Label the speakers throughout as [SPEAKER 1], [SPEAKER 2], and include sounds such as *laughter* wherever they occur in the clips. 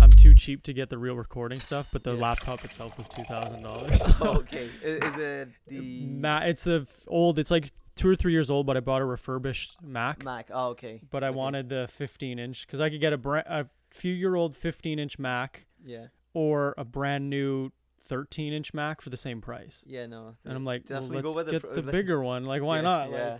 [SPEAKER 1] I'm too cheap to get the real recording stuff, but the
[SPEAKER 2] Yeah.
[SPEAKER 1] laptop itself was two thousand
[SPEAKER 2] *laughs*
[SPEAKER 1] dollars. *laughs* So
[SPEAKER 2] Oh, okay. I- Is, it the
[SPEAKER 1] Ma- it's the f- old. It's like two or three years old, but I bought a refurbished Mac.
[SPEAKER 2] Mac? Oh, okay.
[SPEAKER 1] But I
[SPEAKER 2] okay,
[SPEAKER 1] wanted the 15 inch because I could get a brand a few year old 15 inch Mac
[SPEAKER 2] Yeah.
[SPEAKER 1] or a brand new 13 inch Mac for the same price.
[SPEAKER 2] Yeah. No.
[SPEAKER 1] And I'm like, well,
[SPEAKER 2] Definitely
[SPEAKER 1] let's
[SPEAKER 2] go with the
[SPEAKER 1] get
[SPEAKER 2] pro-
[SPEAKER 1] the
[SPEAKER 2] like-
[SPEAKER 1] bigger one. Like, why
[SPEAKER 2] yeah,
[SPEAKER 1] not? Like,
[SPEAKER 2] Yeah.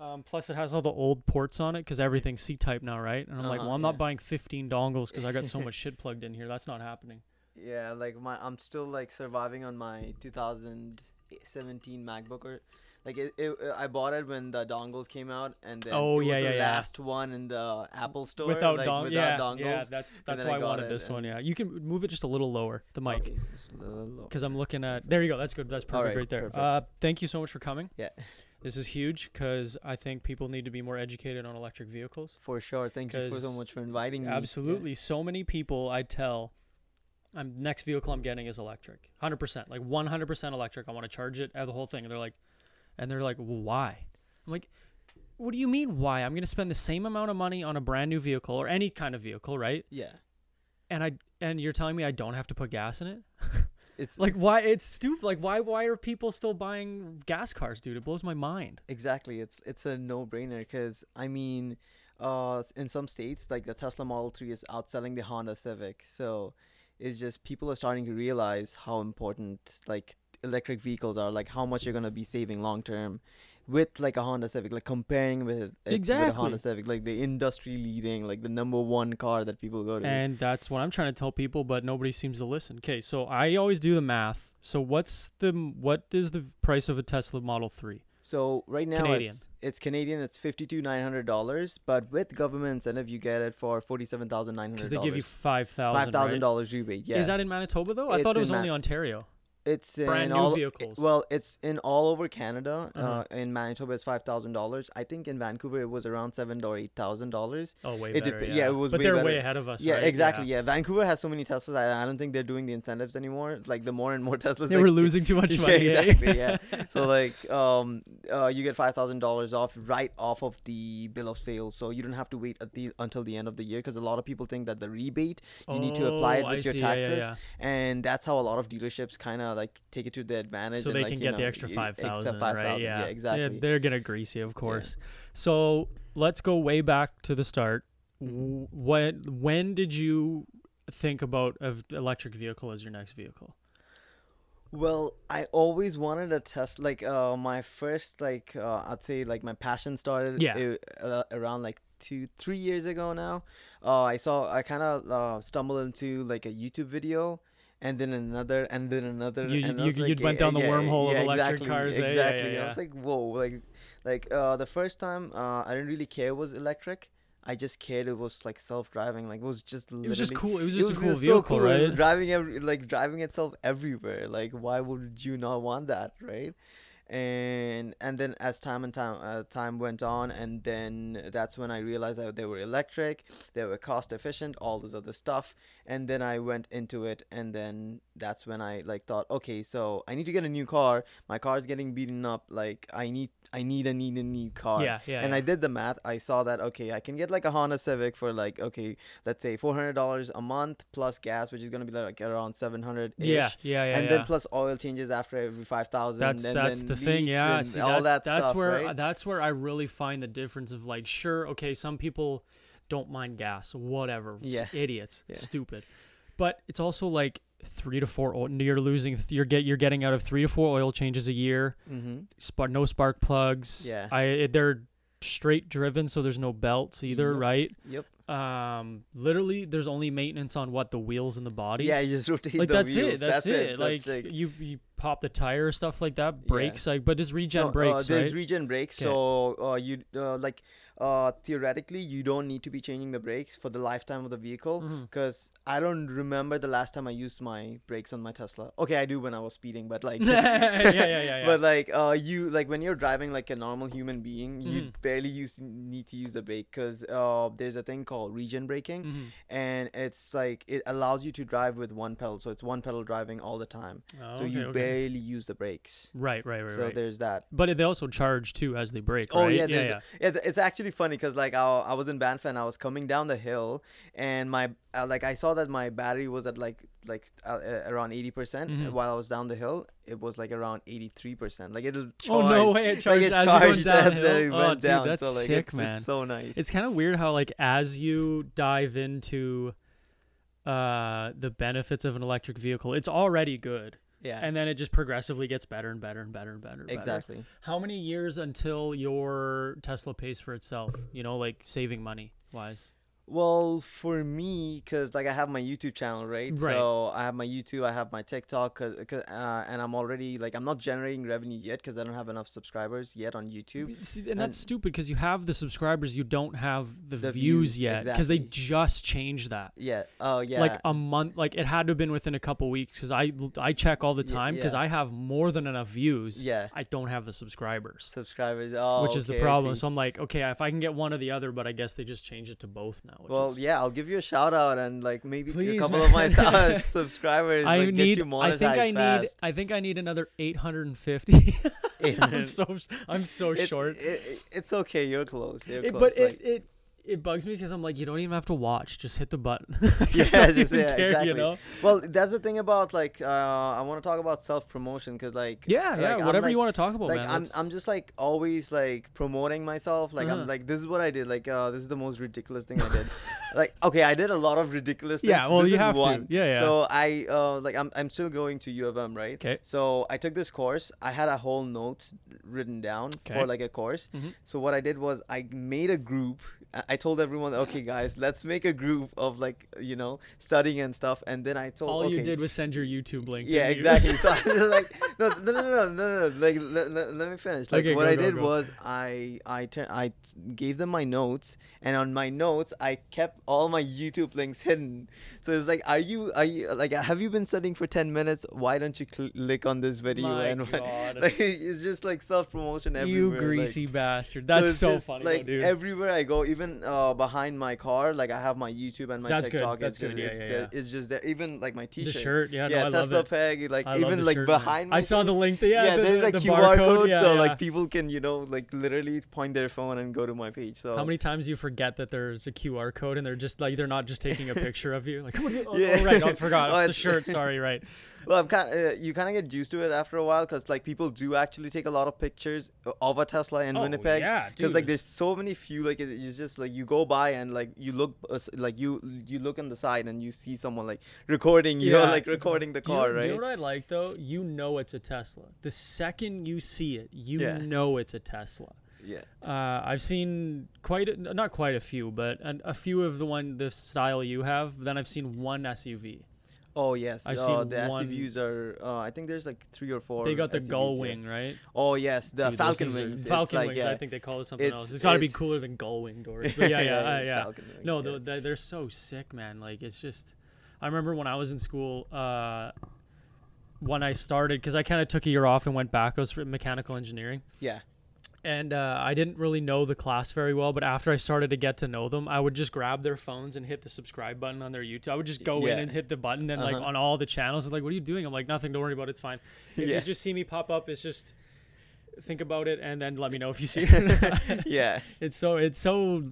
[SPEAKER 1] Um, plus, it has all the old ports on it because everything's C type now, right? And I'm like,
[SPEAKER 2] Uh-huh,
[SPEAKER 1] well, I'm
[SPEAKER 2] yeah.
[SPEAKER 1] not buying 15 dongles because I got
[SPEAKER 2] *laughs*
[SPEAKER 1] so much shit plugged in here. That's not happening.
[SPEAKER 2] yeah. Like my, I'm still like surviving on my 2017 MacBook or. Like it, it, I bought it when the dongles came out, and then
[SPEAKER 1] Oh,
[SPEAKER 2] it was
[SPEAKER 1] yeah,
[SPEAKER 2] the
[SPEAKER 1] yeah, yeah.
[SPEAKER 2] last one in the Apple store
[SPEAKER 1] without
[SPEAKER 2] like,
[SPEAKER 1] dong-
[SPEAKER 2] without
[SPEAKER 1] yeah,
[SPEAKER 2] dongles.
[SPEAKER 1] yeah, that's that's
[SPEAKER 2] then
[SPEAKER 1] why
[SPEAKER 2] I
[SPEAKER 1] I,
[SPEAKER 2] got
[SPEAKER 1] wanted
[SPEAKER 2] it,
[SPEAKER 1] this
[SPEAKER 2] and-
[SPEAKER 1] one. Yeah, you can move it just a little lower, the mic,
[SPEAKER 2] Okay, just a little low.
[SPEAKER 1] because I'm looking at. There you go. That's good. That's
[SPEAKER 2] All
[SPEAKER 1] perfect right,
[SPEAKER 2] right,
[SPEAKER 1] there.
[SPEAKER 2] perfect.
[SPEAKER 1] Uh, thank you so much for coming.
[SPEAKER 2] Yeah.
[SPEAKER 1] This is huge because I think people need to be more educated on electric vehicles.
[SPEAKER 2] For sure. Thank you for so
[SPEAKER 1] Because-
[SPEAKER 2] much for inviting me. Mm, Yeah.
[SPEAKER 1] Absolutely. So many people I tell, I'm next vehicle I'm getting is electric, hundred percent, like one hundred percent electric. I want to charge it, uh, the whole thing. And they're like, and they're like, well, why? I'm like, what do you mean why? I'm gonna spend the same amount of money on a brand new vehicle or any kind of vehicle, right?
[SPEAKER 2] Yeah.
[SPEAKER 1] And I and you're telling me I don't have to put gas in it?
[SPEAKER 2] It's
[SPEAKER 1] Like why? It's stupid. Like why? Why are people still buying gas cars, dude? It blows my mind.
[SPEAKER 2] Exactly, it's it's a no-brainer because I mean, uh, s- in some states like the Tesla Model Three is outselling the Honda Civic, so it's just people are starting to realize how important like electric vehicles are, like how much you're gonna be saving long term with like a Honda Civic, like comparing with it with a
[SPEAKER 1] Exactly.
[SPEAKER 2] Honda Civic, like the industry leading, like the number one car that people go to.
[SPEAKER 1] And that's what I'm trying to tell people, but nobody seems to listen. Okay, so I always do the math. So what's the what is the price of a Tesla Model Three?
[SPEAKER 2] So right now
[SPEAKER 1] Canadian.
[SPEAKER 2] it's it's Canadian. It's fifty-two nine hundred dollars, but with government incentive, you get it for forty-seven thousand nine hundred.
[SPEAKER 1] Because they give you five thousand.
[SPEAKER 2] Five thousand
[SPEAKER 1] Right?
[SPEAKER 2] dollars rebate. Yeah,
[SPEAKER 1] Is that in Manitoba though? I
[SPEAKER 2] It's
[SPEAKER 1] thought it
[SPEAKER 2] in
[SPEAKER 1] was only
[SPEAKER 2] Ma-
[SPEAKER 1] Ontario.
[SPEAKER 2] it's in
[SPEAKER 1] brand new
[SPEAKER 2] all,
[SPEAKER 1] vehicles?
[SPEAKER 2] Well, it's in all over Canada. uh
[SPEAKER 1] Uh-huh.
[SPEAKER 2] in Manitoba, it's five thousand dollars. I think in Vancouver, it was around seven or eight thousand dollars.
[SPEAKER 1] Oh, way
[SPEAKER 2] it
[SPEAKER 1] better.
[SPEAKER 2] dep-
[SPEAKER 1] yeah.
[SPEAKER 2] yeah, it was
[SPEAKER 1] But
[SPEAKER 2] way
[SPEAKER 1] they're
[SPEAKER 2] better.
[SPEAKER 1] way ahead of us.
[SPEAKER 2] Yeah,
[SPEAKER 1] right?
[SPEAKER 2] exactly. Yeah. Vancouver has so many Teslas. I, I don't think they're doing the incentives anymore. Like the more *laughs* and more Teslas,
[SPEAKER 1] They
[SPEAKER 2] like,
[SPEAKER 1] were losing too much
[SPEAKER 2] *laughs* yeah,
[SPEAKER 1] money. eh?
[SPEAKER 2] exactly. Yeah.
[SPEAKER 1] *laughs*
[SPEAKER 2] so like, um, uh, you get five thousand dollars off right off of the bill of sale. So you don't have to wait at the, until the end of the year because a lot of people think that the rebate you need to apply it
[SPEAKER 1] Oh,
[SPEAKER 2] with
[SPEAKER 1] I
[SPEAKER 2] your
[SPEAKER 1] see. Yeah, yeah,
[SPEAKER 2] taxes,
[SPEAKER 1] yeah.
[SPEAKER 2] and that's how a lot of dealerships kind of like take it to their advantage.
[SPEAKER 1] so
[SPEAKER 2] and,
[SPEAKER 1] they
[SPEAKER 2] like,
[SPEAKER 1] can
[SPEAKER 2] you
[SPEAKER 1] get
[SPEAKER 2] know,
[SPEAKER 1] the extra
[SPEAKER 2] e-
[SPEAKER 1] five thousand, right?
[SPEAKER 2] 5,000.
[SPEAKER 1] Yeah,
[SPEAKER 2] exactly.
[SPEAKER 1] they're gonna grease you, of course. So let's go way back to the start.
[SPEAKER 2] Mm-hmm.
[SPEAKER 1] W When when did you think about an electric vehicle as your next vehicle?
[SPEAKER 2] Well, I always wanted a Tesla. Like, uh, my first, like, uh, I'd say, like, my passion started
[SPEAKER 1] Yeah.
[SPEAKER 2] i- uh, around like two, three years ago now. Uh, I saw, I kind of uh, stumbled into like a YouTube video, and then another, and then another.
[SPEAKER 1] You-
[SPEAKER 2] and I
[SPEAKER 1] you-
[SPEAKER 2] was
[SPEAKER 1] you
[SPEAKER 2] like,
[SPEAKER 1] went
[SPEAKER 2] "Eh,
[SPEAKER 1] down the
[SPEAKER 2] yeah,
[SPEAKER 1] wormhole of
[SPEAKER 2] yeah,
[SPEAKER 1] electric
[SPEAKER 2] exactly,
[SPEAKER 1] cars, eh? Yeah, yeah,
[SPEAKER 2] Exactly. I
[SPEAKER 1] yeah.
[SPEAKER 2] was like, whoa, like, like uh, the first time, uh, I didn't really care it was electric. I just cared it was like self-driving. Like, it was just
[SPEAKER 1] It was just
[SPEAKER 2] literally-
[SPEAKER 1] cool. It was
[SPEAKER 2] it
[SPEAKER 1] just a
[SPEAKER 2] was
[SPEAKER 1] cool
[SPEAKER 2] just so
[SPEAKER 1] vehicle,
[SPEAKER 2] cool. It
[SPEAKER 1] right?
[SPEAKER 2] was driving every, like driving itself everywhere. Like why would you not want that, right? And and then as time and time uh, time went on, and then that's when I realized that they were electric, they were cost efficient, all this other stuff. And then I went into it, and then that's when I like thought, okay, so I need to get a new car. My car's getting beaten up. Like I need I need a need a new car
[SPEAKER 1] Yeah, yeah.
[SPEAKER 2] and
[SPEAKER 1] yeah.
[SPEAKER 2] I did the math. I saw that okay, I can get like a Honda Civic for like okay, let's say four hundred dollars a month plus gas, which is gonna be like around seven hundred.
[SPEAKER 1] yeah, yeah, yeah,
[SPEAKER 2] and
[SPEAKER 1] yeah.
[SPEAKER 2] then plus oil changes after every five thousand.
[SPEAKER 1] that's
[SPEAKER 2] and
[SPEAKER 1] that's
[SPEAKER 2] then
[SPEAKER 1] the thing,
[SPEAKER 2] leaks
[SPEAKER 1] yeah.
[SPEAKER 2] and
[SPEAKER 1] See,
[SPEAKER 2] all
[SPEAKER 1] that's
[SPEAKER 2] that
[SPEAKER 1] that's
[SPEAKER 2] stuff,
[SPEAKER 1] where uh,
[SPEAKER 2] right?
[SPEAKER 1] that's where I really find the difference of like, sure, okay, some people don't mind gas, whatever, s-
[SPEAKER 2] Yeah.
[SPEAKER 1] idiots,
[SPEAKER 2] Yeah.
[SPEAKER 1] stupid, but it's also like three to four. o- You're losing. th- You're get. You're getting out of three to four oil changes a year.
[SPEAKER 2] mm-hmm.
[SPEAKER 1] Spark, no spark plugs.
[SPEAKER 2] Yeah.
[SPEAKER 1] I it- they're straight driven, so there's no belts either,
[SPEAKER 2] Yep.
[SPEAKER 1] right?
[SPEAKER 2] Yep.
[SPEAKER 1] Um, literally, there's only maintenance on what the wheels and the body
[SPEAKER 2] Yeah, you just *laughs* rotate
[SPEAKER 1] like
[SPEAKER 2] the
[SPEAKER 1] that's
[SPEAKER 2] wheels.
[SPEAKER 1] it that's, it,
[SPEAKER 2] That's
[SPEAKER 1] like you you pop the tire stuff like that brakes like but it's regen
[SPEAKER 2] No, uh,
[SPEAKER 1] brakes
[SPEAKER 2] there's
[SPEAKER 1] right
[SPEAKER 2] regen brakes.
[SPEAKER 1] Okay.
[SPEAKER 2] So uh, you uh, like uh, theoretically you don't need to be changing the brakes for the lifetime of the vehicle
[SPEAKER 1] Mhm.
[SPEAKER 2] because I don't remember the last time I used my brakes on my Tesla. Okay, I do when I was speeding, but like
[SPEAKER 1] *laughs* Yeah, yeah, yeah, yeah.
[SPEAKER 2] *laughs* But like uh, you like when you're driving like a normal human being, you
[SPEAKER 1] Mhm.
[SPEAKER 2] barely use need to use the brake because uh, there's a thing called region braking,
[SPEAKER 1] Mhm.
[SPEAKER 2] and it's like it allows you to drive with one pedal, so it's one pedal driving all the time.
[SPEAKER 1] Oh,
[SPEAKER 2] so
[SPEAKER 1] okay,
[SPEAKER 2] you
[SPEAKER 1] okay.
[SPEAKER 2] barely use the brakes.
[SPEAKER 1] Right, right, right,
[SPEAKER 2] so
[SPEAKER 1] right.
[SPEAKER 2] there's that.
[SPEAKER 1] But they also charge too as they break.
[SPEAKER 2] Oh
[SPEAKER 1] right?
[SPEAKER 2] yeah,
[SPEAKER 1] yeah,
[SPEAKER 2] there's
[SPEAKER 1] yeah.
[SPEAKER 2] yeah. th- It's actually funny because like I, I was in Banff and I was coming down the hill and my uh, like I saw that my battery was at like like uh, uh, around eighty percent
[SPEAKER 1] Mhm.
[SPEAKER 2] while I was down the hill. It was like around eighty three percent. Like it'll charge.
[SPEAKER 1] Oh no way! It charged
[SPEAKER 2] *laughs* like, it
[SPEAKER 1] as
[SPEAKER 2] charged
[SPEAKER 1] you went
[SPEAKER 2] as I
[SPEAKER 1] downhill.
[SPEAKER 2] went
[SPEAKER 1] oh, dude,
[SPEAKER 2] down.
[SPEAKER 1] that's
[SPEAKER 2] so, like,
[SPEAKER 1] sick,
[SPEAKER 2] it's,
[SPEAKER 1] man.
[SPEAKER 2] It's so nice.
[SPEAKER 1] it's kind of weird how like as you dive into uh the benefits of an electric vehicle it's already good
[SPEAKER 2] yeah.
[SPEAKER 1] and then it just progressively gets better and better and better and better and better.
[SPEAKER 2] exactly.
[SPEAKER 1] how many years until your tesla pays for itself you know like saving money wise
[SPEAKER 2] Well, for me, because like I have my YouTube channel, right?
[SPEAKER 1] Right.
[SPEAKER 2] So I have my YouTube, I have my TikTok, 'cause- 'cause, uh, and I'm already like I'm not generating revenue yet because I don't have enough subscribers yet on YouTube.
[SPEAKER 1] See, and, that's stupid because you have the subscribers you don't have the,
[SPEAKER 2] The
[SPEAKER 1] views,
[SPEAKER 2] views,
[SPEAKER 1] yet because they
[SPEAKER 2] exactly.
[SPEAKER 1] just changed that
[SPEAKER 2] Yeah. Oh yeah.
[SPEAKER 1] like a month like it had to have been within a couple weeks because i i check all the
[SPEAKER 2] Ye-
[SPEAKER 1] time because
[SPEAKER 2] yeah.
[SPEAKER 1] i have more than enough views
[SPEAKER 2] yeah.
[SPEAKER 1] i don't have the subscribers
[SPEAKER 2] subscribers. Oh,
[SPEAKER 1] which is
[SPEAKER 2] okay,
[SPEAKER 1] the
[SPEAKER 2] I
[SPEAKER 1] problem
[SPEAKER 2] see.
[SPEAKER 1] so i'm like okay if i can get one or the other but i guess they just changed it to both now which
[SPEAKER 2] well,
[SPEAKER 1] is-
[SPEAKER 2] yeah, I'll give you a shout out and like maybe a
[SPEAKER 1] Please,
[SPEAKER 2] couple of my
[SPEAKER 1] man. *laughs*
[SPEAKER 2] sub- *laughs* subscribers
[SPEAKER 1] I
[SPEAKER 2] like,
[SPEAKER 1] need.
[SPEAKER 2] get you monetized
[SPEAKER 1] I think I
[SPEAKER 2] fast.
[SPEAKER 1] need. I think I need another 850. *laughs* I'm
[SPEAKER 2] 800.
[SPEAKER 1] so. I'm so
[SPEAKER 2] It-
[SPEAKER 1] short.
[SPEAKER 2] It, it- it's okay. You're close. *laughs* You're
[SPEAKER 1] It-
[SPEAKER 2] close.
[SPEAKER 1] but it,
[SPEAKER 2] like,
[SPEAKER 1] it it bugs me because I'm like, you don't even have to watch. Just hit the button. *laughs*
[SPEAKER 2] *laughs* yeah,
[SPEAKER 1] I don't
[SPEAKER 2] just-
[SPEAKER 1] even
[SPEAKER 2] yeah,
[SPEAKER 1] care,
[SPEAKER 2] exactly.
[SPEAKER 1] You know.
[SPEAKER 2] Well, that's the thing about like uh, I want to talk about self promotion because like
[SPEAKER 1] Yeah, yeah.
[SPEAKER 2] like, I'm,
[SPEAKER 1] whatever
[SPEAKER 2] like-
[SPEAKER 1] you want to talk about,
[SPEAKER 2] like
[SPEAKER 1] man.
[SPEAKER 2] I'm,
[SPEAKER 1] that's-
[SPEAKER 2] I'm just like always like promoting myself like
[SPEAKER 1] Uh-huh.
[SPEAKER 2] i'm like this is what i did like uh this is the most ridiculous thing i
[SPEAKER 1] *laughs*
[SPEAKER 2] did like okay i did a lot of ridiculous things
[SPEAKER 1] Yeah, well,
[SPEAKER 2] This
[SPEAKER 1] you
[SPEAKER 2] is
[SPEAKER 1] have to.
[SPEAKER 2] one.
[SPEAKER 1] Yeah, yeah.
[SPEAKER 2] so i uh like I'm, I'm still going to u of m right
[SPEAKER 1] 'Kay.
[SPEAKER 2] so i took this course i had a whole notes written down
[SPEAKER 1] Okay.
[SPEAKER 2] for like a course
[SPEAKER 1] Mhm.
[SPEAKER 2] so what i did was i made a group I- i told everyone okay guys let's make a group of like you know studying and stuff and then i told
[SPEAKER 1] all
[SPEAKER 2] okay,
[SPEAKER 1] you did was send your YouTube link.
[SPEAKER 2] yeah,
[SPEAKER 1] didn't you?
[SPEAKER 2] exactly. So I was like, no, no, no, no, no, no. Like, let, let, let me finish. Like,
[SPEAKER 1] Okay,
[SPEAKER 2] what
[SPEAKER 1] go,
[SPEAKER 2] I
[SPEAKER 1] go,
[SPEAKER 2] did
[SPEAKER 1] go.
[SPEAKER 2] was I I tur- I gave them my notes, and on my notes I kept all my YouTube links hidden. So it's like, are you are you like, have you been studying for ten minutes? Why don't you cl- click on this video?
[SPEAKER 1] My
[SPEAKER 2] and why-
[SPEAKER 1] God.
[SPEAKER 2] *laughs* like, it's just like self
[SPEAKER 1] *laughs*
[SPEAKER 2] promotion
[SPEAKER 1] you
[SPEAKER 2] everywhere. like-
[SPEAKER 1] greasy bastard. That's
[SPEAKER 2] it's
[SPEAKER 1] so,
[SPEAKER 2] just,
[SPEAKER 1] funny, though,
[SPEAKER 2] Like
[SPEAKER 1] dude.
[SPEAKER 2] everywhere I go, even uh, behind my car, like I have my YouTube and my
[SPEAKER 1] That's good,
[SPEAKER 2] TikTok.
[SPEAKER 1] that's
[SPEAKER 2] it's just-
[SPEAKER 1] good, yeah,
[SPEAKER 2] it's
[SPEAKER 1] yeah,
[SPEAKER 2] there-
[SPEAKER 1] yeah.
[SPEAKER 2] It's just there. Even like my
[SPEAKER 1] the
[SPEAKER 2] T-shirt.
[SPEAKER 1] shirt. Yeah,
[SPEAKER 2] yeah,
[SPEAKER 1] no, I love
[SPEAKER 2] Tesla
[SPEAKER 1] it.
[SPEAKER 2] peg. Like
[SPEAKER 1] I love
[SPEAKER 2] even
[SPEAKER 1] the
[SPEAKER 2] like
[SPEAKER 1] shirt, man.
[SPEAKER 2] behind.
[SPEAKER 1] I
[SPEAKER 2] my
[SPEAKER 1] saw
[SPEAKER 2] thing-
[SPEAKER 1] the link. Yeah,
[SPEAKER 2] Yeah,
[SPEAKER 1] the,
[SPEAKER 2] there's
[SPEAKER 1] the-
[SPEAKER 2] like
[SPEAKER 1] the
[SPEAKER 2] QR
[SPEAKER 1] barcode,
[SPEAKER 2] code,
[SPEAKER 1] yeah,
[SPEAKER 2] so
[SPEAKER 1] yeah.
[SPEAKER 2] like people can you know like literally point their phone and go to my page. So
[SPEAKER 1] How many times you forget that there's a QR code and they're just like they're not just
[SPEAKER 2] *laughs*
[SPEAKER 1] taking a picture of you? Like, *laughs* what are you- oh,
[SPEAKER 2] Yeah.
[SPEAKER 1] oh, right, I forgot
[SPEAKER 2] Oh,
[SPEAKER 1] It's the
[SPEAKER 2] it's- *laughs*
[SPEAKER 1] shirt. Sorry, right.
[SPEAKER 2] Well, I'm kind. Uh, you kind of get used to it after a while because like people do actually take a lot of pictures of a Tesla in
[SPEAKER 1] Oh,
[SPEAKER 2] Winnipeg.
[SPEAKER 1] yeah,
[SPEAKER 2] Because like
[SPEAKER 1] dude.
[SPEAKER 2] there's so many few. Like it, it's just like you go by and like you look uh, s- like you you look on the side and you see someone like recording. You
[SPEAKER 1] Yeah.
[SPEAKER 2] know, like recording the
[SPEAKER 1] Do you,
[SPEAKER 2] car,
[SPEAKER 1] do
[SPEAKER 2] right?
[SPEAKER 1] you know what I like though? You know it's a Tesla. The second you see it, you
[SPEAKER 2] Yeah.
[SPEAKER 1] know it's a Tesla.
[SPEAKER 2] yeah.
[SPEAKER 1] Uh, I've seen quite a, not quite a few, but an, a few of the one the style you have. Then I've seen one SUV.
[SPEAKER 2] Oh yes.
[SPEAKER 1] I've
[SPEAKER 2] oh,
[SPEAKER 1] seen
[SPEAKER 2] the
[SPEAKER 1] one-
[SPEAKER 2] SUVs are. Uh, I think there's like three or four.
[SPEAKER 1] They got the
[SPEAKER 2] SUVs
[SPEAKER 1] gull
[SPEAKER 2] here.
[SPEAKER 1] wing, right?
[SPEAKER 2] Oh yes, the
[SPEAKER 1] Dude, those
[SPEAKER 2] Falcon
[SPEAKER 1] things are-
[SPEAKER 2] wings. It's
[SPEAKER 1] Falcon
[SPEAKER 2] like,
[SPEAKER 1] wings.
[SPEAKER 2] yeah.
[SPEAKER 1] I think they call it something
[SPEAKER 2] It's-
[SPEAKER 1] else. It's got to be
[SPEAKER 2] it's-
[SPEAKER 1] cooler than gull wing
[SPEAKER 2] *laughs*
[SPEAKER 1] doors. But yeah, yeah,
[SPEAKER 2] Yeah,
[SPEAKER 1] yeah.
[SPEAKER 2] it's
[SPEAKER 1] yeah.
[SPEAKER 2] Falcon wings,
[SPEAKER 1] No,
[SPEAKER 2] yeah.
[SPEAKER 1] tho- they- they're so sick, man. Like it's just. I remember when I was in school. Uh, when I started, because I kind of took a year off and went back. I was for mechanical engineering,
[SPEAKER 2] Yeah.
[SPEAKER 1] and uh, I didn't really know the class very well. But after I started to get to know them, I would just grab their phones and hit the subscribe button on their YouTube. I would just go in
[SPEAKER 2] Yeah.
[SPEAKER 1] and hit the button and like
[SPEAKER 2] Uh-huh.
[SPEAKER 1] on all the channels. And like, what are you doing? I'm like, nothing. Don't worry about it. It's fine. If
[SPEAKER 2] Yeah.
[SPEAKER 1] you just see me pop up, it's just think about it and then let me know if you see *laughs*
[SPEAKER 2] *laughs*
[SPEAKER 1] it.
[SPEAKER 2] yeah.
[SPEAKER 1] It's so it's so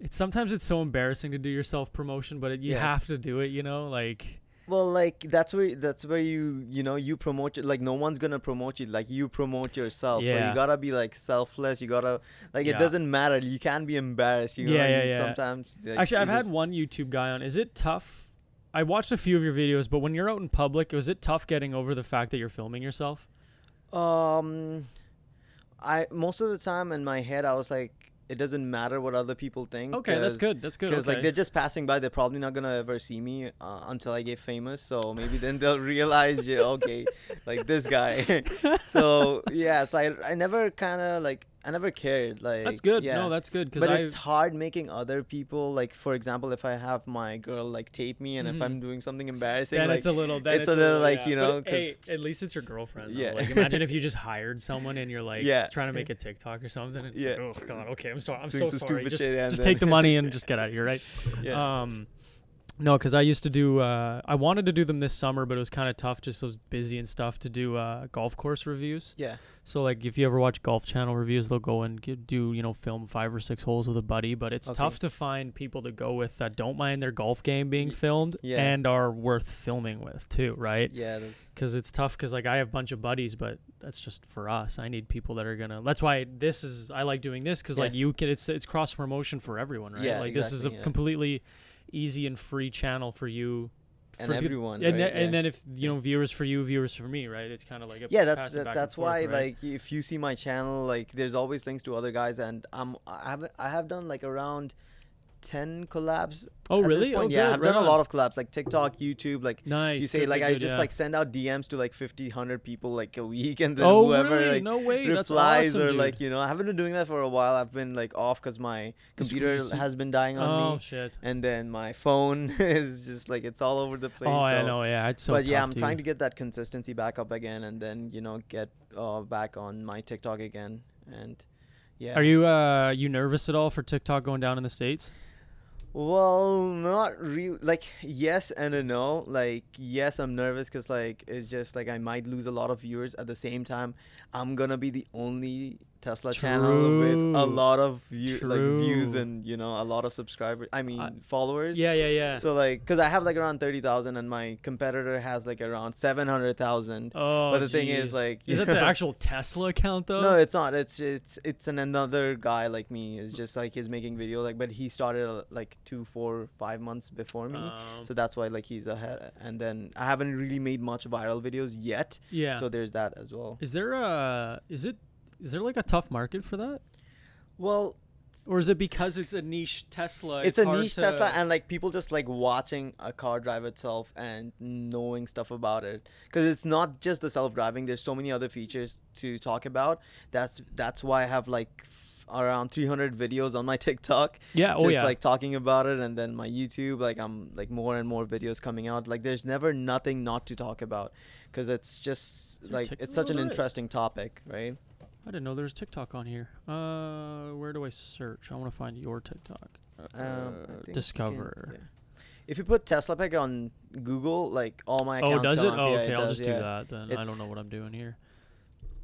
[SPEAKER 1] it's sometimes it's so embarrassing to do your self promotion, but it, you
[SPEAKER 2] Yeah.
[SPEAKER 1] have to do it, you know, like
[SPEAKER 2] Well, like that's where that's where you you know you promote it. Like no one's gonna promote you. Like you promote yourself. So
[SPEAKER 1] Yeah.
[SPEAKER 2] you gotta be like selfless. You gotta like
[SPEAKER 1] Yeah.
[SPEAKER 2] it doesn't matter. You can't be embarrassed. You know
[SPEAKER 1] Yeah,
[SPEAKER 2] what I
[SPEAKER 1] yeah,
[SPEAKER 2] mean?
[SPEAKER 1] yeah.
[SPEAKER 2] Sometimes like,
[SPEAKER 1] actually I've
[SPEAKER 2] it's
[SPEAKER 1] had
[SPEAKER 2] just-
[SPEAKER 1] one YouTube guy on. Is it tough? I watched a few of your videos, but when you're out in public, was it tough getting over the fact that you're filming yourself?
[SPEAKER 2] um, I most of the time in my head I was like, it doesn't matter what other people think.
[SPEAKER 1] Okay, that's
[SPEAKER 2] 'cause-
[SPEAKER 1] good. That's *laughs* good.
[SPEAKER 2] Because
[SPEAKER 1] Okay.
[SPEAKER 2] like they're just passing by, they're probably not gonna ever see me uh, until I get famous. So maybe then they'll *laughs* realize, *laughs* yeah, okay, like this guy. so yeah, so I, I never kind of like I never cared.
[SPEAKER 1] *laughs*
[SPEAKER 2] Like
[SPEAKER 1] That's good.
[SPEAKER 2] Yeah.
[SPEAKER 1] No, that's good because
[SPEAKER 2] but
[SPEAKER 1] I
[SPEAKER 2] it's hard making other people like, for example, if I have my girl like tape me, and
[SPEAKER 1] Mhm.
[SPEAKER 2] if I'm doing something embarrassing,
[SPEAKER 1] then
[SPEAKER 2] like
[SPEAKER 1] it's a little then
[SPEAKER 2] it's a little, like, you know,
[SPEAKER 1] But, hey, at least it's your girlfriend. Yeah.
[SPEAKER 2] Yeah.
[SPEAKER 1] Like
[SPEAKER 2] *laughs*
[SPEAKER 1] imagine if you just hired someone and you're like
[SPEAKER 2] Yeah.
[SPEAKER 1] trying to
[SPEAKER 2] *laughs*
[SPEAKER 1] make a TikTok or something. And it's
[SPEAKER 2] Yeah.
[SPEAKER 1] Like, oh God. Okay. I'm sorry. I'm
[SPEAKER 2] Doing
[SPEAKER 1] so
[SPEAKER 2] some
[SPEAKER 1] sorry.
[SPEAKER 2] stupid
[SPEAKER 1] Just,
[SPEAKER 2] shit and
[SPEAKER 1] just
[SPEAKER 2] then-
[SPEAKER 1] take the money
[SPEAKER 2] *laughs*
[SPEAKER 1] and just get out of here, right?
[SPEAKER 2] yeah,
[SPEAKER 1] Um, no, because I used to do. Uh, I wanted to do them this summer, but it was kind of tough. Just I was busy and stuff to do uh, golf course reviews.
[SPEAKER 2] *laughs* yeah,
[SPEAKER 1] So like, if you ever watch Golf Channel reviews, they'll go and g- do you know film five or six holes with a buddy. But it's
[SPEAKER 2] Okay.
[SPEAKER 1] tough to find people to go with that don't mind their golf game being
[SPEAKER 2] Y-
[SPEAKER 1] filmed
[SPEAKER 2] yeah.
[SPEAKER 1] and are worth filming with too, right?
[SPEAKER 2] yeah. That's
[SPEAKER 1] because it's tough because like i have a bunch of buddies but that's just for us i need people that are gonna that's why this is i like doing this because like
[SPEAKER 2] Yeah.
[SPEAKER 1] you can it's it's cross promotion for everyone right
[SPEAKER 2] Yeah,
[SPEAKER 1] like this is a
[SPEAKER 2] exactly, yeah.
[SPEAKER 1] completely easy and free channel for you
[SPEAKER 2] and
[SPEAKER 1] for the-
[SPEAKER 2] everyone.
[SPEAKER 1] and,
[SPEAKER 2] right?
[SPEAKER 1] then, and
[SPEAKER 2] yeah.
[SPEAKER 1] then if you know viewers for you viewers for me right it's kind of like a
[SPEAKER 2] yeah that's
[SPEAKER 1] pass it
[SPEAKER 2] that,
[SPEAKER 1] back and
[SPEAKER 2] that's
[SPEAKER 1] forth,
[SPEAKER 2] why
[SPEAKER 1] right?
[SPEAKER 2] like if you see my channel like there's always links to other guys and i'm i have i have done like around 10 collabs
[SPEAKER 1] oh
[SPEAKER 2] at this
[SPEAKER 1] really
[SPEAKER 2] point.
[SPEAKER 1] oh,
[SPEAKER 2] yeah
[SPEAKER 1] good,
[SPEAKER 2] i've
[SPEAKER 1] right
[SPEAKER 2] done
[SPEAKER 1] on.
[SPEAKER 2] a lot of collabs like tiktok youtube like
[SPEAKER 1] nice
[SPEAKER 2] you say
[SPEAKER 1] good,
[SPEAKER 2] like
[SPEAKER 1] good,
[SPEAKER 2] i
[SPEAKER 1] good,
[SPEAKER 2] just
[SPEAKER 1] yeah.
[SPEAKER 2] like send out dms to like 50 100 people like a week and then
[SPEAKER 1] oh
[SPEAKER 2] whoever
[SPEAKER 1] really
[SPEAKER 2] like
[SPEAKER 1] no way that's
[SPEAKER 2] replies
[SPEAKER 1] awesome
[SPEAKER 2] or
[SPEAKER 1] dude.
[SPEAKER 2] like you know i haven't been doing that for a while i've been like off because my
[SPEAKER 1] Just-
[SPEAKER 2] computer
[SPEAKER 1] just-
[SPEAKER 2] has been dying on
[SPEAKER 1] oh
[SPEAKER 2] me
[SPEAKER 1] shit
[SPEAKER 2] and then my phone *laughs* is just like it's all over the place
[SPEAKER 1] oh i
[SPEAKER 2] so-
[SPEAKER 1] know yeah it's so
[SPEAKER 2] but yeah,
[SPEAKER 1] tough,
[SPEAKER 2] I'm
[SPEAKER 1] dude.
[SPEAKER 2] trying to get that consistency back up again, and then you know get uh, back on my TikTok again. And yeah,
[SPEAKER 1] are you uh you nervous at all for tiktok going down in the states
[SPEAKER 2] Well, not really. Like yes and a no. Like yes, I'm nervous because like it's just like I might lose a lot of viewers. At the same time, I'm gonna be the only Tesla channel with a
[SPEAKER 1] True.
[SPEAKER 2] lot of view- like views
[SPEAKER 1] True.
[SPEAKER 2] and you know a lot of subscribers. I mean followers.
[SPEAKER 1] yeah yeah yeah
[SPEAKER 2] So like, cause I have like around thirty thousand, and my competitor has like around seven hundred thousand.
[SPEAKER 1] Oh,
[SPEAKER 2] the thing is,
[SPEAKER 1] jeez.
[SPEAKER 2] like,
[SPEAKER 1] is
[SPEAKER 2] you *laughs*
[SPEAKER 1] it the
[SPEAKER 2] know-
[SPEAKER 1] actual Tesla account though?
[SPEAKER 2] No, it's not. It's it's it's an another guy like me. It's just like he's making video like, but he started uh, like two, four, five months before me.
[SPEAKER 1] Um,
[SPEAKER 2] so that's why like he's ahead. And then I haven't really made much viral videos yet.
[SPEAKER 1] yeah.
[SPEAKER 2] So there's that as well.
[SPEAKER 1] is there a is it is there like a tough market for that,
[SPEAKER 2] Well,
[SPEAKER 1] or is it because it's a niche Tesla?
[SPEAKER 2] it's, a
[SPEAKER 1] hard
[SPEAKER 2] niche
[SPEAKER 1] to-
[SPEAKER 2] Tesla, and like people just like watching a car drive itself and knowing stuff about it. Because it's not just the self-driving. There's so many other features to talk about. That's that's why I have like f- around 300 videos on my *laughs* TikTok.
[SPEAKER 1] yeah. *laughs* Oh
[SPEAKER 2] just
[SPEAKER 1] yeah.
[SPEAKER 2] like talking about it and then my youtube like i'm like more and more videos coming out like there's never nothing not to talk about because it's just
[SPEAKER 1] Dude,
[SPEAKER 2] like
[SPEAKER 1] TikTok
[SPEAKER 2] it's such an
[SPEAKER 1] really is.
[SPEAKER 2] interesting topic right
[SPEAKER 1] I didn't know there was TikTok on here. Uh, where do I search? I want to find your TikTok.
[SPEAKER 2] um, I
[SPEAKER 1] Uh,
[SPEAKER 2] think you can-
[SPEAKER 1] Discover.
[SPEAKER 2] yeah. if you put tesla pack on google like all my
[SPEAKER 1] Oh,
[SPEAKER 2] accounts
[SPEAKER 1] does it?
[SPEAKER 2] come up.
[SPEAKER 1] Oh,
[SPEAKER 2] Yeah,
[SPEAKER 1] okay. I'll
[SPEAKER 2] does,
[SPEAKER 1] just
[SPEAKER 2] yeah.
[SPEAKER 1] do that then. I don't know
[SPEAKER 2] It's-
[SPEAKER 1] what I'm doing here.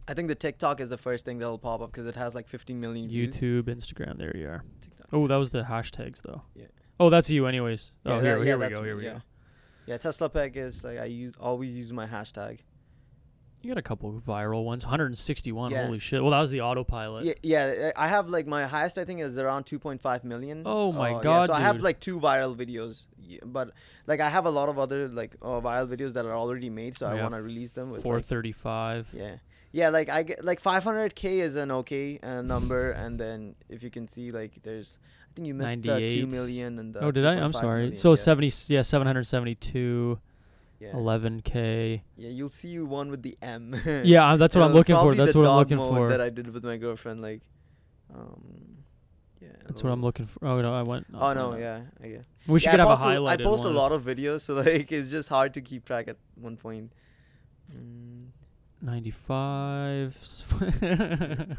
[SPEAKER 2] i think the tiktok is the first thing that'll pop up because it has like 15 million views
[SPEAKER 1] YouTube, Instagram. There you are.
[SPEAKER 2] TikTok.
[SPEAKER 1] Oh, that was the hashtags though.
[SPEAKER 2] Yeah.
[SPEAKER 1] Oh, that's you, anyways. Oh,
[SPEAKER 2] Yeah,
[SPEAKER 1] here,
[SPEAKER 2] that-
[SPEAKER 1] here
[SPEAKER 2] yeah,
[SPEAKER 1] we
[SPEAKER 2] that's
[SPEAKER 1] go.
[SPEAKER 2] me,
[SPEAKER 1] Here we go.
[SPEAKER 2] yeah. yeah tesla pack is like i use always use my hashtag
[SPEAKER 1] You got a couple of viral ones. 161.
[SPEAKER 2] Yeah.
[SPEAKER 1] Holy shit. Well, that was the autopilot.
[SPEAKER 2] Yeah, yeah, I have like my highest I think is around 2.5 million.
[SPEAKER 1] Oh my
[SPEAKER 2] yeah,
[SPEAKER 1] God,
[SPEAKER 2] So I have
[SPEAKER 1] dude.
[SPEAKER 2] like two viral videos, y- but like I have a lot of other like uh, viral videos that are already made, so I
[SPEAKER 1] Yeah,
[SPEAKER 2] want to release them with. like-
[SPEAKER 1] 435.
[SPEAKER 2] yeah, yeah, like I get like 500k is an okay uh, number, and then if you can see like there's I think you missed the 2
[SPEAKER 1] 98.
[SPEAKER 2] million and the.
[SPEAKER 1] Oh, did I? I'm
[SPEAKER 2] 2.5
[SPEAKER 1] sorry.
[SPEAKER 2] million,
[SPEAKER 1] so 70,
[SPEAKER 2] yeah,
[SPEAKER 1] yeah, 772,
[SPEAKER 2] Yeah,
[SPEAKER 1] 11k.
[SPEAKER 2] yeah, you'll see one with the M. *laughs*
[SPEAKER 1] Yeah, I- that's what
[SPEAKER 2] It
[SPEAKER 1] I'm
[SPEAKER 2] was
[SPEAKER 1] looking for.
[SPEAKER 2] probably the
[SPEAKER 1] That's what I'm
[SPEAKER 2] dog
[SPEAKER 1] looking
[SPEAKER 2] mode That
[SPEAKER 1] for.
[SPEAKER 2] I did with my girlfriend, like, um, yeah.
[SPEAKER 1] That's what I'm looking for. Oh no, I went.
[SPEAKER 2] Oh
[SPEAKER 1] off
[SPEAKER 2] no,
[SPEAKER 1] on it.
[SPEAKER 2] yeah, I guess.
[SPEAKER 1] We should
[SPEAKER 2] Yeah,
[SPEAKER 1] get
[SPEAKER 2] I
[SPEAKER 1] have
[SPEAKER 2] post
[SPEAKER 1] a highlighted
[SPEAKER 2] I post
[SPEAKER 1] one.
[SPEAKER 2] a lot of videos, *laughs* so like it's just hard to keep track at one point. Mm,
[SPEAKER 1] 95. *laughs*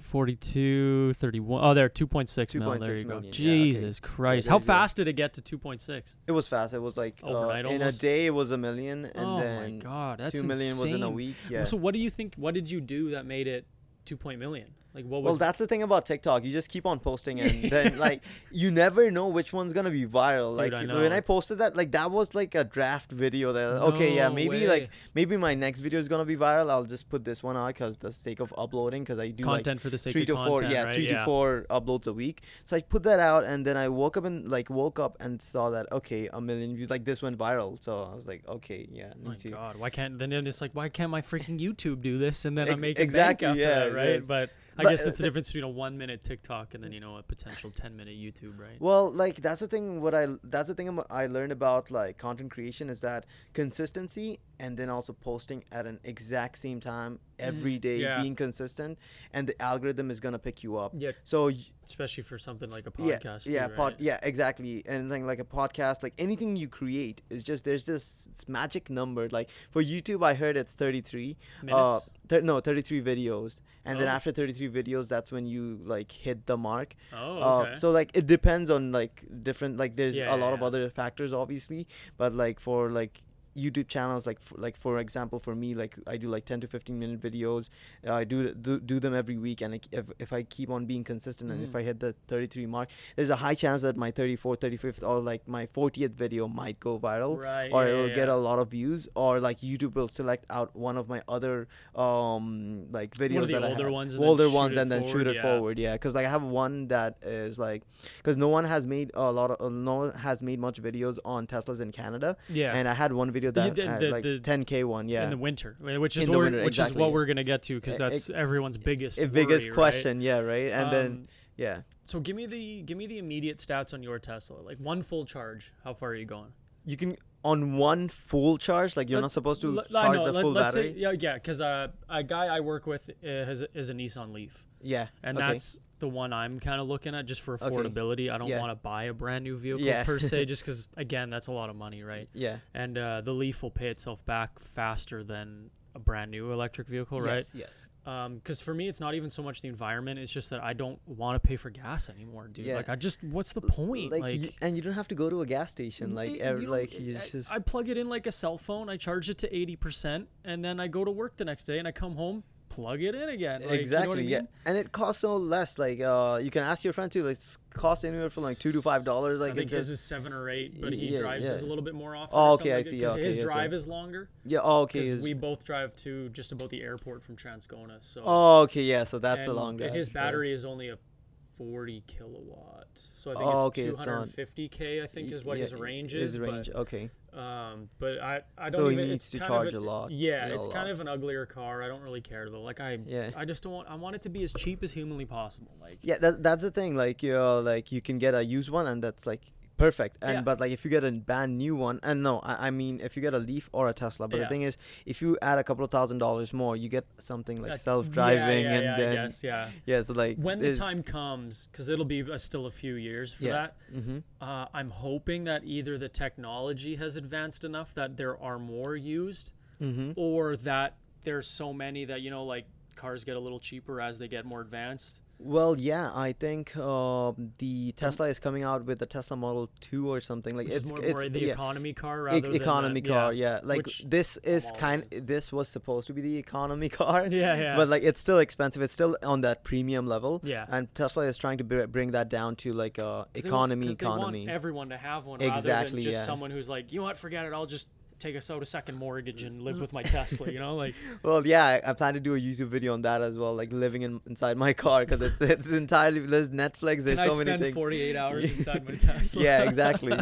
[SPEAKER 1] 42, 31. Oh, there, 2.6 mil.
[SPEAKER 2] 2.6
[SPEAKER 1] There you go.
[SPEAKER 2] million, yeah, okay.
[SPEAKER 1] Jesus Christ. How
[SPEAKER 2] there's your-
[SPEAKER 1] fast did it get to 2.6?
[SPEAKER 2] it was fast. It was like uh,
[SPEAKER 1] Overnight
[SPEAKER 2] in
[SPEAKER 1] almost?
[SPEAKER 2] a day, it was a million, and
[SPEAKER 1] Oh my
[SPEAKER 2] then
[SPEAKER 1] God. That's
[SPEAKER 2] two million was in a
[SPEAKER 1] insane.
[SPEAKER 2] week.
[SPEAKER 1] Well,
[SPEAKER 2] Yeah.
[SPEAKER 1] So what do you think? What did you do that made it two point million? Like what was?
[SPEAKER 2] Well, that's the thing about TikTok. You just keep on
[SPEAKER 1] *laughs*
[SPEAKER 2] posting, and then like you never know which one's gonna be viral.
[SPEAKER 1] Dude,
[SPEAKER 2] Like
[SPEAKER 1] I know,
[SPEAKER 2] when I
[SPEAKER 1] it's-
[SPEAKER 2] posted that, like that was like a draft video. That uh, okay, yeah,
[SPEAKER 1] No
[SPEAKER 2] maybe
[SPEAKER 1] way.
[SPEAKER 2] like maybe my next video is gonna be viral. I'll just put this one out because the sake of uploading, because I do like
[SPEAKER 1] content for the sake
[SPEAKER 2] three
[SPEAKER 1] of
[SPEAKER 2] to
[SPEAKER 1] content,
[SPEAKER 2] four yeah
[SPEAKER 1] right?
[SPEAKER 2] three to four uploads a week so i put that out and then i woke up and like woke up and saw that okay a million views like this went viral so i was like okay yeah
[SPEAKER 1] Oh My
[SPEAKER 2] me too
[SPEAKER 1] God, why can't then it's like why can't my freaking YouTube do this and then I
[SPEAKER 2] Ex-
[SPEAKER 1] make
[SPEAKER 2] exactly,
[SPEAKER 1] a bank after
[SPEAKER 2] yeah,
[SPEAKER 1] that, right?
[SPEAKER 2] yes.
[SPEAKER 1] But I
[SPEAKER 2] But,
[SPEAKER 1] guess
[SPEAKER 2] uh,
[SPEAKER 1] it's the
[SPEAKER 2] the-
[SPEAKER 1] difference between a one minute TikTok and then you know a potential ten minute YouTube, right?
[SPEAKER 2] well like that's the thing what i that's the thing I'm- i learned about like content creation is that consistency and then also posting at an exact same time every day,
[SPEAKER 1] Mm. yeah.
[SPEAKER 2] being consistent, and the algorithm is gonna pick you up.
[SPEAKER 1] Yeah.
[SPEAKER 2] So y-
[SPEAKER 1] especially for something like a
[SPEAKER 2] yeah,
[SPEAKER 1] podcast.
[SPEAKER 2] yeah,
[SPEAKER 1] too,
[SPEAKER 2] pod,
[SPEAKER 1] right?
[SPEAKER 2] yeah, exactly. Anything like a podcast, like anything you create is just there's this s- magic number. Like for YouTube, I heard it's 33. Uh,
[SPEAKER 1] Minutes?
[SPEAKER 2] thir- no, 33 videos, and then
[SPEAKER 1] Oh.
[SPEAKER 2] after 33 videos, that's when you like hit the mark.
[SPEAKER 1] Oh,
[SPEAKER 2] Uh,
[SPEAKER 1] okay.
[SPEAKER 2] so like it depends on like different like there's
[SPEAKER 1] Yeah,
[SPEAKER 2] a lot
[SPEAKER 1] yeah,
[SPEAKER 2] of
[SPEAKER 1] yeah.
[SPEAKER 2] other factors obviously, but like for like YouTube channels like for, like for example for me like I do like 10 to 15 minute videos. Uh, I do, do do them every week and like, if if I keep on being consistent and if
[SPEAKER 1] Mm.
[SPEAKER 2] I hit the 33 mark, there's a high chance that my 34th, 35th or like my 40th video might go viral
[SPEAKER 1] Right,
[SPEAKER 2] or
[SPEAKER 1] yeah,
[SPEAKER 2] it'll
[SPEAKER 1] yeah,
[SPEAKER 2] get
[SPEAKER 1] yeah.
[SPEAKER 2] a lot of views or like YouTube will select out one of my other um like videos
[SPEAKER 1] One of the
[SPEAKER 2] that I
[SPEAKER 1] older
[SPEAKER 2] have.
[SPEAKER 1] ones and then
[SPEAKER 2] older
[SPEAKER 1] shoot
[SPEAKER 2] ones
[SPEAKER 1] it
[SPEAKER 2] and then shoot
[SPEAKER 1] forward,
[SPEAKER 2] it
[SPEAKER 1] yeah.
[SPEAKER 2] forward yeah because like i have one that is like because no one has made a lot of uh, no one has made much videos on teslas in canada
[SPEAKER 1] Yeah.
[SPEAKER 2] and i had one video
[SPEAKER 1] The-
[SPEAKER 2] that
[SPEAKER 1] the-
[SPEAKER 2] had,
[SPEAKER 1] the-
[SPEAKER 2] like
[SPEAKER 1] the-
[SPEAKER 2] 10k one yeah
[SPEAKER 1] in the winter, which is
[SPEAKER 2] In the
[SPEAKER 1] where-
[SPEAKER 2] winter,
[SPEAKER 1] which
[SPEAKER 2] exactly,
[SPEAKER 1] is what
[SPEAKER 2] yeah.
[SPEAKER 1] we're gonna get to because
[SPEAKER 2] E- ex-
[SPEAKER 1] that's everyone's biggest
[SPEAKER 2] Eh, biggest
[SPEAKER 1] worry, right?
[SPEAKER 2] question yeah right and then
[SPEAKER 1] Um,
[SPEAKER 2] yeah
[SPEAKER 1] so give me the give me the immediate stats on your Tesla. Like one full charge, how far are you going?
[SPEAKER 2] you can on one full charge like you're
[SPEAKER 1] Let-
[SPEAKER 2] not supposed to
[SPEAKER 1] L- I
[SPEAKER 2] charge
[SPEAKER 1] know,
[SPEAKER 2] the
[SPEAKER 1] let-
[SPEAKER 2] full
[SPEAKER 1] let's
[SPEAKER 2] battery
[SPEAKER 1] Say, yeah, yeah, because uh, a guy I work with uh, has is a Nissan Leaf,
[SPEAKER 2] yeah
[SPEAKER 1] and
[SPEAKER 2] okay.
[SPEAKER 1] that's the one I'm kind of looking at just for
[SPEAKER 2] Okay.
[SPEAKER 1] affordability. I don't
[SPEAKER 2] Yeah.
[SPEAKER 1] want to buy a brand new vehicle
[SPEAKER 2] Yeah.
[SPEAKER 1] per
[SPEAKER 2] *laughs*
[SPEAKER 1] se, just because again, that's a lot of money, right?
[SPEAKER 2] yeah
[SPEAKER 1] And uh, the Leaf will pay itself back faster than a brand new electric vehicle, right?
[SPEAKER 2] yes, yes
[SPEAKER 1] because for me it's not even so much the environment it's just that i don't want to pay for gas anymore dude
[SPEAKER 2] Yeah.
[SPEAKER 1] like i just what's the point
[SPEAKER 2] like,
[SPEAKER 1] like,
[SPEAKER 2] you, and you don't have to go to a gas station like
[SPEAKER 1] it-
[SPEAKER 2] every
[SPEAKER 1] you know,
[SPEAKER 2] like
[SPEAKER 1] it-
[SPEAKER 2] you
[SPEAKER 1] I,
[SPEAKER 2] just
[SPEAKER 1] I plug it in like a cell phone i charge it to 80% and then i go to work the next day and i come home plug it in again like,
[SPEAKER 2] exactly.
[SPEAKER 1] you know what I
[SPEAKER 2] Yeah,
[SPEAKER 1] mean?
[SPEAKER 2] and it costs no less. Like, uh, you can ask your friend too. Like, it's cost anywhere from like two to five dollars. Like,
[SPEAKER 1] I
[SPEAKER 2] it
[SPEAKER 1] think his is
[SPEAKER 2] just-
[SPEAKER 1] seven or eight, but he
[SPEAKER 2] Yeah,
[SPEAKER 1] drives
[SPEAKER 2] yeah.
[SPEAKER 1] his a little bit more often.
[SPEAKER 2] Oh,
[SPEAKER 1] or
[SPEAKER 2] okay,
[SPEAKER 1] something
[SPEAKER 2] I
[SPEAKER 1] like it,
[SPEAKER 2] see,
[SPEAKER 1] 'cause
[SPEAKER 2] okay,
[SPEAKER 1] his
[SPEAKER 2] yes, yeah.
[SPEAKER 1] drive is longer.
[SPEAKER 2] yeah. Oh, okay.
[SPEAKER 1] Because
[SPEAKER 2] is-
[SPEAKER 1] we both drive to just about the airport from Transcona. So
[SPEAKER 2] oh, okay. Yeah. So that's a
[SPEAKER 1] and-
[SPEAKER 2] long drive.
[SPEAKER 1] And his
[SPEAKER 2] so-
[SPEAKER 1] battery is only a 40 kilowatt. So I think
[SPEAKER 2] Oh,
[SPEAKER 1] it's
[SPEAKER 2] okay, it's not-
[SPEAKER 1] 250k. I think is what
[SPEAKER 2] Yeah,
[SPEAKER 1] his range
[SPEAKER 2] his
[SPEAKER 1] is.
[SPEAKER 2] range. Okay.
[SPEAKER 1] But, um, but I I don't
[SPEAKER 2] So he
[SPEAKER 1] even.
[SPEAKER 2] needs
[SPEAKER 1] it's
[SPEAKER 2] to
[SPEAKER 1] kind of
[SPEAKER 2] charge a lot,
[SPEAKER 1] Yeah,
[SPEAKER 2] a
[SPEAKER 1] it's kind
[SPEAKER 2] lot.
[SPEAKER 1] of an uglier car. I don't really care though. Like I
[SPEAKER 2] Yeah.
[SPEAKER 1] I just don't want. I want it to be as cheap as humanly possible. Like
[SPEAKER 2] Yeah. That, that's the thing. Like, you know, like you can get a used one, and that's like perfect. And
[SPEAKER 1] Yeah.
[SPEAKER 2] but like if you get a brand new one, and no, I, I mean if you get a Leaf or a Tesla. But
[SPEAKER 1] Yeah.
[SPEAKER 2] the thing is, if you add a couple of thousand dollars more, you get something like
[SPEAKER 1] that's-
[SPEAKER 2] self-driving,
[SPEAKER 1] yeah, yeah,
[SPEAKER 2] and
[SPEAKER 1] yeah,
[SPEAKER 2] then
[SPEAKER 1] I guess, yeah.
[SPEAKER 2] yeah. So like
[SPEAKER 1] When the
[SPEAKER 2] there's-
[SPEAKER 1] time comes, because it'll be uh, still a few years for
[SPEAKER 2] Yeah.
[SPEAKER 1] that.
[SPEAKER 2] Mhm.
[SPEAKER 1] Uh, I'm hoping that either the technology has advanced enough that there are more used,
[SPEAKER 2] Mhm.
[SPEAKER 1] or that there's so many that you know, like cars get a little cheaper as they get more advanced.
[SPEAKER 2] Well, yeah, I think uh, the Tesla is coming out with the Tesla Model Two or something like
[SPEAKER 1] Which
[SPEAKER 2] it's
[SPEAKER 1] is more,
[SPEAKER 2] it's
[SPEAKER 1] more the
[SPEAKER 2] yeah,
[SPEAKER 1] economy car
[SPEAKER 2] e-
[SPEAKER 1] rather than the-
[SPEAKER 2] economy car. Yeah, like
[SPEAKER 1] which
[SPEAKER 2] this is
[SPEAKER 1] all
[SPEAKER 2] kind. This was supposed to be the economy *laughs* car.
[SPEAKER 1] Yeah, yeah.
[SPEAKER 2] But like it's still expensive. It's still on that premium level.
[SPEAKER 1] Yeah.
[SPEAKER 2] And Tesla is trying to br- bring that down to like uh,
[SPEAKER 1] 'cause they want-
[SPEAKER 2] economy
[SPEAKER 1] 'cause they want
[SPEAKER 2] economy.
[SPEAKER 1] everyone to have one rather than
[SPEAKER 2] Exactly,
[SPEAKER 1] just
[SPEAKER 2] yeah.
[SPEAKER 1] someone who's like, you know what, forget it, I'll just take us out a second mortgage and live *laughs* with my Tesla. You know, like
[SPEAKER 2] Well, yeah, I, I plan to do a YouTube video on that as well, like living in, inside my car because it's, it's entirely there's Netflix, there's
[SPEAKER 1] can I
[SPEAKER 2] so many
[SPEAKER 1] spend
[SPEAKER 2] things.
[SPEAKER 1] 48 hours
[SPEAKER 2] *laughs*
[SPEAKER 1] inside my Tesla?
[SPEAKER 2] yeah exactly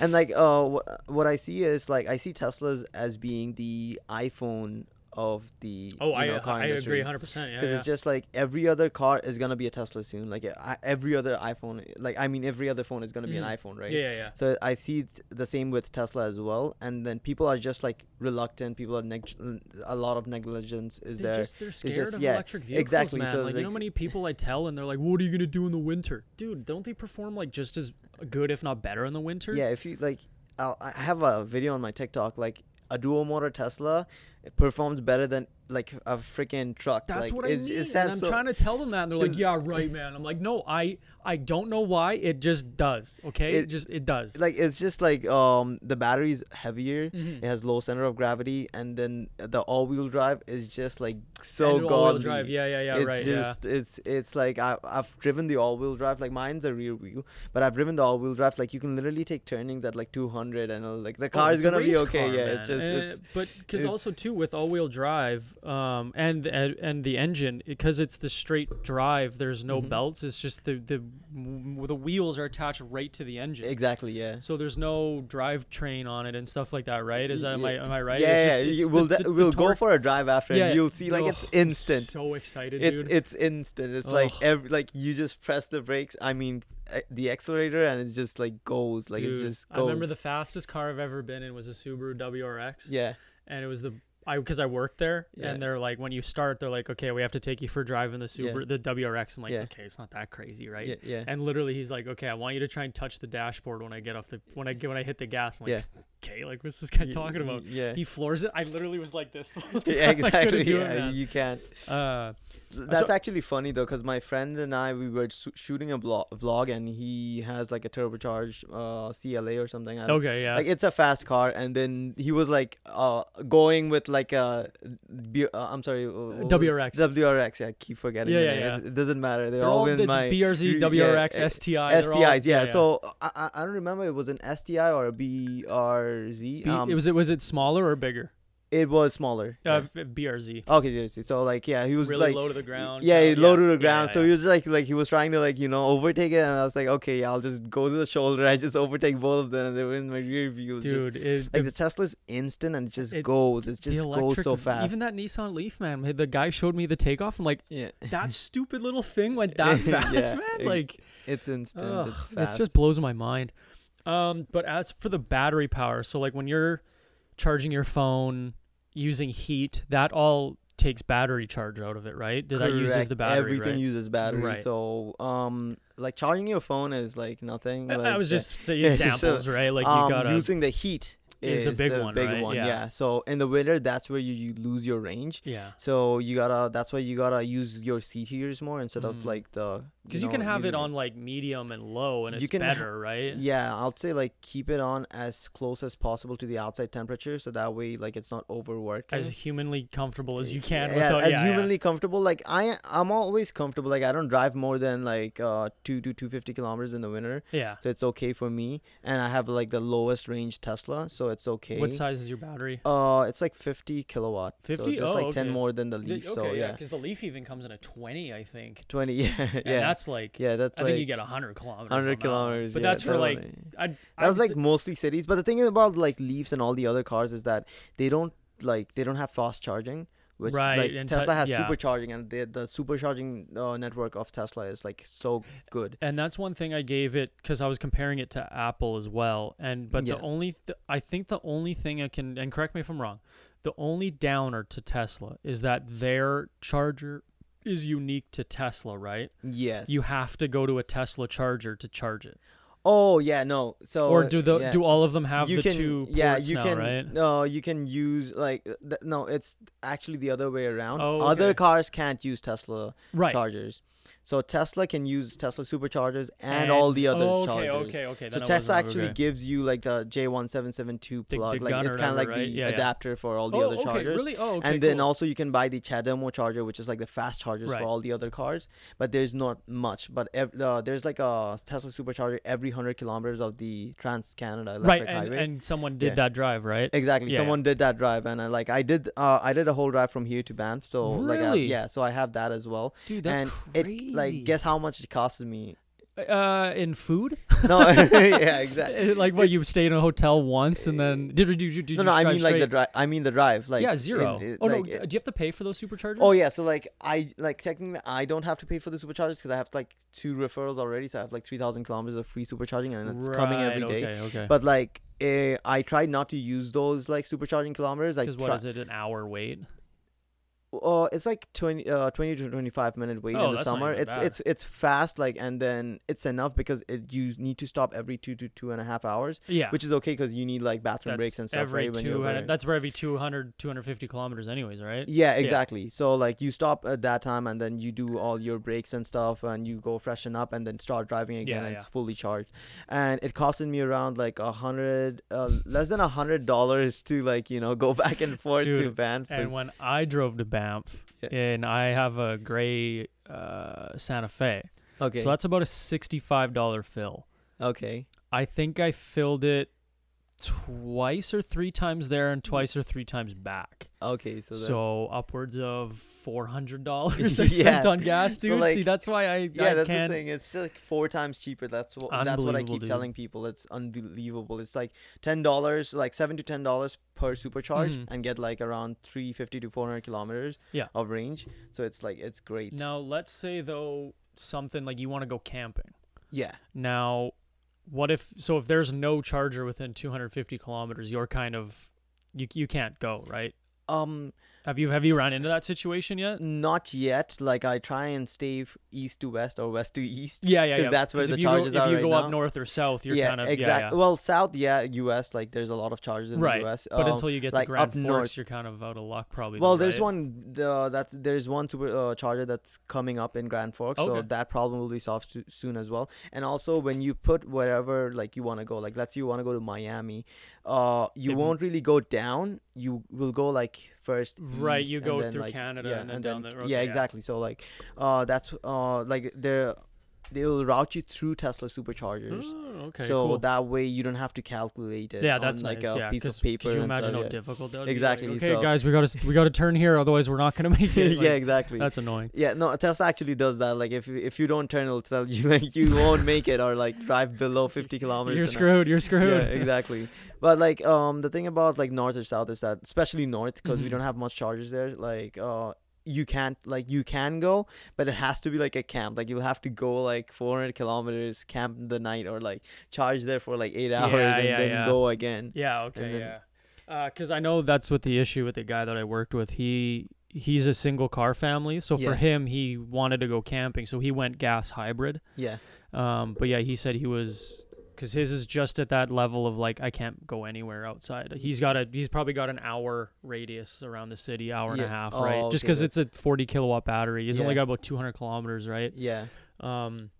[SPEAKER 2] and like uh wh- what i see is like i see teslas as being the iphone of the
[SPEAKER 1] oh,
[SPEAKER 2] you
[SPEAKER 1] I
[SPEAKER 2] know, car
[SPEAKER 1] I
[SPEAKER 2] industry.
[SPEAKER 1] agree 100. percent Yeah,
[SPEAKER 2] because
[SPEAKER 1] yeah.
[SPEAKER 2] it's just like every other car is gonna be a Tesla soon. Like I, every other iPhone, like I mean, every other phone is gonna be an
[SPEAKER 1] Mhm.
[SPEAKER 2] iPhone, right?
[SPEAKER 1] yeah, yeah, yeah.
[SPEAKER 2] So I see t- the same with Tesla as well. And then people are just like reluctant. People are neg- a lot of negligence is
[SPEAKER 1] They're
[SPEAKER 2] there.
[SPEAKER 1] just they're
[SPEAKER 2] It's
[SPEAKER 1] scared
[SPEAKER 2] just-
[SPEAKER 1] of
[SPEAKER 2] yeah,
[SPEAKER 1] electric vehicles,
[SPEAKER 2] exactly.
[SPEAKER 1] man.
[SPEAKER 2] So
[SPEAKER 1] like, you know how
[SPEAKER 2] like-
[SPEAKER 1] many people I tell, and they're like, "What are you gonna do in the winter, dude? Don't they perform like just as good, if not better, in the winter?"
[SPEAKER 2] Yeah, if you like, I'll, I have a video on my TikTok like a dual motor Tesla it performs better than like a freaking truck.
[SPEAKER 1] That's
[SPEAKER 2] like,
[SPEAKER 1] what I
[SPEAKER 2] it's-
[SPEAKER 1] mean.
[SPEAKER 2] It
[SPEAKER 1] and
[SPEAKER 2] sounds
[SPEAKER 1] I'm
[SPEAKER 2] so-
[SPEAKER 1] trying to tell them that, and they're *laughs* like,
[SPEAKER 2] Is-
[SPEAKER 1] "Yeah, right, man." I'm like, "No, I I don't know why. It just does. Okay, it,
[SPEAKER 2] It-
[SPEAKER 1] just it does.
[SPEAKER 2] like it's just like um the battery's heavier
[SPEAKER 1] Mhm.
[SPEAKER 2] it has low center of gravity and then the all-wheel drive is just like so
[SPEAKER 1] And all-wheel
[SPEAKER 2] godly
[SPEAKER 1] drive. Yeah, yeah, yeah.
[SPEAKER 2] it's
[SPEAKER 1] right.
[SPEAKER 2] just it's it's like I, i've driven the all-wheel drive like mine's a rear wheel but i've driven the all-wheel drive like you can literally take turnings at like 200 and uh, like the
[SPEAKER 1] yeah.
[SPEAKER 2] car
[SPEAKER 1] Oh,
[SPEAKER 2] is
[SPEAKER 1] it's a
[SPEAKER 2] gonna be
[SPEAKER 1] race
[SPEAKER 2] okay
[SPEAKER 1] car,
[SPEAKER 2] yeah
[SPEAKER 1] man.
[SPEAKER 2] it's just
[SPEAKER 1] Uh,
[SPEAKER 2] it's
[SPEAKER 1] but because
[SPEAKER 2] it's-
[SPEAKER 1] also too with all-wheel drive, um, and and, and the engine because it's the straight drive. There's no
[SPEAKER 2] Mm-hmm.
[SPEAKER 1] belts. It's just the the the wheels are attached right to the engine.
[SPEAKER 2] exactly yeah
[SPEAKER 1] So there's no drivetrain on it and stuff like that, right? Is that am I am I right? It's
[SPEAKER 2] yeah,
[SPEAKER 1] just-
[SPEAKER 2] yeah,
[SPEAKER 1] it's
[SPEAKER 2] you-
[SPEAKER 1] the-
[SPEAKER 2] we'll
[SPEAKER 1] the-
[SPEAKER 2] de-
[SPEAKER 1] the
[SPEAKER 2] we'll go
[SPEAKER 1] torque-
[SPEAKER 2] for a drive after,
[SPEAKER 1] Yeah,
[SPEAKER 2] and you'll see like
[SPEAKER 1] oh,
[SPEAKER 2] it's
[SPEAKER 1] I'm
[SPEAKER 2] instant.
[SPEAKER 1] so excited,
[SPEAKER 2] it's
[SPEAKER 1] dude.
[SPEAKER 2] it's instant. It's like
[SPEAKER 1] Ugh.
[SPEAKER 2] every like you just press the brakes. I mean, uh, the accelerator, and it just like goes. Like it
[SPEAKER 1] Dude,
[SPEAKER 2] just
[SPEAKER 1] *laughs*
[SPEAKER 2] goes.
[SPEAKER 1] I remember the fastest car I've ever been in was a Subaru WRX.
[SPEAKER 2] *laughs* yeah.
[SPEAKER 1] And it was the I because I worked there,
[SPEAKER 2] Yeah.
[SPEAKER 1] and they're like, when you start, they're like, okay, we have to take you for a drive in the
[SPEAKER 2] Yeah.
[SPEAKER 1] Subaru, the WRX. I'm like,
[SPEAKER 2] Yeah.
[SPEAKER 1] okay, it's not that crazy, right?
[SPEAKER 2] Yeah, yeah.
[SPEAKER 1] And literally, he's like, okay, I want you to try and touch the dashboard when I get off the when I get when I hit the gas. I'm like,
[SPEAKER 2] Yeah.
[SPEAKER 1] okay, like what's this guy
[SPEAKER 2] Y-
[SPEAKER 1] talking about?
[SPEAKER 2] y- yeah.
[SPEAKER 1] He floors it. I literally was like this. the whole
[SPEAKER 2] *laughs* yeah,
[SPEAKER 1] time. *laughs* I couldn't
[SPEAKER 2] exactly.
[SPEAKER 1] do it,
[SPEAKER 2] Yeah,
[SPEAKER 1] man.
[SPEAKER 2] you can't.
[SPEAKER 1] Uh,
[SPEAKER 2] That's actually funny though, because my friend and I we were su- shooting a blo- vlog, and he has like a turbocharged uh, CLA or something. I don't-
[SPEAKER 1] okay, Oh, yeah.
[SPEAKER 2] Like it's a fast car, and then he was like uh, going with like a, B- uh, I'm sorry, uh,
[SPEAKER 1] WRX.
[SPEAKER 2] WRX. Yeah, I keep forgetting.
[SPEAKER 1] Yeah,
[SPEAKER 2] the
[SPEAKER 1] yeah,
[SPEAKER 2] name.
[SPEAKER 1] yeah.
[SPEAKER 2] It, it doesn't matter. They're,
[SPEAKER 1] they're
[SPEAKER 2] all,
[SPEAKER 1] all
[SPEAKER 2] in
[SPEAKER 1] it's
[SPEAKER 2] my
[SPEAKER 1] BRZ,
[SPEAKER 2] yeah,
[SPEAKER 1] WRX,
[SPEAKER 2] e-
[SPEAKER 1] STI. they're all-
[SPEAKER 2] STIs. yeah.
[SPEAKER 1] yeah.
[SPEAKER 2] So I, I- I don't remember. It was an STI or a BRZ.
[SPEAKER 1] B-
[SPEAKER 2] um,
[SPEAKER 1] it was it was it smaller or bigger?
[SPEAKER 2] It was smaller.
[SPEAKER 1] Uh, f- BRZ.
[SPEAKER 2] yeah. Okay, seriously. So like, yeah, he was
[SPEAKER 1] Really
[SPEAKER 2] like.
[SPEAKER 1] low to the ground.
[SPEAKER 2] Yeah,
[SPEAKER 1] kinda-
[SPEAKER 2] he low to the
[SPEAKER 1] yeah,
[SPEAKER 2] ground.
[SPEAKER 1] yeah,
[SPEAKER 2] so
[SPEAKER 1] yeah.
[SPEAKER 2] he was like, like he was trying to like you know overtake it, and I was like, okay, I'll just go to the shoulder. I just overtake both of them. and They were in my rear view. It was just-
[SPEAKER 1] dude, it, the,
[SPEAKER 2] like the Tesla's instant and it just
[SPEAKER 1] It's-
[SPEAKER 2] goes.
[SPEAKER 1] the
[SPEAKER 2] It just goes
[SPEAKER 1] electric,
[SPEAKER 2] so fast.
[SPEAKER 1] Even that Nissan Leaf, man. The guy showed me the takeoff. I'm
[SPEAKER 2] *laughs*
[SPEAKER 1] like,
[SPEAKER 2] yeah,
[SPEAKER 1] that stupid little thing went *laughs* that
[SPEAKER 2] *laughs* Yeah,
[SPEAKER 1] fast,
[SPEAKER 2] ex-
[SPEAKER 1] man. Like,
[SPEAKER 2] it's instant.
[SPEAKER 1] ugh,
[SPEAKER 2] it's
[SPEAKER 1] it
[SPEAKER 2] fast.
[SPEAKER 1] just blows my mind. Um, but as for the battery power, so like when you're charging your phone using heat, that all takes battery charge out of it, right? Did that uses
[SPEAKER 2] Correct.
[SPEAKER 1] the battery?
[SPEAKER 2] Everything
[SPEAKER 1] right?
[SPEAKER 2] uses battery.
[SPEAKER 1] Right.
[SPEAKER 2] So, um, like charging your phone is like nothing.
[SPEAKER 1] I-
[SPEAKER 2] Like,
[SPEAKER 1] I was
[SPEAKER 2] uh,
[SPEAKER 1] just saying
[SPEAKER 2] yeah, *laughs* so,
[SPEAKER 1] examples, right? Like you
[SPEAKER 2] um,
[SPEAKER 1] gotta
[SPEAKER 2] using the heat
[SPEAKER 1] is a big
[SPEAKER 2] the
[SPEAKER 1] one,
[SPEAKER 2] Big
[SPEAKER 1] right?
[SPEAKER 2] one,
[SPEAKER 1] Yeah.
[SPEAKER 2] yeah. So in the winter, that's where you, you lose your range.
[SPEAKER 1] yeah.
[SPEAKER 2] So you gotta. That's why you gotta use your C tiers more instead
[SPEAKER 1] Mm.
[SPEAKER 2] of like the.
[SPEAKER 1] Because you
[SPEAKER 2] know,
[SPEAKER 1] can have
[SPEAKER 2] using
[SPEAKER 1] it on like medium and low, and
[SPEAKER 2] You
[SPEAKER 1] it's
[SPEAKER 2] can ha-
[SPEAKER 1] better, right?
[SPEAKER 2] Yeah, I'll say like keep it on as close as possible to the outside temperature, so that way like it's not overworking.
[SPEAKER 1] As humanly comfortable as you
[SPEAKER 2] yeah,
[SPEAKER 1] can
[SPEAKER 2] yeah,
[SPEAKER 1] without
[SPEAKER 2] as
[SPEAKER 1] yeah, yeah.
[SPEAKER 2] humanly comfortable. Like I, I'm always comfortable. Like I don't drive more than like uh two to two fifty kilometers in the winter,
[SPEAKER 1] Yeah.
[SPEAKER 2] so it's okay for me. And I have like the lowest range Tesla, so it's okay.
[SPEAKER 1] What size is your battery?
[SPEAKER 2] Uh, it's like fifty kilowatt.
[SPEAKER 1] 50?
[SPEAKER 2] So just
[SPEAKER 1] Oh,
[SPEAKER 2] like ten
[SPEAKER 1] okay.
[SPEAKER 2] more than the
[SPEAKER 1] The-
[SPEAKER 2] Leaf.
[SPEAKER 1] okay,
[SPEAKER 2] so
[SPEAKER 1] yeah,
[SPEAKER 2] yeah,
[SPEAKER 1] because the Leaf even comes in a 20, I think.
[SPEAKER 2] twenty. *laughs* Yeah,
[SPEAKER 1] And
[SPEAKER 2] yeah,
[SPEAKER 1] that's like,
[SPEAKER 2] yeah. That's
[SPEAKER 1] I
[SPEAKER 2] like
[SPEAKER 1] think you get 100 kilometers. on that one.
[SPEAKER 2] hundred kilometers.
[SPEAKER 1] But
[SPEAKER 2] yeah,
[SPEAKER 1] that's for
[SPEAKER 2] that
[SPEAKER 1] like,
[SPEAKER 2] one, yeah.
[SPEAKER 1] I'd,
[SPEAKER 2] That was
[SPEAKER 1] I'd
[SPEAKER 2] like
[SPEAKER 1] say-
[SPEAKER 2] mostly cities. But the thing is about like Leafs and all the other cars is that they don't like they don't have fast charging. Which
[SPEAKER 1] Right,
[SPEAKER 2] like
[SPEAKER 1] and te-
[SPEAKER 2] Tesla has
[SPEAKER 1] yeah.
[SPEAKER 2] supercharging, and the the supercharging uh, network of Tesla is like so good.
[SPEAKER 1] and that's one thing I gave it because I was comparing it to Apple as well. And but
[SPEAKER 2] Yeah.
[SPEAKER 1] the only th- I think the only thing I can and correct me if I'm wrong, the only downer to Tesla is that their charger is unique to Tesla, right?
[SPEAKER 2] Yes.
[SPEAKER 1] You have to go to a Tesla charger to charge it,
[SPEAKER 2] oh yeah no so
[SPEAKER 1] or
[SPEAKER 2] uh,
[SPEAKER 1] do the
[SPEAKER 2] yeah.
[SPEAKER 1] do all of them have
[SPEAKER 2] you
[SPEAKER 1] the
[SPEAKER 2] can
[SPEAKER 1] two ports
[SPEAKER 2] yeah you
[SPEAKER 1] now,
[SPEAKER 2] can
[SPEAKER 1] right?
[SPEAKER 2] no you can use like th- no it's actually the other way around.
[SPEAKER 1] Oh,
[SPEAKER 2] Other
[SPEAKER 1] okay.
[SPEAKER 2] cars can't use Tesla
[SPEAKER 1] Right.
[SPEAKER 2] chargers, so Tesla can use Tesla superchargers and, all the other
[SPEAKER 1] Oh, okay,
[SPEAKER 2] chargers.
[SPEAKER 1] Okay, okay,
[SPEAKER 2] So
[SPEAKER 1] then I
[SPEAKER 2] Tesla
[SPEAKER 1] wasn't-
[SPEAKER 2] actually
[SPEAKER 1] okay.
[SPEAKER 2] gives you like the J1772
[SPEAKER 1] The-
[SPEAKER 2] plug,
[SPEAKER 1] the
[SPEAKER 2] like
[SPEAKER 1] gun
[SPEAKER 2] it's
[SPEAKER 1] or
[SPEAKER 2] kind of like
[SPEAKER 1] whatever, right?
[SPEAKER 2] the
[SPEAKER 1] Yeah, yeah.
[SPEAKER 2] adapter for all the
[SPEAKER 1] oh,
[SPEAKER 2] other
[SPEAKER 1] okay,
[SPEAKER 2] chargers.
[SPEAKER 1] Really? Oh, okay.
[SPEAKER 2] and then
[SPEAKER 1] cool.
[SPEAKER 2] also you can buy the CHAdeMO charger, which is like the fast chargers
[SPEAKER 1] Right.
[SPEAKER 2] for all the other cars. But there's not much. But ev- uh, there's like a Tesla supercharger every hundred kilometers of the Trans Canada Electric
[SPEAKER 1] right, and,
[SPEAKER 2] Highway.
[SPEAKER 1] and someone did
[SPEAKER 2] Yeah.
[SPEAKER 1] that drive, right?
[SPEAKER 2] exactly.
[SPEAKER 1] yeah, yeah.
[SPEAKER 2] Someone did that drive, and I like I did. Uh, I did a whole drive from here to Banff. So like I,
[SPEAKER 1] Really?
[SPEAKER 2] yeah, so I have that as well.
[SPEAKER 1] Dude, that's
[SPEAKER 2] and
[SPEAKER 1] crazy.
[SPEAKER 2] it like guess how much it cost
[SPEAKER 1] *laughs*
[SPEAKER 2] me?
[SPEAKER 1] uh, in
[SPEAKER 2] *laughs*
[SPEAKER 1] food.
[SPEAKER 2] No, yeah,
[SPEAKER 1] *laughs*
[SPEAKER 2] exactly.
[SPEAKER 1] Eh, like what you stayed in a hotel once and then did did, did, did you
[SPEAKER 2] Uh,
[SPEAKER 1] just
[SPEAKER 2] no, no, I
[SPEAKER 1] drive
[SPEAKER 2] mean like the
[SPEAKER 1] straight?
[SPEAKER 2] drive. I mean the drive. Like
[SPEAKER 1] yeah
[SPEAKER 2] in-
[SPEAKER 1] zero.
[SPEAKER 2] it-
[SPEAKER 1] oh no,
[SPEAKER 2] like,
[SPEAKER 1] d-
[SPEAKER 2] it-
[SPEAKER 1] do you have to pay for those superchargers?
[SPEAKER 2] Oh yeah, so like I like technically I don't have to pay for the superchargers because I have like two referrals already, so I have like three thousand kilometers of free supercharging and it's coming every
[SPEAKER 1] Right,
[SPEAKER 2] day.
[SPEAKER 1] Okay, okay.
[SPEAKER 2] But like eh, I try not to use those like supercharging kilometers. Like
[SPEAKER 1] Because what
[SPEAKER 2] try-
[SPEAKER 1] is it? An hour wait.
[SPEAKER 2] uh, it's like 20, uh, 20 to twenty five minute wait
[SPEAKER 1] Oh,
[SPEAKER 2] in the
[SPEAKER 1] that's not
[SPEAKER 2] summer.
[SPEAKER 1] even
[SPEAKER 2] It's
[SPEAKER 1] bad.
[SPEAKER 2] it's it's fast like and then it's enough because it you need to stop every two to two and a half hours,
[SPEAKER 1] Yeah.
[SPEAKER 2] which is okay because you need like bathroom
[SPEAKER 1] that's
[SPEAKER 2] breaks and stuff.
[SPEAKER 1] every
[SPEAKER 2] right, when you're
[SPEAKER 1] 200
[SPEAKER 2] over-
[SPEAKER 1] That's for every 200, 250 kilometers, anyways, right?
[SPEAKER 2] Yeah, exactly. So like you stop at that time and then you do all your breaks and stuff and you go freshen up and then start driving again
[SPEAKER 1] Yeah,
[SPEAKER 2] and
[SPEAKER 1] yeah.
[SPEAKER 2] it's fully charged. And it costed me around like a hundred uh, less than a hundred dollars to like, you know, go *laughs* back and forth to
[SPEAKER 1] Dude,
[SPEAKER 2] Banff.
[SPEAKER 1] And when I drove to Banff,
[SPEAKER 2] Yeah.
[SPEAKER 1] and I have a gray uh, Santa Fe,
[SPEAKER 2] okay.
[SPEAKER 1] so that's about a sixty-five dollar fill.
[SPEAKER 2] okay.
[SPEAKER 1] I think I filled it twice or three times there, and twice or three times back.
[SPEAKER 2] Okay. Mm-hmm. So,
[SPEAKER 1] So,
[SPEAKER 2] that's,
[SPEAKER 1] upwards of four hundred
[SPEAKER 2] *laughs*
[SPEAKER 1] dollars I
[SPEAKER 2] Yeah.
[SPEAKER 1] spent on gas,
[SPEAKER 2] So,
[SPEAKER 1] dude. See,
[SPEAKER 2] like-
[SPEAKER 1] that's why I
[SPEAKER 2] yeah,
[SPEAKER 1] I
[SPEAKER 2] that's
[SPEAKER 1] can't.
[SPEAKER 2] the thing. It's still like four times cheaper. That's what that's what I
[SPEAKER 1] Unbelievable,
[SPEAKER 2] keep
[SPEAKER 1] dude.
[SPEAKER 2] telling people. It's unbelievable. It's like ten dollars, like seven to ten dollars per supercharge,
[SPEAKER 1] Mhm.
[SPEAKER 2] and get like around three fifty to four hundred kilometers
[SPEAKER 1] Yeah.
[SPEAKER 2] of range. So it's like it's great.
[SPEAKER 1] Now let's say though something like you want to go camping.
[SPEAKER 2] Yeah.
[SPEAKER 1] Now, what if so if there's no charger within two hundred fifty kilometers, you're kind of you you can't go right.
[SPEAKER 2] um
[SPEAKER 1] Have you have you run into that situation yet?
[SPEAKER 2] not yet like i try and stay f- east to west or west to east
[SPEAKER 1] Yeah, yeah,
[SPEAKER 2] 'Cause
[SPEAKER 1] yeah.
[SPEAKER 2] that's where
[SPEAKER 1] 'Cause
[SPEAKER 2] the
[SPEAKER 1] if you go-
[SPEAKER 2] charges are
[SPEAKER 1] If you
[SPEAKER 2] right
[SPEAKER 1] go
[SPEAKER 2] now.
[SPEAKER 1] up north or south, you're
[SPEAKER 2] yeah
[SPEAKER 1] kind of
[SPEAKER 2] exactly
[SPEAKER 1] Yeah, yeah.
[SPEAKER 2] well south yeah us like there's a lot of charges in
[SPEAKER 1] right.
[SPEAKER 2] the us
[SPEAKER 1] but
[SPEAKER 2] um,
[SPEAKER 1] until you get
[SPEAKER 2] like,
[SPEAKER 1] to Grand
[SPEAKER 2] up
[SPEAKER 1] Forks,
[SPEAKER 2] north.
[SPEAKER 1] you're kind of out of luck, probably.
[SPEAKER 2] well
[SPEAKER 1] though,
[SPEAKER 2] there's
[SPEAKER 1] right?
[SPEAKER 2] one uh, that there's one super uh, charger that's coming up in grand forks so
[SPEAKER 1] Okay.
[SPEAKER 2] that problem will be solved so- soon as well and also when you put wherever like you want to go like let's say you want to go to miami uh you
[SPEAKER 1] It m-
[SPEAKER 2] won't really go down you will go like first
[SPEAKER 1] Right,
[SPEAKER 2] east
[SPEAKER 1] you
[SPEAKER 2] and
[SPEAKER 1] go
[SPEAKER 2] then,
[SPEAKER 1] through
[SPEAKER 2] like-
[SPEAKER 1] Canada
[SPEAKER 2] yeah,
[SPEAKER 1] and then down the road,
[SPEAKER 2] yeah
[SPEAKER 1] yeah.
[SPEAKER 2] exactly so like uh that's uh like they're they'll route you through tesla superchargers
[SPEAKER 1] Oh, okay.
[SPEAKER 2] so
[SPEAKER 1] cool.
[SPEAKER 2] that way you don't have to calculate it
[SPEAKER 1] yeah,
[SPEAKER 2] on
[SPEAKER 1] that's
[SPEAKER 2] like
[SPEAKER 1] nice.
[SPEAKER 2] a
[SPEAKER 1] yeah,
[SPEAKER 2] piece
[SPEAKER 1] 'cause
[SPEAKER 2] of paper
[SPEAKER 1] Could you
[SPEAKER 2] and
[SPEAKER 1] imagine
[SPEAKER 2] stuff,
[SPEAKER 1] how
[SPEAKER 2] yeah. *laughs*
[SPEAKER 1] difficult that would
[SPEAKER 2] Exactly,
[SPEAKER 1] be? Like, okay,
[SPEAKER 2] so-
[SPEAKER 1] guys, we got to we got to turn here, otherwise we're not gonna make
[SPEAKER 2] *laughs*
[SPEAKER 1] it. Like,
[SPEAKER 2] yeah exactly
[SPEAKER 1] that's annoying.
[SPEAKER 2] yeah no tesla actually does that like if you- if you don't turn it'll tell you *laughs* like you won't make it or like drive below 50 kilometers
[SPEAKER 1] You're
[SPEAKER 2] an hour.
[SPEAKER 1] screwed. You're screwed.
[SPEAKER 2] yeah
[SPEAKER 1] *laughs*
[SPEAKER 2] exactly but like um the thing about like north or south is that especially north because we
[SPEAKER 1] Mhm.
[SPEAKER 2] don't have much charges there like uh you can't like you can go but it has to be like a camp like you'll have to go like 400 kilometers camp the night or like charge there for like eight hours
[SPEAKER 1] Yeah,
[SPEAKER 2] and
[SPEAKER 1] yeah,
[SPEAKER 2] then
[SPEAKER 1] yeah.
[SPEAKER 2] go again
[SPEAKER 1] Yeah. Okay.
[SPEAKER 2] then-
[SPEAKER 1] yeah. Because I know that's what the issue with the guy that I worked with. He he's a single car family, so
[SPEAKER 2] Yeah.
[SPEAKER 1] for him, he wanted to go camping, so he went gas hybrid.
[SPEAKER 2] yeah
[SPEAKER 1] Um, but yeah, he said he was because his is just at that level of like I can't go anywhere outside. He's got a he's probably got an hour radius around the city, hour and
[SPEAKER 2] Yeah.
[SPEAKER 1] a half, right?
[SPEAKER 2] Oh,
[SPEAKER 1] Just
[SPEAKER 2] okay,
[SPEAKER 1] because it's a forty kilowatt battery, he's only got
[SPEAKER 2] Yeah.
[SPEAKER 1] about two hundred kilometers, right?
[SPEAKER 2] yeah
[SPEAKER 1] Um,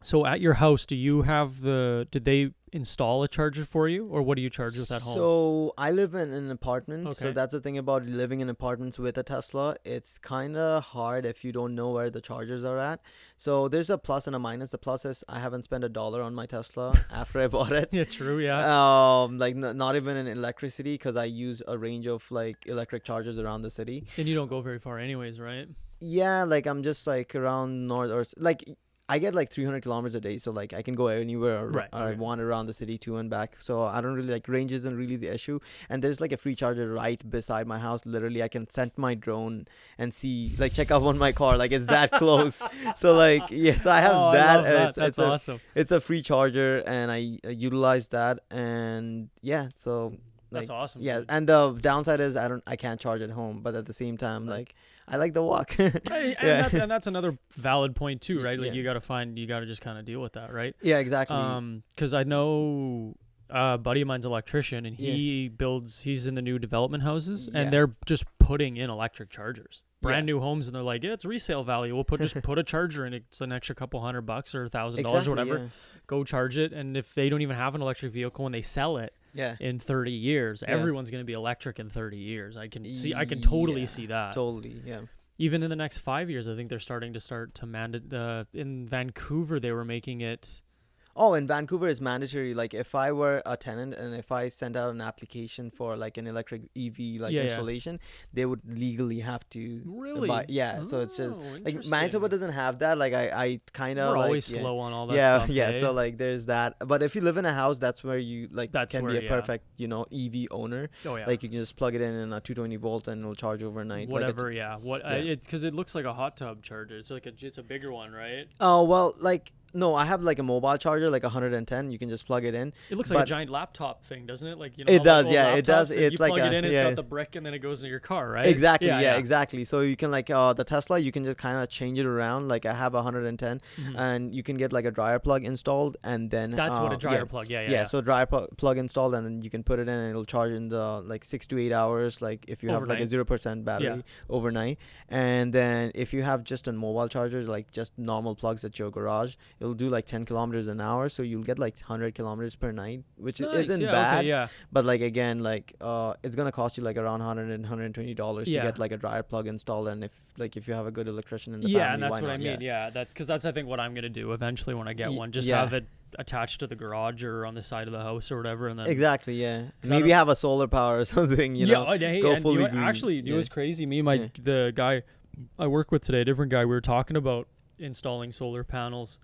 [SPEAKER 1] so at your house, do you have the? Did they install a charger for you, or what do you charge with at home?
[SPEAKER 2] So I live in an apartment. So
[SPEAKER 1] Okay.
[SPEAKER 2] that's the thing about living in apartments with a Tesla. It's kind of hard if you don't know where the chargers are at. So there's a plus and a minus. The plus is I haven't spent a dollar on my Tesla
[SPEAKER 1] *laughs*
[SPEAKER 2] after I bought it.
[SPEAKER 1] yeah, true. Yeah.
[SPEAKER 2] Um, like n- not even in electricity because I use a range of like electric chargers around the city.
[SPEAKER 1] And you don't go very far, anyways, right?
[SPEAKER 2] Yeah, like I'm just like around north or s- like I get like 300 kilometers a day, so like I can go anywhere or,
[SPEAKER 1] Right,
[SPEAKER 2] or I
[SPEAKER 1] okay.
[SPEAKER 2] want around the city to and back. So I don't really like range isn't really the issue. And there's like a free charger right beside my house. Literally, I can send my drone and see like check up on my car. Like it's that close. so
[SPEAKER 1] *laughs*
[SPEAKER 2] like yeah, so I have
[SPEAKER 1] Oh,
[SPEAKER 2] that.
[SPEAKER 1] love
[SPEAKER 2] uh, It's,
[SPEAKER 1] That's
[SPEAKER 2] it's a,
[SPEAKER 1] awesome.
[SPEAKER 2] it's a free charger, and I uh, utilize that. And yeah, so
[SPEAKER 1] That's
[SPEAKER 2] like,
[SPEAKER 1] awesome.
[SPEAKER 2] Yeah,
[SPEAKER 1] dude.
[SPEAKER 2] and the downside is I don't I can't charge at home, but at the same time, like I like the walk. *laughs*
[SPEAKER 1] Hey, and,
[SPEAKER 2] yeah.
[SPEAKER 1] that's, and that's another valid point too,
[SPEAKER 2] Y-
[SPEAKER 1] right? Like
[SPEAKER 2] yeah.
[SPEAKER 1] you got to find, you got to just kind of deal with that, right?
[SPEAKER 2] *laughs* Yeah, exactly.
[SPEAKER 1] Um, because I know a buddy of mine's electrician, and
[SPEAKER 2] Yeah.
[SPEAKER 1] he builds. He's in the new development houses,
[SPEAKER 2] Yeah.
[SPEAKER 1] and they're just putting in electric chargers, brand
[SPEAKER 2] Yeah.
[SPEAKER 1] new homes, and they're like, yeah, it's resale value. We'll put
[SPEAKER 2] *laughs*
[SPEAKER 1] just put a charger in. it. It's an extra couple hundred bucks or a thousand dollars or whatever. Go charge it, and if they don't even have an electric vehicle and they sell it,
[SPEAKER 2] Yeah,
[SPEAKER 1] in 30 years
[SPEAKER 2] Yeah.
[SPEAKER 1] everyone's going to be electric in 30 years i can see i can totally
[SPEAKER 2] Yeah,
[SPEAKER 1] see that
[SPEAKER 2] totally. Yeah.
[SPEAKER 1] even in the next five years i think they're starting to start to mandate uh, in vancouver they were making it
[SPEAKER 2] Oh, in Vancouver it's mandatory. Like, if I were a tenant and if I sent out an application for like an electric EV like
[SPEAKER 1] Yeah, yeah.
[SPEAKER 2] installation, they would legally have to.
[SPEAKER 1] really
[SPEAKER 2] Buy, yeah. So it's just
[SPEAKER 1] Oh,
[SPEAKER 2] like Manitoba
[SPEAKER 1] interesting.
[SPEAKER 2] doesn't have that. Like, I I kind
[SPEAKER 1] we're
[SPEAKER 2] of like,
[SPEAKER 1] always
[SPEAKER 2] yeah.
[SPEAKER 1] slow on all that
[SPEAKER 2] yeah,
[SPEAKER 1] stuff
[SPEAKER 2] yeah.
[SPEAKER 1] eh?
[SPEAKER 2] So like, there's that. But if you live in a house, that's where you like
[SPEAKER 1] That's
[SPEAKER 2] can
[SPEAKER 1] where,
[SPEAKER 2] be a
[SPEAKER 1] yeah.
[SPEAKER 2] perfect, you know, EV owner.
[SPEAKER 1] oh, yeah.
[SPEAKER 2] Like, you can just plug it in in a 220 volt and it'll charge overnight. Like, it's-
[SPEAKER 1] whatever yeah what I,
[SPEAKER 2] yeah.
[SPEAKER 1] it's because it looks like a hot tub charger it's like a it's a bigger one right
[SPEAKER 2] Oh well, like no, I have like a mobile charger, like 110. You can just plug it in.
[SPEAKER 1] it looks like a
[SPEAKER 2] But-
[SPEAKER 1] giant laptop thing doesn't it like you know
[SPEAKER 2] It
[SPEAKER 1] how, like,
[SPEAKER 2] does,
[SPEAKER 1] old
[SPEAKER 2] yeah, it does.
[SPEAKER 1] laptops, and
[SPEAKER 2] It's
[SPEAKER 1] you
[SPEAKER 2] like
[SPEAKER 1] plug it
[SPEAKER 2] a-
[SPEAKER 1] in it's
[SPEAKER 2] yeah.
[SPEAKER 1] got the brick and then it goes into your car right
[SPEAKER 2] Exactly. Yeah, Exactly. So you can like uh, the Tesla, you can just kind of change it around. Like I have a 110,
[SPEAKER 1] Mhm.
[SPEAKER 2] and you can get like a dryer plug installed, and then
[SPEAKER 1] that's what
[SPEAKER 2] uh,
[SPEAKER 1] a dryer
[SPEAKER 2] yeah.
[SPEAKER 1] plug yeah
[SPEAKER 2] Yeah,
[SPEAKER 1] yeah, yeah.
[SPEAKER 2] so dryer pl- plug installed, and then you can put it in, and it'll charge in the like six to eight hours, like if you have like a
[SPEAKER 1] Overnight.
[SPEAKER 2] zero percent battery overnight. And then if you have just a mobile charger, like just normal plugs at your garage, it'll do like ten kilometers an hour, so you'll get like hundred kilometers per night, which i-
[SPEAKER 1] Nice,
[SPEAKER 2] isn't
[SPEAKER 1] yeah, okay,
[SPEAKER 2] bad.
[SPEAKER 1] yeah
[SPEAKER 2] But like again, like uh, it's gonna cost you like around 100 and 120 dollars
[SPEAKER 1] Yeah.
[SPEAKER 2] to get like a dryer plug installed, and if like if you have a good electrician in the
[SPEAKER 1] yeah
[SPEAKER 2] family,
[SPEAKER 1] and that's
[SPEAKER 2] why
[SPEAKER 1] what
[SPEAKER 2] not?
[SPEAKER 1] i mean yeah, that's because that's i think what i'm gonna do eventually when i get
[SPEAKER 2] Ye-
[SPEAKER 1] one just
[SPEAKER 2] yeah.
[SPEAKER 1] have it attached to the garage or on the side of the house or whatever and then
[SPEAKER 2] Exactly, yeah.
[SPEAKER 1] 'Cause I
[SPEAKER 2] Maybe
[SPEAKER 1] don't-
[SPEAKER 2] have a solar power or *laughs* something, you
[SPEAKER 1] yeah,
[SPEAKER 2] know.
[SPEAKER 1] oh, yeah, hey,
[SPEAKER 2] go
[SPEAKER 1] and you
[SPEAKER 2] fully
[SPEAKER 1] know-
[SPEAKER 2] green,
[SPEAKER 1] actually it
[SPEAKER 2] yeah.
[SPEAKER 1] was crazy me and my
[SPEAKER 2] Yeah.
[SPEAKER 1] the guy i work with today a different guy we were talking about installing solar panels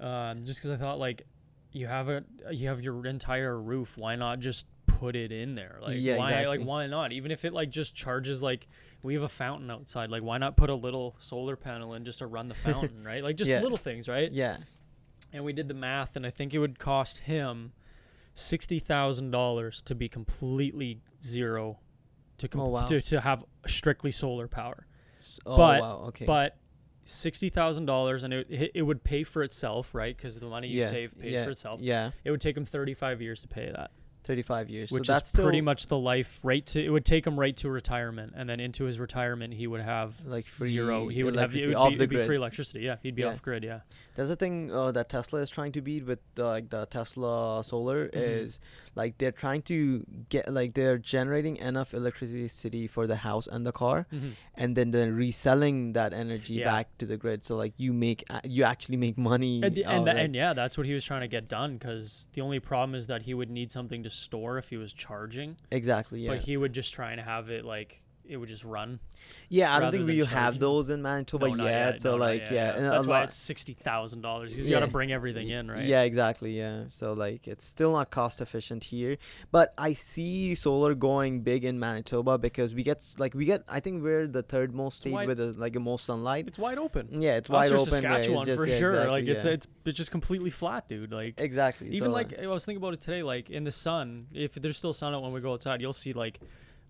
[SPEAKER 1] um, just because i thought like you have a you have your entire roof why not just put it in there like
[SPEAKER 2] Yeah,
[SPEAKER 1] why
[SPEAKER 2] exactly.
[SPEAKER 1] like why not even if it like just charges like we have a fountain outside like why not put a little solar panel in just to
[SPEAKER 2] *laughs*
[SPEAKER 1] run the fountain right like just
[SPEAKER 2] Yeah.
[SPEAKER 1] little things right
[SPEAKER 2] Yeah.
[SPEAKER 1] and we did the math and i think it would cost him $60000 to be completely zero to com-
[SPEAKER 2] Oh, wow.
[SPEAKER 1] to, to have strictly solar power.
[SPEAKER 2] S- Oh
[SPEAKER 1] But-
[SPEAKER 2] wow, okay.
[SPEAKER 1] But sixty thousand dollars, and it it- it would pay for itself, right? Because the money you
[SPEAKER 2] Yeah,
[SPEAKER 1] save pays
[SPEAKER 2] yeah,
[SPEAKER 1] for itself.
[SPEAKER 2] Yeah,
[SPEAKER 1] It would take them thirty five years to pay that,
[SPEAKER 2] 35 years.
[SPEAKER 1] which
[SPEAKER 2] so that's
[SPEAKER 1] is pretty
[SPEAKER 2] still
[SPEAKER 1] much the life right to. It would take him right to retirement, and then into his retirement, he would have
[SPEAKER 2] Like
[SPEAKER 1] zero.
[SPEAKER 2] free
[SPEAKER 1] He would have it
[SPEAKER 2] electricity,
[SPEAKER 1] would
[SPEAKER 2] off
[SPEAKER 1] be,
[SPEAKER 2] the
[SPEAKER 1] it'd be
[SPEAKER 2] grid.
[SPEAKER 1] free electricity. Yeah, he'd be
[SPEAKER 2] Yeah.
[SPEAKER 1] off grid. Yeah,
[SPEAKER 2] That's the thing uh, that Tesla is trying to beat with uh, like the Tesla solar
[SPEAKER 1] Mm-hmm.
[SPEAKER 2] is like they're trying to get like they're generating enough electricity for the house and the car,
[SPEAKER 1] Mhm.
[SPEAKER 2] and then they're reselling that energy
[SPEAKER 1] Yeah.
[SPEAKER 2] back to the grid. So like you make a- you actually make money.
[SPEAKER 1] and the,
[SPEAKER 2] out of
[SPEAKER 1] and, the,
[SPEAKER 2] it.
[SPEAKER 1] and yeah, that's what he was trying to get done. Because the only problem is that he would need something to store if he was charging,
[SPEAKER 2] exactly yeah
[SPEAKER 1] but he would just try and have it like it would just run.
[SPEAKER 2] yeah I don't
[SPEAKER 1] rather
[SPEAKER 2] think we
[SPEAKER 1] than
[SPEAKER 2] have
[SPEAKER 1] charging.
[SPEAKER 2] those in Manitoba
[SPEAKER 1] No, not
[SPEAKER 2] yet, So
[SPEAKER 1] No, not
[SPEAKER 2] like
[SPEAKER 1] yet,
[SPEAKER 2] yeah, and a
[SPEAKER 1] that's why
[SPEAKER 2] lot-
[SPEAKER 1] it's sixty thousand dollars. He's
[SPEAKER 2] Yeah.
[SPEAKER 1] got to bring everything in, right?
[SPEAKER 2] Yeah, exactly. Yeah. So like it's still not cost efficient here, but I see solar going big in Manitoba because we get like we get I think we're the third most state
[SPEAKER 1] wide-
[SPEAKER 2] with the, like the most sunlight.
[SPEAKER 1] it's wide open.
[SPEAKER 2] yeah, Mm, it's
[SPEAKER 1] Us
[SPEAKER 2] wide
[SPEAKER 1] or
[SPEAKER 2] open. yeah, it's
[SPEAKER 1] Saskatchewan
[SPEAKER 2] just-
[SPEAKER 1] for
[SPEAKER 2] yeah,
[SPEAKER 1] sure.
[SPEAKER 2] exactly,
[SPEAKER 1] like it's
[SPEAKER 2] yeah.
[SPEAKER 1] it's it's just completely flat, dude. Like
[SPEAKER 2] exactly
[SPEAKER 1] even
[SPEAKER 2] so,
[SPEAKER 1] like I was thinking about it today. Like in the sun, if there's still sun out when we go outside, you'll see like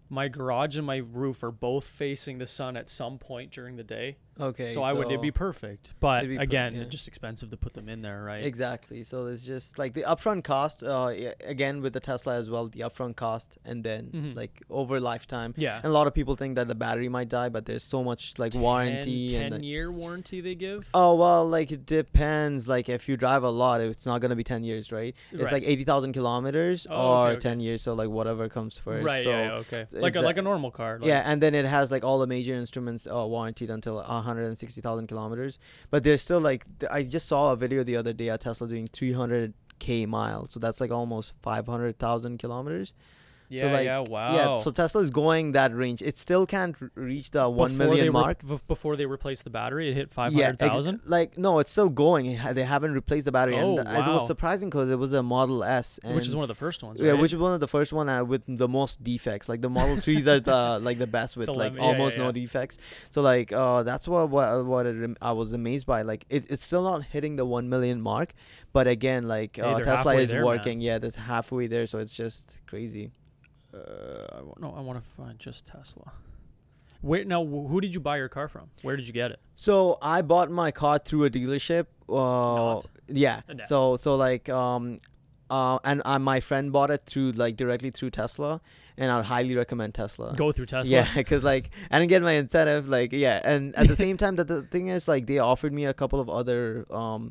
[SPEAKER 1] my garage and my roof are both facing the sun at some point during the day.
[SPEAKER 2] okay.
[SPEAKER 1] so I would it'd be perfect, but
[SPEAKER 2] It'd be per-
[SPEAKER 1] again,
[SPEAKER 2] yeah.
[SPEAKER 1] it's just expensive to put them in there, right?
[SPEAKER 2] Exactly. So it's just like the upfront cost. Uh, yeah, again with the Tesla as well, the upfront cost, and then
[SPEAKER 1] Mhm.
[SPEAKER 2] like over lifetime.
[SPEAKER 1] Yeah.
[SPEAKER 2] And a lot of people think that the battery might die, but there's so much like warranty
[SPEAKER 1] ten,
[SPEAKER 2] and the-
[SPEAKER 1] year warranty they give.
[SPEAKER 2] Oh well, like it depends. Like if you drive a lot, it's not gonna be ten years, right? It's
[SPEAKER 1] Right.
[SPEAKER 2] like eighty thousand kilometers
[SPEAKER 1] Oh,
[SPEAKER 2] or
[SPEAKER 1] okay, okay.
[SPEAKER 2] ten years. So like whatever comes first.
[SPEAKER 1] right?
[SPEAKER 2] So,
[SPEAKER 1] yeah, yeah, Okay.
[SPEAKER 2] is
[SPEAKER 1] Like a,
[SPEAKER 2] that-
[SPEAKER 1] like a normal car. Like,
[SPEAKER 2] yeah, and then it has like all the major instruments uh, warranted until one hundred and sixty thousand kilometers. But there's still like th- I just saw a video the other day of Tesla doing three hundred k miles. So that's like almost five hundred thousand kilometers.
[SPEAKER 1] Yeah.
[SPEAKER 2] so like,
[SPEAKER 1] yeah. Wow.
[SPEAKER 2] Yeah. So Tesla is going that range. It still can't r- reach the one
[SPEAKER 1] Before
[SPEAKER 2] million
[SPEAKER 1] they re-
[SPEAKER 2] mark.
[SPEAKER 1] v- before they replaced the battery, it hit five
[SPEAKER 2] Yeah,
[SPEAKER 1] hundred
[SPEAKER 2] ex-
[SPEAKER 1] thousand.
[SPEAKER 2] like no, it's still going. It ha- They haven't replaced the battery,
[SPEAKER 1] Oh,
[SPEAKER 2] and th- it was
[SPEAKER 1] wow.
[SPEAKER 2] surprising because it was a Model S, and
[SPEAKER 1] which is one of the first ones.
[SPEAKER 2] yeah,
[SPEAKER 1] right?
[SPEAKER 2] which is one of the first one uh, with the most defects. Like the Model Threes are
[SPEAKER 1] *laughs*
[SPEAKER 2] the like the best with
[SPEAKER 1] The
[SPEAKER 2] like
[SPEAKER 1] lem- yeah, yeah,
[SPEAKER 2] almost no
[SPEAKER 1] yeah.
[SPEAKER 2] defects. So like uh, that's what what what it, rem- I was amazed by. Like it, it's still not hitting the one million mark, but again, like
[SPEAKER 1] Hey,
[SPEAKER 2] uh,
[SPEAKER 1] they're
[SPEAKER 2] Tesla
[SPEAKER 1] halfway
[SPEAKER 2] is
[SPEAKER 1] there, man.
[SPEAKER 2] working. Yeah, that's halfway there, so it's just crazy.
[SPEAKER 1] uh, I wa- no, I want to find just Tesla. Where now? wh- Who did you buy your car from? Where did you get it?
[SPEAKER 2] So I bought my car through a dealership. Uh,
[SPEAKER 1] Not.
[SPEAKER 2] yeah.
[SPEAKER 1] No.
[SPEAKER 2] So so like um, uh, and uh, my friend bought it through like directly through Tesla, and I would highly recommend Tesla.
[SPEAKER 1] Go through Tesla.
[SPEAKER 2] Yeah, *laughs* because like I didn't get my incentive. Like yeah, and at the same time, that the thing is like they offered me a couple of other um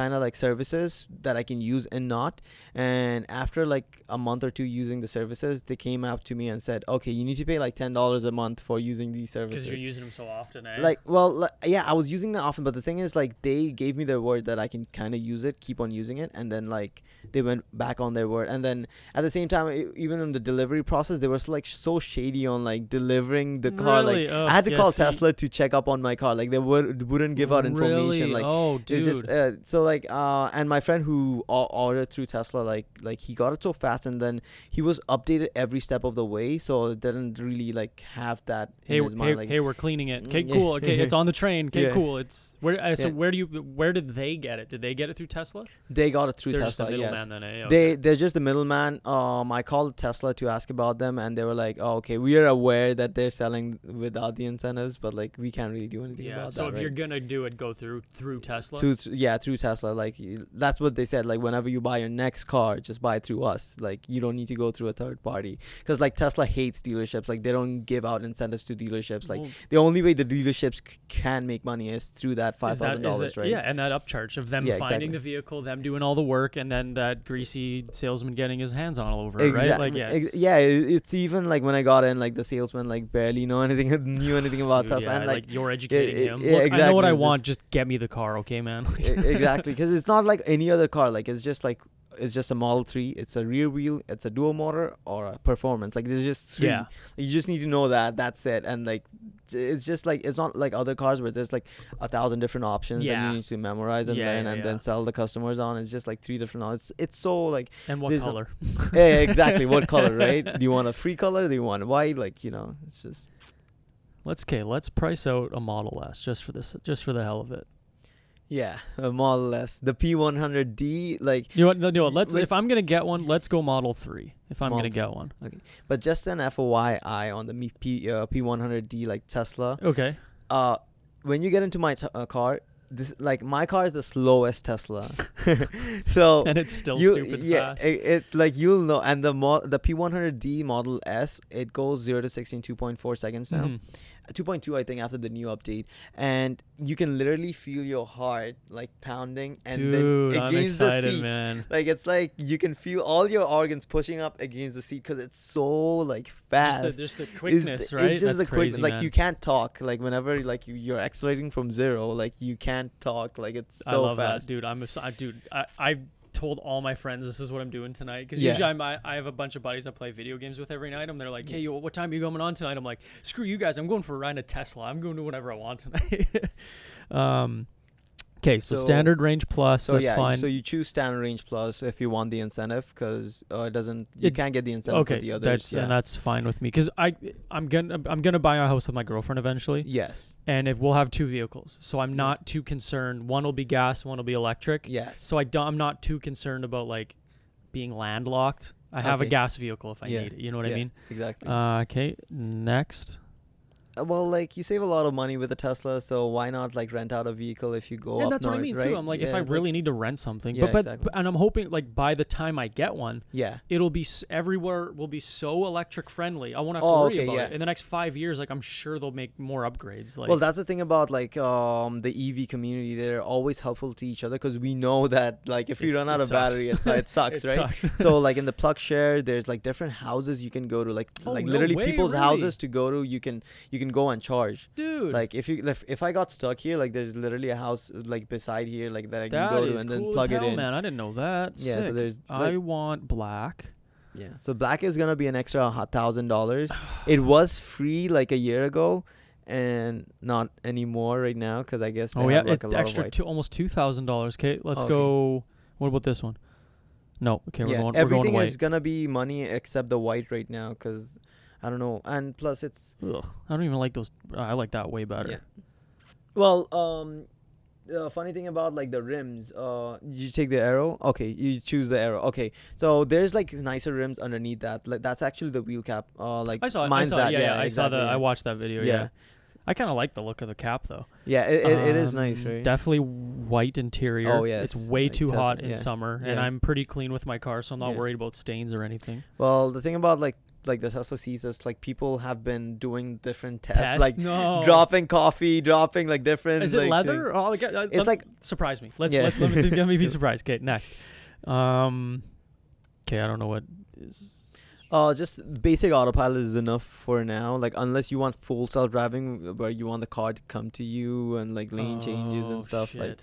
[SPEAKER 2] kind of like services that I can use and not. And after like a month or two using the services, they came up to me and said, okay, you need to pay like ten dollars a month for using
[SPEAKER 1] because
[SPEAKER 2] these services
[SPEAKER 1] you're using them so often. Eh?
[SPEAKER 2] like well li- yeah i was using that often but the thing is like they gave me their word that i can kind of use it keep on using it and then like they went back on their word and then at the same time e- even in the delivery process they were s- like so shady on like delivering the car
[SPEAKER 1] Really?
[SPEAKER 2] like
[SPEAKER 1] Oh,
[SPEAKER 2] i had to
[SPEAKER 1] yeah,
[SPEAKER 2] call
[SPEAKER 1] see-
[SPEAKER 2] tesla to check up on my car like they would wouldn't give out information
[SPEAKER 1] Really?
[SPEAKER 2] like
[SPEAKER 1] oh,
[SPEAKER 2] it's
[SPEAKER 1] dude.
[SPEAKER 2] just uh, so like uh and my friend who o- ordered through Tesla like like he got it so fast and then he was updated every step of the way so it didn't really like have that in
[SPEAKER 1] hey,
[SPEAKER 2] his
[SPEAKER 1] w-
[SPEAKER 2] mind
[SPEAKER 1] hey,
[SPEAKER 2] like
[SPEAKER 1] hey, we're cleaning it. Okay,
[SPEAKER 2] Mm, yeah.
[SPEAKER 1] cool. Okay, it's on the train. Okay,
[SPEAKER 2] Yeah.
[SPEAKER 1] cool. It's where. Uh, so
[SPEAKER 2] Yeah.
[SPEAKER 1] where do you? Where did they get it? Did they get it through Tesla?
[SPEAKER 2] they got it through
[SPEAKER 1] They're just a
[SPEAKER 2] Tesla yes
[SPEAKER 1] middleman then. Eh? Okay.
[SPEAKER 2] They they're just the middleman. Um, I called Tesla to ask about them, and they were like, "Oh, okay, we are aware that they're selling without the incentives, but like we can't really do anything
[SPEAKER 1] yeah.
[SPEAKER 2] about
[SPEAKER 1] So
[SPEAKER 2] that."
[SPEAKER 1] if
[SPEAKER 2] right?
[SPEAKER 1] you're gonna do it, go through through Tesla.
[SPEAKER 2] through, through- yeah, through Tesla, like y- that's what they said. Like whenever you buy your next car, just buy it through us. Like you don't need to go through a third party because like Tesla hates dealerships. Like they don't give out incentives to dealerships. Like
[SPEAKER 1] Well,
[SPEAKER 2] the only way the dealerships c- can make money is through that five
[SPEAKER 1] is that-
[SPEAKER 2] thousand
[SPEAKER 1] is
[SPEAKER 2] dollars,
[SPEAKER 1] that-
[SPEAKER 2] right?
[SPEAKER 1] Yeah, and that upcharge of them
[SPEAKER 2] Yeah,
[SPEAKER 1] finding
[SPEAKER 2] exactly.
[SPEAKER 1] the vehicle, them doing all the work, and then that greasy salesman getting his hands on all over it, right? Like,
[SPEAKER 2] Exactly.
[SPEAKER 1] yeah,
[SPEAKER 2] Ex-
[SPEAKER 1] it's-
[SPEAKER 2] yeah, it- it's even like when I got in, like the salesman like barely know anything, *laughs* knew anything about
[SPEAKER 1] dude,
[SPEAKER 2] Tesla,
[SPEAKER 1] yeah,
[SPEAKER 2] and
[SPEAKER 1] like,
[SPEAKER 2] like,
[SPEAKER 1] you're educating
[SPEAKER 2] it-
[SPEAKER 1] him.
[SPEAKER 2] yeah,
[SPEAKER 1] Look, I know
[SPEAKER 2] exactly,
[SPEAKER 1] what I
[SPEAKER 2] it's
[SPEAKER 1] want. Just, get me the car, okay, man.
[SPEAKER 2] e-
[SPEAKER 1] *laughs*
[SPEAKER 2] exactly because it's not like any other car. Like it's just like it's just a Model Three. It's a rear wheel. It's a dual motor or a performance. Like there's just three.
[SPEAKER 1] Yeah.
[SPEAKER 2] You just need to know that. That's it. And like it's just like it's not like other cars where there's like a thousand different options that
[SPEAKER 1] Yeah.
[SPEAKER 2] you need to memorize and
[SPEAKER 1] Yeah,
[SPEAKER 2] learn
[SPEAKER 1] yeah,
[SPEAKER 2] and
[SPEAKER 1] yeah.
[SPEAKER 2] then sell the customers on. It's just like three different. op- It's it's so like
[SPEAKER 1] and what
[SPEAKER 2] There's a-
[SPEAKER 1] color?
[SPEAKER 2] *laughs* yeah, exactly.
[SPEAKER 1] *laughs*
[SPEAKER 2] What color, right? Do you want a free color? Do you want white? Like you know, it's just. *laughs*
[SPEAKER 1] Let's okay. Let's price out a Model S just for this, just for the hell of it.
[SPEAKER 2] Yeah, uh, more or less. The P100D, like,
[SPEAKER 1] You know what? No, no, let's.
[SPEAKER 2] Like-
[SPEAKER 1] if I'm gonna get one, let's go Model Three. If I'm gonna
[SPEAKER 2] Model
[SPEAKER 1] get one,
[SPEAKER 2] but just an FYI on the Mi- P uh, P100D, like Tesla.
[SPEAKER 1] okay.
[SPEAKER 2] Uh, when you get into my t- uh, car, this like my car is the slowest Tesla. *laughs* so
[SPEAKER 1] *laughs* And it's still stupid fast.
[SPEAKER 2] It, it like you'll know. And the mo- the P100D Model S, it goes zero to 16 2.4 seconds now. Uh,
[SPEAKER 1] Mhm.
[SPEAKER 2] 2.2 i think after the new update and you can literally feel your heart like pounding and
[SPEAKER 1] Dude,
[SPEAKER 2] then
[SPEAKER 1] I'm
[SPEAKER 2] against the
[SPEAKER 1] excited,
[SPEAKER 2] seat
[SPEAKER 1] man.
[SPEAKER 2] like it's like you can feel all your organs pushing up against the seat because it's so like
[SPEAKER 1] Just
[SPEAKER 2] fast
[SPEAKER 1] the, just the
[SPEAKER 2] It's-
[SPEAKER 1] quickness, right?
[SPEAKER 2] it's just
[SPEAKER 1] That's
[SPEAKER 2] the quick
[SPEAKER 1] crazy,
[SPEAKER 2] like
[SPEAKER 1] man.
[SPEAKER 2] you can't talk like whenever like you, you're accelerating from zero like you can't talk like it's so
[SPEAKER 1] I love
[SPEAKER 2] fast
[SPEAKER 1] that, dude. I'm a, s- I, dude. I I told all my friends this is what I'm doing tonight because
[SPEAKER 2] Yeah.
[SPEAKER 1] usually I'm, I I have a bunch of buddies I play video games with every night. And they're like, hey, yo, what time are you going on tonight? I'm like, screw you guys. I'm going for a ride in a Tesla. I'm going to whatever I want tonight. *laughs* um, okay, so,
[SPEAKER 2] So-
[SPEAKER 1] standard range plus.
[SPEAKER 2] so
[SPEAKER 1] that's
[SPEAKER 2] yeah
[SPEAKER 1] fine.
[SPEAKER 2] so you choose standard range plus if you want the incentive because uh, it doesn't you
[SPEAKER 1] It-
[SPEAKER 2] can't get the incentive
[SPEAKER 1] okay,
[SPEAKER 2] for the others
[SPEAKER 1] that's
[SPEAKER 2] yeah.
[SPEAKER 1] and that's fine with me because I I'm gonna I'm gonna buy a house with my girlfriend eventually,
[SPEAKER 2] yes
[SPEAKER 1] and if we'll have two vehicles, so I'm not too concerned. One will be gas, one will be electric.
[SPEAKER 2] yes
[SPEAKER 1] So I don't, I'm not too concerned about like being landlocked. I have a
[SPEAKER 2] Okay.
[SPEAKER 1] gas vehicle if I
[SPEAKER 2] Yeah.
[SPEAKER 1] need it. You know what I
[SPEAKER 2] Yeah,
[SPEAKER 1] mean?
[SPEAKER 2] exactly
[SPEAKER 1] Uh, okay, next.
[SPEAKER 2] Uh, well, like you save a lot of money with a Tesla, so why not like rent out a vehicle if you go up
[SPEAKER 1] and that's
[SPEAKER 2] north,
[SPEAKER 1] what I mean
[SPEAKER 2] right?
[SPEAKER 1] too. I'm like, if
[SPEAKER 2] Yeah,
[SPEAKER 1] I
[SPEAKER 2] like-
[SPEAKER 1] really need to rent something,
[SPEAKER 2] Yeah,
[SPEAKER 1] but but
[SPEAKER 2] exactly.
[SPEAKER 1] and I'm hoping like by the time I get one,
[SPEAKER 2] yeah,
[SPEAKER 1] it'll be s- everywhere will be so electric friendly. I won't have to
[SPEAKER 2] Oh,
[SPEAKER 1] worry
[SPEAKER 2] okay,
[SPEAKER 1] about
[SPEAKER 2] yeah.
[SPEAKER 1] it in the next five years. Like I'm sure they'll make more upgrades. Like
[SPEAKER 2] well, that's the thing about like um the EV community. They're always helpful to each other because we know that like if you
[SPEAKER 1] It's-
[SPEAKER 2] run out
[SPEAKER 1] it
[SPEAKER 2] of
[SPEAKER 1] sucks.
[SPEAKER 2] battery, it's,
[SPEAKER 1] *laughs*
[SPEAKER 2] it sucks,
[SPEAKER 1] It
[SPEAKER 2] right?
[SPEAKER 1] sucks.
[SPEAKER 2] so like in the plug share, there's like different houses you can go to, like
[SPEAKER 1] Oh,
[SPEAKER 2] like
[SPEAKER 1] no
[SPEAKER 2] literally
[SPEAKER 1] way,
[SPEAKER 2] people's
[SPEAKER 1] really?
[SPEAKER 2] houses to go to. You can you can go and charge.
[SPEAKER 1] dude,
[SPEAKER 2] Like if you if, if I got stuck here, like there's literally a house like beside here, like that I can
[SPEAKER 1] that
[SPEAKER 2] go to
[SPEAKER 1] is
[SPEAKER 2] and
[SPEAKER 1] cool
[SPEAKER 2] then
[SPEAKER 1] as
[SPEAKER 2] plug
[SPEAKER 1] hell,
[SPEAKER 2] it in.
[SPEAKER 1] man. I didn't know that.
[SPEAKER 2] Yeah, so
[SPEAKER 1] Sick.
[SPEAKER 2] there's,
[SPEAKER 1] I
[SPEAKER 2] like-
[SPEAKER 1] want black.
[SPEAKER 2] Yeah. So black is gonna be an extra
[SPEAKER 1] *sighs*
[SPEAKER 2] thousand dollars. It was free like a year ago, and not anymore right now because I guess they
[SPEAKER 1] Oh yeah,
[SPEAKER 2] have, like a
[SPEAKER 1] it,
[SPEAKER 2] lot of
[SPEAKER 1] extra
[SPEAKER 2] white. Oh,
[SPEAKER 1] two, almost two thousand dollars. Okay, let's
[SPEAKER 2] Okay.
[SPEAKER 1] go. What about this one? No. Okay, we're
[SPEAKER 2] yeah,
[SPEAKER 1] going. We're
[SPEAKER 2] everything
[SPEAKER 1] going
[SPEAKER 2] is
[SPEAKER 1] white.
[SPEAKER 2] gonna be money except the white right now because I don't know. And plus, it's
[SPEAKER 1] Ugh, I don't even like those. I like that way better.
[SPEAKER 2] Yeah. well, um, the funny thing about like the rims. Uh, you take the arrow. Okay, you choose the arrow. Okay, so there's like nicer rims underneath that. Like that's actually the wheel cap. Uh, like
[SPEAKER 1] I saw. It, I
[SPEAKER 2] mine's
[SPEAKER 1] saw.
[SPEAKER 2] that.
[SPEAKER 1] it, yeah, yeah, I saw
[SPEAKER 2] exactly,
[SPEAKER 1] the.
[SPEAKER 2] yeah.
[SPEAKER 1] I watched that video. Yeah.
[SPEAKER 2] Yeah.
[SPEAKER 1] I kind of like the look of the cap though.
[SPEAKER 2] Yeah, it, it, it is nice,
[SPEAKER 1] Um,
[SPEAKER 2] right?
[SPEAKER 1] Definitely white interior.
[SPEAKER 2] Oh, yeah,
[SPEAKER 1] it's
[SPEAKER 2] it's
[SPEAKER 1] way
[SPEAKER 2] like
[SPEAKER 1] too
[SPEAKER 2] Tesla,
[SPEAKER 1] hot in
[SPEAKER 2] yeah.
[SPEAKER 1] summer, and
[SPEAKER 2] Yeah.
[SPEAKER 1] I'm pretty clean with my car, so I'm not
[SPEAKER 2] Yeah.
[SPEAKER 1] worried about stains or anything.
[SPEAKER 2] Well, the thing about like like the Tesla seats is like people have been doing different tests,
[SPEAKER 1] Test?
[SPEAKER 2] like
[SPEAKER 1] no.
[SPEAKER 2] dropping coffee, dropping like different.
[SPEAKER 1] Is it
[SPEAKER 2] like,
[SPEAKER 1] leather? Oh, like, uh,
[SPEAKER 2] It's
[SPEAKER 1] let-
[SPEAKER 2] like-
[SPEAKER 1] surprise me. Let's
[SPEAKER 2] Yeah.
[SPEAKER 1] let's let me, let
[SPEAKER 2] *laughs*
[SPEAKER 1] me be surprised. Okay, next. Um, okay, I don't know what is.
[SPEAKER 2] thing. Uh, just basic autopilot is enough for now. Like unless you want full self driving, where you want the car to come to you and like lane changes
[SPEAKER 1] Oh,
[SPEAKER 2] and stuff. Like
[SPEAKER 1] shit.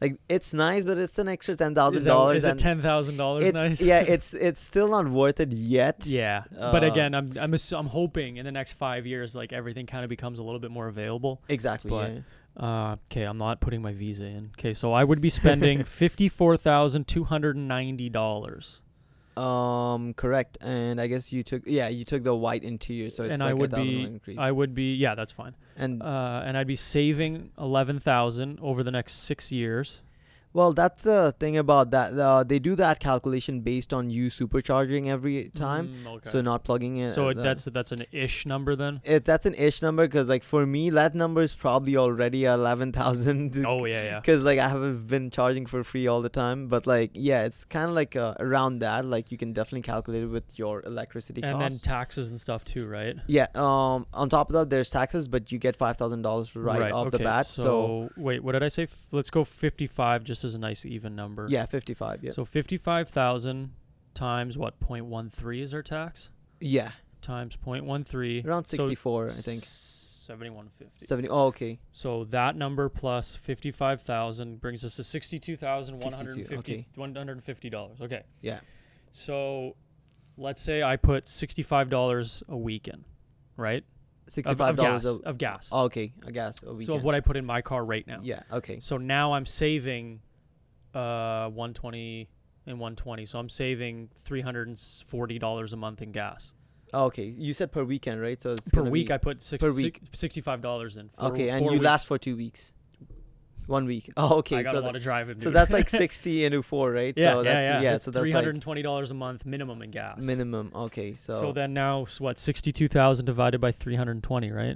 [SPEAKER 2] like it's nice, but it's an extra ten
[SPEAKER 1] Is
[SPEAKER 2] thousand
[SPEAKER 1] that-
[SPEAKER 2] dollars.
[SPEAKER 1] Is it ten thousand dollars?
[SPEAKER 2] It's
[SPEAKER 1] Nice. *laughs*
[SPEAKER 2] yeah, it's it's still not worth it yet.
[SPEAKER 1] yeah. but
[SPEAKER 2] uh,
[SPEAKER 1] again, I'm I'm assu- I'm hoping in the next five years, like everything kind of becomes a little bit more available.
[SPEAKER 2] exactly.
[SPEAKER 1] But-
[SPEAKER 2] yeah.
[SPEAKER 1] Uh, okay, I'm not putting my visa in. Okay, so I would be
[SPEAKER 2] *laughs*
[SPEAKER 1] spending fifty four thousand two hundred and ninety dollars,
[SPEAKER 2] Um, correct. And I guess you took yeah, you took the white interior, so it's
[SPEAKER 1] and
[SPEAKER 2] like
[SPEAKER 1] I would
[SPEAKER 2] a thousand
[SPEAKER 1] be
[SPEAKER 2] increase.
[SPEAKER 1] I would be yeah, that's fine.
[SPEAKER 2] and
[SPEAKER 1] Uh, and I'd be saving eleven thousand over the next six years.
[SPEAKER 2] Well, that's the thing about that. Uh, they do that calculation based on you supercharging every time,
[SPEAKER 1] Mm, okay.
[SPEAKER 2] so not plugging in.
[SPEAKER 1] So
[SPEAKER 2] uh,
[SPEAKER 1] it,
[SPEAKER 2] the-
[SPEAKER 1] that's that's an ish number then.
[SPEAKER 2] it, that's an ish number because, like, for me, that number is probably already eleven thousand. *laughs*
[SPEAKER 1] Oh yeah, yeah.
[SPEAKER 2] Because like I haven't been charging for free all the time, but like yeah, it's kind of like uh, around that. Like you can definitely calculate it with your electricity
[SPEAKER 1] And then
[SPEAKER 2] cost.
[SPEAKER 1] taxes and stuff too, right?
[SPEAKER 2] yeah. Um. On top of that, there's taxes, but you get five thousand dollars right, off the bat. So,
[SPEAKER 1] So, wait, what did I say? F- let's go 55 just as a nice even number.
[SPEAKER 2] yeah, fifty-five. Yeah.
[SPEAKER 1] So 55,000 times what? 0.13 is our tax?
[SPEAKER 2] yeah.
[SPEAKER 1] Times 0.13.
[SPEAKER 2] Around
[SPEAKER 1] So
[SPEAKER 2] sixty-four, I think.
[SPEAKER 1] 7150.
[SPEAKER 2] Seventy. Oh, okay.
[SPEAKER 1] so that number plus 55,000 brings us to 62,150
[SPEAKER 2] okay.
[SPEAKER 1] $150. Okay.
[SPEAKER 2] Yeah.
[SPEAKER 1] So let's say I put $65 a week in, right? Of,
[SPEAKER 2] Sixty-five
[SPEAKER 1] of
[SPEAKER 2] dollars.
[SPEAKER 1] gas. of gas.
[SPEAKER 2] Oh, okay, I guess a weekend.
[SPEAKER 1] so of what I put in my car right now.
[SPEAKER 2] Yeah. Okay.
[SPEAKER 1] So now I'm saving uh 120 and 120. So I'm saving $340 a month in gas.
[SPEAKER 2] Oh, okay. You said per weekend, right? So it's
[SPEAKER 1] Per
[SPEAKER 2] gonna
[SPEAKER 1] week
[SPEAKER 2] be-
[SPEAKER 1] I put six,
[SPEAKER 2] per week.
[SPEAKER 1] six- $65 in. For,
[SPEAKER 2] okay, and
[SPEAKER 1] four
[SPEAKER 2] you
[SPEAKER 1] weeks.
[SPEAKER 2] last for two weeks. One week. *laughs* Oh, okay.
[SPEAKER 1] I gotta
[SPEAKER 2] so,
[SPEAKER 1] want to drive it.
[SPEAKER 2] so
[SPEAKER 1] dude.
[SPEAKER 2] that's
[SPEAKER 1] *laughs*
[SPEAKER 2] like sixty into four, right?
[SPEAKER 1] yeah,
[SPEAKER 2] so
[SPEAKER 1] yeah,
[SPEAKER 2] that's,
[SPEAKER 1] yeah,
[SPEAKER 2] So that's
[SPEAKER 1] three hundred and
[SPEAKER 2] like
[SPEAKER 1] twenty dollars a month minimum in gas.
[SPEAKER 2] minimum. Okay, so,
[SPEAKER 1] So then now, s- what? Sixty-two thousand divided by three hundred and twenty, right?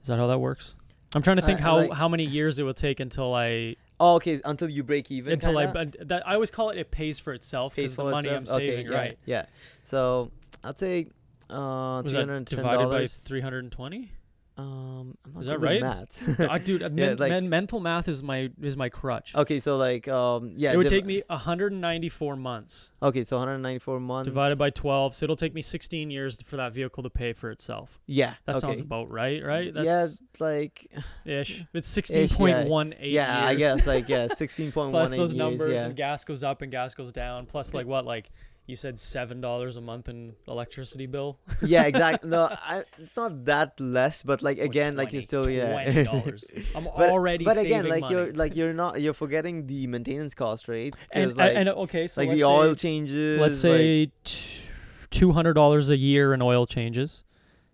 [SPEAKER 1] Is that how that works? I'm trying to think
[SPEAKER 2] Uh,
[SPEAKER 1] how,
[SPEAKER 2] like-
[SPEAKER 1] how many years it will take until I
[SPEAKER 2] oh, okay until you break even.
[SPEAKER 1] until
[SPEAKER 2] kinda?
[SPEAKER 1] I but that I always call it it pays for itself
[SPEAKER 2] pays
[SPEAKER 1] because
[SPEAKER 2] for
[SPEAKER 1] the money I'm
[SPEAKER 2] itself? Okay,
[SPEAKER 1] saving,
[SPEAKER 2] yeah,
[SPEAKER 1] right?
[SPEAKER 2] Yeah. So I'd say uh,
[SPEAKER 1] Was
[SPEAKER 2] three hundred
[SPEAKER 1] that
[SPEAKER 2] and ten
[SPEAKER 1] divided by
[SPEAKER 2] dollars.
[SPEAKER 1] three hundred and twenty?
[SPEAKER 2] *laughs* Um, I'm not
[SPEAKER 1] Is that
[SPEAKER 2] good with
[SPEAKER 1] right?
[SPEAKER 2] math.
[SPEAKER 1] *laughs* Dude, uh,
[SPEAKER 2] *laughs* Yeah,
[SPEAKER 1] men-
[SPEAKER 2] like-
[SPEAKER 1] men- mental math is my is my crutch.
[SPEAKER 2] okay, so like um, yeah,
[SPEAKER 1] it would
[SPEAKER 2] div-
[SPEAKER 1] take me 194 months
[SPEAKER 2] Okay, so 194 months
[SPEAKER 1] divided by 12, so it'll take me 16 years for that vehicle to pay for itself.
[SPEAKER 2] yeah.
[SPEAKER 1] That
[SPEAKER 2] okay.
[SPEAKER 1] sounds about right, right?
[SPEAKER 2] yeah,
[SPEAKER 1] That's
[SPEAKER 2] like
[SPEAKER 1] ish. It's 16.18
[SPEAKER 2] yeah, I
[SPEAKER 1] years.
[SPEAKER 2] guess like
[SPEAKER 1] *laughs*
[SPEAKER 2] yeah, 16.18
[SPEAKER 1] Plus those
[SPEAKER 2] years,
[SPEAKER 1] numbers
[SPEAKER 2] yeah.
[SPEAKER 1] and gas goes up and gas goes down. Plus like what like you said seven dollars a month in electricity bill. *laughs*
[SPEAKER 2] yeah, exactly. No, I, it's not that less, but like
[SPEAKER 1] Or
[SPEAKER 2] again, like you're
[SPEAKER 1] 20,
[SPEAKER 2] still yeah.
[SPEAKER 1] twenty dollars. I'm
[SPEAKER 2] *laughs* But,
[SPEAKER 1] already
[SPEAKER 2] but
[SPEAKER 1] saving
[SPEAKER 2] again, like
[SPEAKER 1] money.
[SPEAKER 2] you're like you're not you're forgetting the maintenance cost, right?
[SPEAKER 1] and,
[SPEAKER 2] 'Cause, like,
[SPEAKER 1] and okay, so
[SPEAKER 2] like
[SPEAKER 1] let's
[SPEAKER 2] the
[SPEAKER 1] say,
[SPEAKER 2] oil changes.
[SPEAKER 1] let's
[SPEAKER 2] like-
[SPEAKER 1] say two hundred dollars a year in oil changes,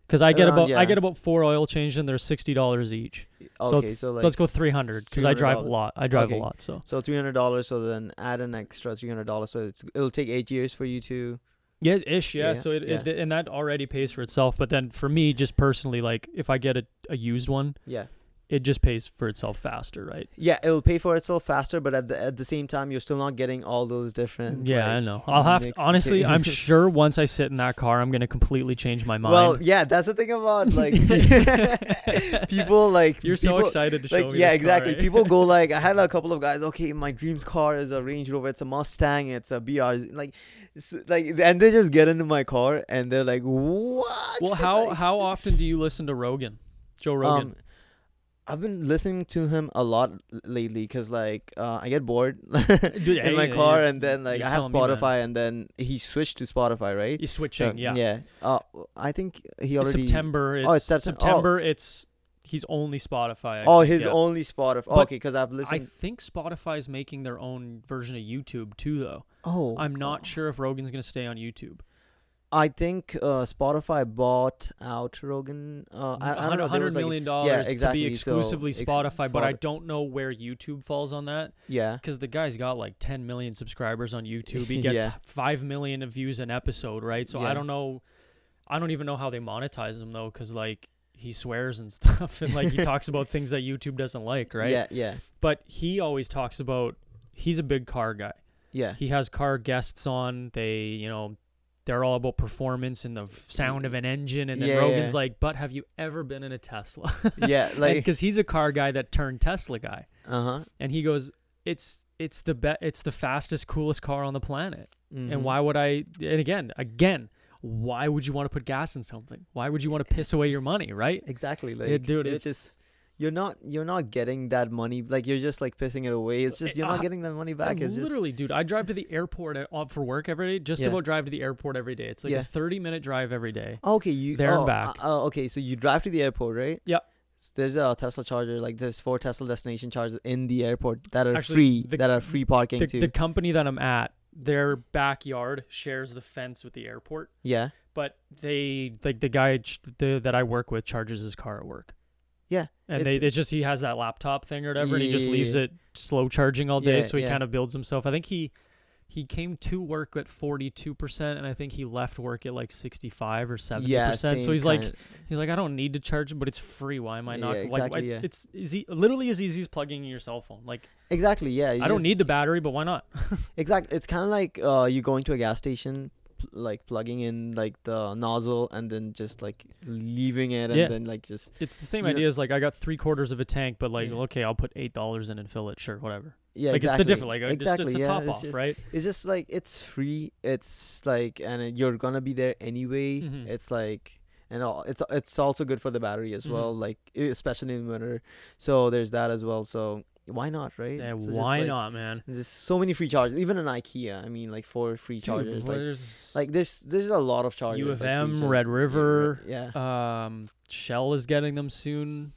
[SPEAKER 1] because I get
[SPEAKER 2] Around,
[SPEAKER 1] about
[SPEAKER 2] yeah.
[SPEAKER 1] I get about four oil changes and they're sixty dollars each. so,
[SPEAKER 2] okay,
[SPEAKER 1] th-
[SPEAKER 2] so like
[SPEAKER 1] let's go three hundred because I drive a
[SPEAKER 2] $300.
[SPEAKER 1] lot. I drive
[SPEAKER 2] Okay.
[SPEAKER 1] a lot, so
[SPEAKER 2] so three hundred dollars. So then add an extra three hundred dollars. So it's, it'll take eight years for you to.
[SPEAKER 1] yeah, ish, yeah.
[SPEAKER 2] Yeah,
[SPEAKER 1] so it,
[SPEAKER 2] yeah.
[SPEAKER 1] it and that already pays for itself. But then for me, just personally, like if I get a, a used one,
[SPEAKER 2] Yeah,
[SPEAKER 1] it just pays for itself faster, right?
[SPEAKER 2] yeah, it'll pay for itself faster, but at the at the same time, you're still not getting all those different.
[SPEAKER 1] yeah, I
[SPEAKER 2] like,
[SPEAKER 1] know. I'll have to,
[SPEAKER 2] mix and
[SPEAKER 1] honestly.
[SPEAKER 2] *laughs*
[SPEAKER 1] I'm
[SPEAKER 2] take.
[SPEAKER 1] sure once I sit in that car, I'm gonna completely change my mind.
[SPEAKER 2] Well, yeah, that's the thing
[SPEAKER 1] *laughs*
[SPEAKER 2] about like *laughs* people like *laughs*
[SPEAKER 1] You're so
[SPEAKER 2] people,
[SPEAKER 1] excited to show
[SPEAKER 2] Like
[SPEAKER 1] me.
[SPEAKER 2] yeah,
[SPEAKER 1] this car,
[SPEAKER 2] exactly.
[SPEAKER 1] eh?
[SPEAKER 2] People
[SPEAKER 1] *laughs*
[SPEAKER 2] go like, I had a couple of guys. Okay, my dreams car is a Range Rover. It's a Mustang. It's a BR. Like, it's, like, and they just get into my car and they're like, what?
[SPEAKER 1] Well, how
[SPEAKER 2] Like,
[SPEAKER 1] how often do you listen to Rogan, Joe Rogan?
[SPEAKER 2] Um, I've been listening to him a lot l- lately because like uh, I get bored *laughs*
[SPEAKER 1] Dude,
[SPEAKER 2] in my
[SPEAKER 1] hey,
[SPEAKER 2] car,
[SPEAKER 1] you're-
[SPEAKER 2] and then like
[SPEAKER 1] you're
[SPEAKER 2] I have
[SPEAKER 1] telling me, man.
[SPEAKER 2] Spotify, and then he switched to Spotify, right?
[SPEAKER 1] He's switching,
[SPEAKER 2] So,
[SPEAKER 1] yeah.
[SPEAKER 2] Yeah. Uh, I think he
[SPEAKER 1] It's
[SPEAKER 2] already.
[SPEAKER 1] September. It's,
[SPEAKER 2] Oh, it's Septem- oh.
[SPEAKER 1] September. It's he's only Spotify. I
[SPEAKER 2] Oh,
[SPEAKER 1] think,
[SPEAKER 2] his
[SPEAKER 1] yeah.
[SPEAKER 2] only Spotify.
[SPEAKER 1] But
[SPEAKER 2] okay, because I've
[SPEAKER 1] I
[SPEAKER 2] listened.
[SPEAKER 1] think Spotify's making their own version of YouTube too, though.
[SPEAKER 2] oh,
[SPEAKER 1] I'm not sure if Rogan's gonna stay on YouTube.
[SPEAKER 2] I think uh, Spotify bought out Rogan. Uh, I, I don't know. there was, like-
[SPEAKER 1] dollars
[SPEAKER 2] exactly,
[SPEAKER 1] to
[SPEAKER 2] so
[SPEAKER 1] be exclusively
[SPEAKER 2] ex-
[SPEAKER 1] Spotify, but I
[SPEAKER 2] Spotify.
[SPEAKER 1] don't know where YouTube falls on that
[SPEAKER 2] yeah.
[SPEAKER 1] because the guy's got like 10 million subscribers on YouTube.
[SPEAKER 2] *laughs*
[SPEAKER 1] He gets
[SPEAKER 2] Yeah.
[SPEAKER 1] five million of views an episode, right? So
[SPEAKER 2] Yeah.
[SPEAKER 1] I don't know. I don't even know how they monetize him though, because like he swears and *laughs* stuff, and
[SPEAKER 2] *laughs*
[SPEAKER 1] like he talks about things that YouTube doesn't like, right?
[SPEAKER 2] Yeah. Yeah.
[SPEAKER 1] But he always talks about he's a big car guy. *laughs*
[SPEAKER 2] Yeah.
[SPEAKER 1] He has car guests on. They, you know, they're all about performance and the f- sound of an engine. And then
[SPEAKER 2] Yeah,
[SPEAKER 1] Rogan's
[SPEAKER 2] yeah.
[SPEAKER 1] like, "But have you ever been in a Tesla?" *laughs*
[SPEAKER 2] yeah. Like.
[SPEAKER 1] because he's a car guy that turned Tesla guy,
[SPEAKER 2] Uh huh.
[SPEAKER 1] and he goes, "It's it's the be- it's the fastest, coolest car on the planet."
[SPEAKER 2] Mm-hmm.
[SPEAKER 1] And why would I? And again, again, why would you want to put gas in something? Why would you want to piss away your money, right?
[SPEAKER 2] Exactly. Like,
[SPEAKER 1] dude,
[SPEAKER 2] it's,
[SPEAKER 1] it's-
[SPEAKER 2] just you're not you're not getting that money. Like you're just like pissing it away. It's just you're
[SPEAKER 1] Uh,
[SPEAKER 2] not getting that money
[SPEAKER 1] I
[SPEAKER 2] back. It's just
[SPEAKER 1] literally, dude, I drive to the airport at, uh, for work every day. Just
[SPEAKER 2] Yeah.
[SPEAKER 1] about drive to the airport every day. It's like
[SPEAKER 2] Yeah.
[SPEAKER 1] a thirty-minute drive every day.
[SPEAKER 2] okay. You
[SPEAKER 1] there and
[SPEAKER 2] oh,
[SPEAKER 1] back.
[SPEAKER 2] uh, uh, okay, so you drive to the airport, right?
[SPEAKER 1] Yep.
[SPEAKER 2] S- There's a Tesla charger. Like there's four Tesla destination chargers in the airport that are
[SPEAKER 1] Actually,
[SPEAKER 2] free.
[SPEAKER 1] the-
[SPEAKER 2] that are free parking
[SPEAKER 1] The,
[SPEAKER 2] too.
[SPEAKER 1] the company that I'm at, their backyard shares the fence with the airport,
[SPEAKER 2] yeah.
[SPEAKER 1] but they like the guy ch- the, that I work with charges his car at work.
[SPEAKER 2] Yeah,
[SPEAKER 1] and
[SPEAKER 2] it's-
[SPEAKER 1] they it's just he has that laptop thing or whatever, and he just
[SPEAKER 2] Yeah,
[SPEAKER 1] leaves
[SPEAKER 2] yeah.
[SPEAKER 1] it slow charging all day,
[SPEAKER 2] Yeah,
[SPEAKER 1] so he
[SPEAKER 2] yeah.
[SPEAKER 1] kind of builds himself. I think he. He came to work at forty two percent, and I think he left work at like sixty five or seventy
[SPEAKER 2] Yeah.
[SPEAKER 1] percent. So
[SPEAKER 2] same
[SPEAKER 1] he's like,
[SPEAKER 2] kind-
[SPEAKER 1] He's like, I don't need to charge it, but it's free. Why am I not?
[SPEAKER 2] Yeah,
[SPEAKER 1] like, why,
[SPEAKER 2] exactly, yeah.
[SPEAKER 1] It's easy, literally as easy as plugging in your cell phone. Like,
[SPEAKER 2] exactly. Yeah. you
[SPEAKER 1] I don't
[SPEAKER 2] just-
[SPEAKER 1] need the battery, but why not? *laughs*
[SPEAKER 2] Exactly. It's kind of like uh, you going to a gas station, pl- like plugging in like the nozzle and then just like leaving it and
[SPEAKER 1] Yeah.
[SPEAKER 2] then like just
[SPEAKER 1] It's the same
[SPEAKER 2] You know-
[SPEAKER 1] idea as like I got three quarters of a tank, but like,
[SPEAKER 2] Yeah.
[SPEAKER 1] okay, I'll put eight dollars in and fill it. Sure, whatever.
[SPEAKER 2] yeah.
[SPEAKER 1] like
[SPEAKER 2] exactly.
[SPEAKER 1] it's the different. Like I
[SPEAKER 2] exactly.
[SPEAKER 1] just, it's a
[SPEAKER 2] yeah,
[SPEAKER 1] top
[SPEAKER 2] it's
[SPEAKER 1] off,
[SPEAKER 2] just,
[SPEAKER 1] right?
[SPEAKER 2] It's just like it's free. It's like and it- you're gonna be there anyway.
[SPEAKER 1] Mhm.
[SPEAKER 2] It's like and all, it's it's also good for the battery as
[SPEAKER 1] Mhm.
[SPEAKER 2] well. Like e- especially in winter. So there's that as well. So why not, right?
[SPEAKER 1] Yeah,
[SPEAKER 2] So just,
[SPEAKER 1] why
[SPEAKER 2] like,
[SPEAKER 1] not, man?
[SPEAKER 2] There's so many free charges. Even in IKEA, I mean, like four free chargers.
[SPEAKER 1] Dude,
[SPEAKER 2] like,
[SPEAKER 1] there's
[SPEAKER 2] like there's there's a lot of chargers.
[SPEAKER 1] U
[SPEAKER 2] like,
[SPEAKER 1] of
[SPEAKER 2] free
[SPEAKER 1] M,
[SPEAKER 2] chargers.
[SPEAKER 1] Red
[SPEAKER 2] Yeah,
[SPEAKER 1] River,
[SPEAKER 2] Yeah.
[SPEAKER 1] um, Shell is getting them soon.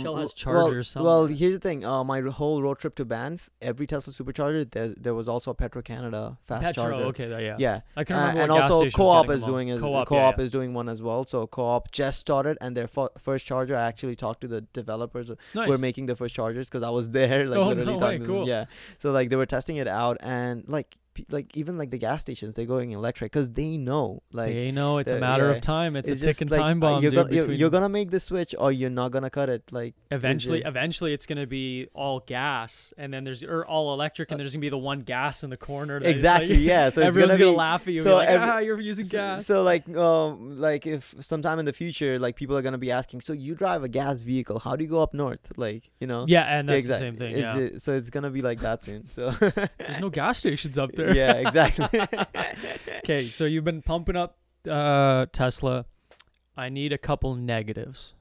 [SPEAKER 1] Shell has
[SPEAKER 2] w- well-
[SPEAKER 1] chargers
[SPEAKER 2] Well,
[SPEAKER 1] somewhere.
[SPEAKER 2] here's the thing. Uh, my r- whole road trip to Banff, every Tesla supercharger, there there was also a Petro Canada fast
[SPEAKER 1] Petro.
[SPEAKER 2] charger.
[SPEAKER 1] Okay, th- yeah.
[SPEAKER 2] Yeah,
[SPEAKER 1] I can
[SPEAKER 2] Uh,
[SPEAKER 1] remember.
[SPEAKER 2] and
[SPEAKER 1] what gas
[SPEAKER 2] also
[SPEAKER 1] station was
[SPEAKER 2] Co-op
[SPEAKER 1] getting
[SPEAKER 2] is
[SPEAKER 1] them all.
[SPEAKER 2] doing is
[SPEAKER 1] Co-op. yeah,
[SPEAKER 2] Co-op
[SPEAKER 1] yeah.
[SPEAKER 2] is doing one as well. So Co-op just started, and their fir- first charger. I actually talked to the developers
[SPEAKER 1] nice.
[SPEAKER 2] were making the first chargers because I was there,
[SPEAKER 1] *laughs*
[SPEAKER 2] like
[SPEAKER 1] Oh,
[SPEAKER 2] literally
[SPEAKER 1] no way,
[SPEAKER 2] talking to
[SPEAKER 1] cool.
[SPEAKER 2] them. Yeah, so like they were testing it out, and like pe- like even like the gas stations, they're going electric because they know like
[SPEAKER 1] they know it's a
[SPEAKER 2] the-
[SPEAKER 1] matter
[SPEAKER 2] yeah.
[SPEAKER 1] of time. It's, a
[SPEAKER 2] just,
[SPEAKER 1] ticking
[SPEAKER 2] like,
[SPEAKER 1] time
[SPEAKER 2] uh,
[SPEAKER 1] bomb,
[SPEAKER 2] You're
[SPEAKER 1] dude.
[SPEAKER 2] gonna, you're,
[SPEAKER 1] between-
[SPEAKER 2] you're gonna make the switch, or you're not gonna cut it. Like
[SPEAKER 1] eventually,
[SPEAKER 2] just-
[SPEAKER 1] eventually, it's gonna be all gas, and then there's or all electric, and there's gonna be the one gas in the corner. That it's *laughs*
[SPEAKER 2] Uh, exactly,
[SPEAKER 1] Like,
[SPEAKER 2] yeah. So it's
[SPEAKER 1] everyone's
[SPEAKER 2] gonna,
[SPEAKER 1] gonna,
[SPEAKER 2] be,
[SPEAKER 1] laugh at you. and
[SPEAKER 2] so
[SPEAKER 1] be like,
[SPEAKER 2] every-
[SPEAKER 1] ah, you're using gas.
[SPEAKER 2] So like, um, like if sometime in the future, like people are gonna be asking, so you drive a gas vehicle? How do you go up north? Like, you know?
[SPEAKER 1] yeah, and that's
[SPEAKER 2] exact-
[SPEAKER 1] the same thing.
[SPEAKER 2] it's
[SPEAKER 1] Yeah.
[SPEAKER 2] ju- so it's gonna be like that soon. So
[SPEAKER 1] *laughs* there's no *laughs* gas stations up
[SPEAKER 2] *laughs*
[SPEAKER 1] there.
[SPEAKER 2] yeah, exactly.
[SPEAKER 1] Okay, so you've been pumping up uh, Tesla. I need a couple negatives.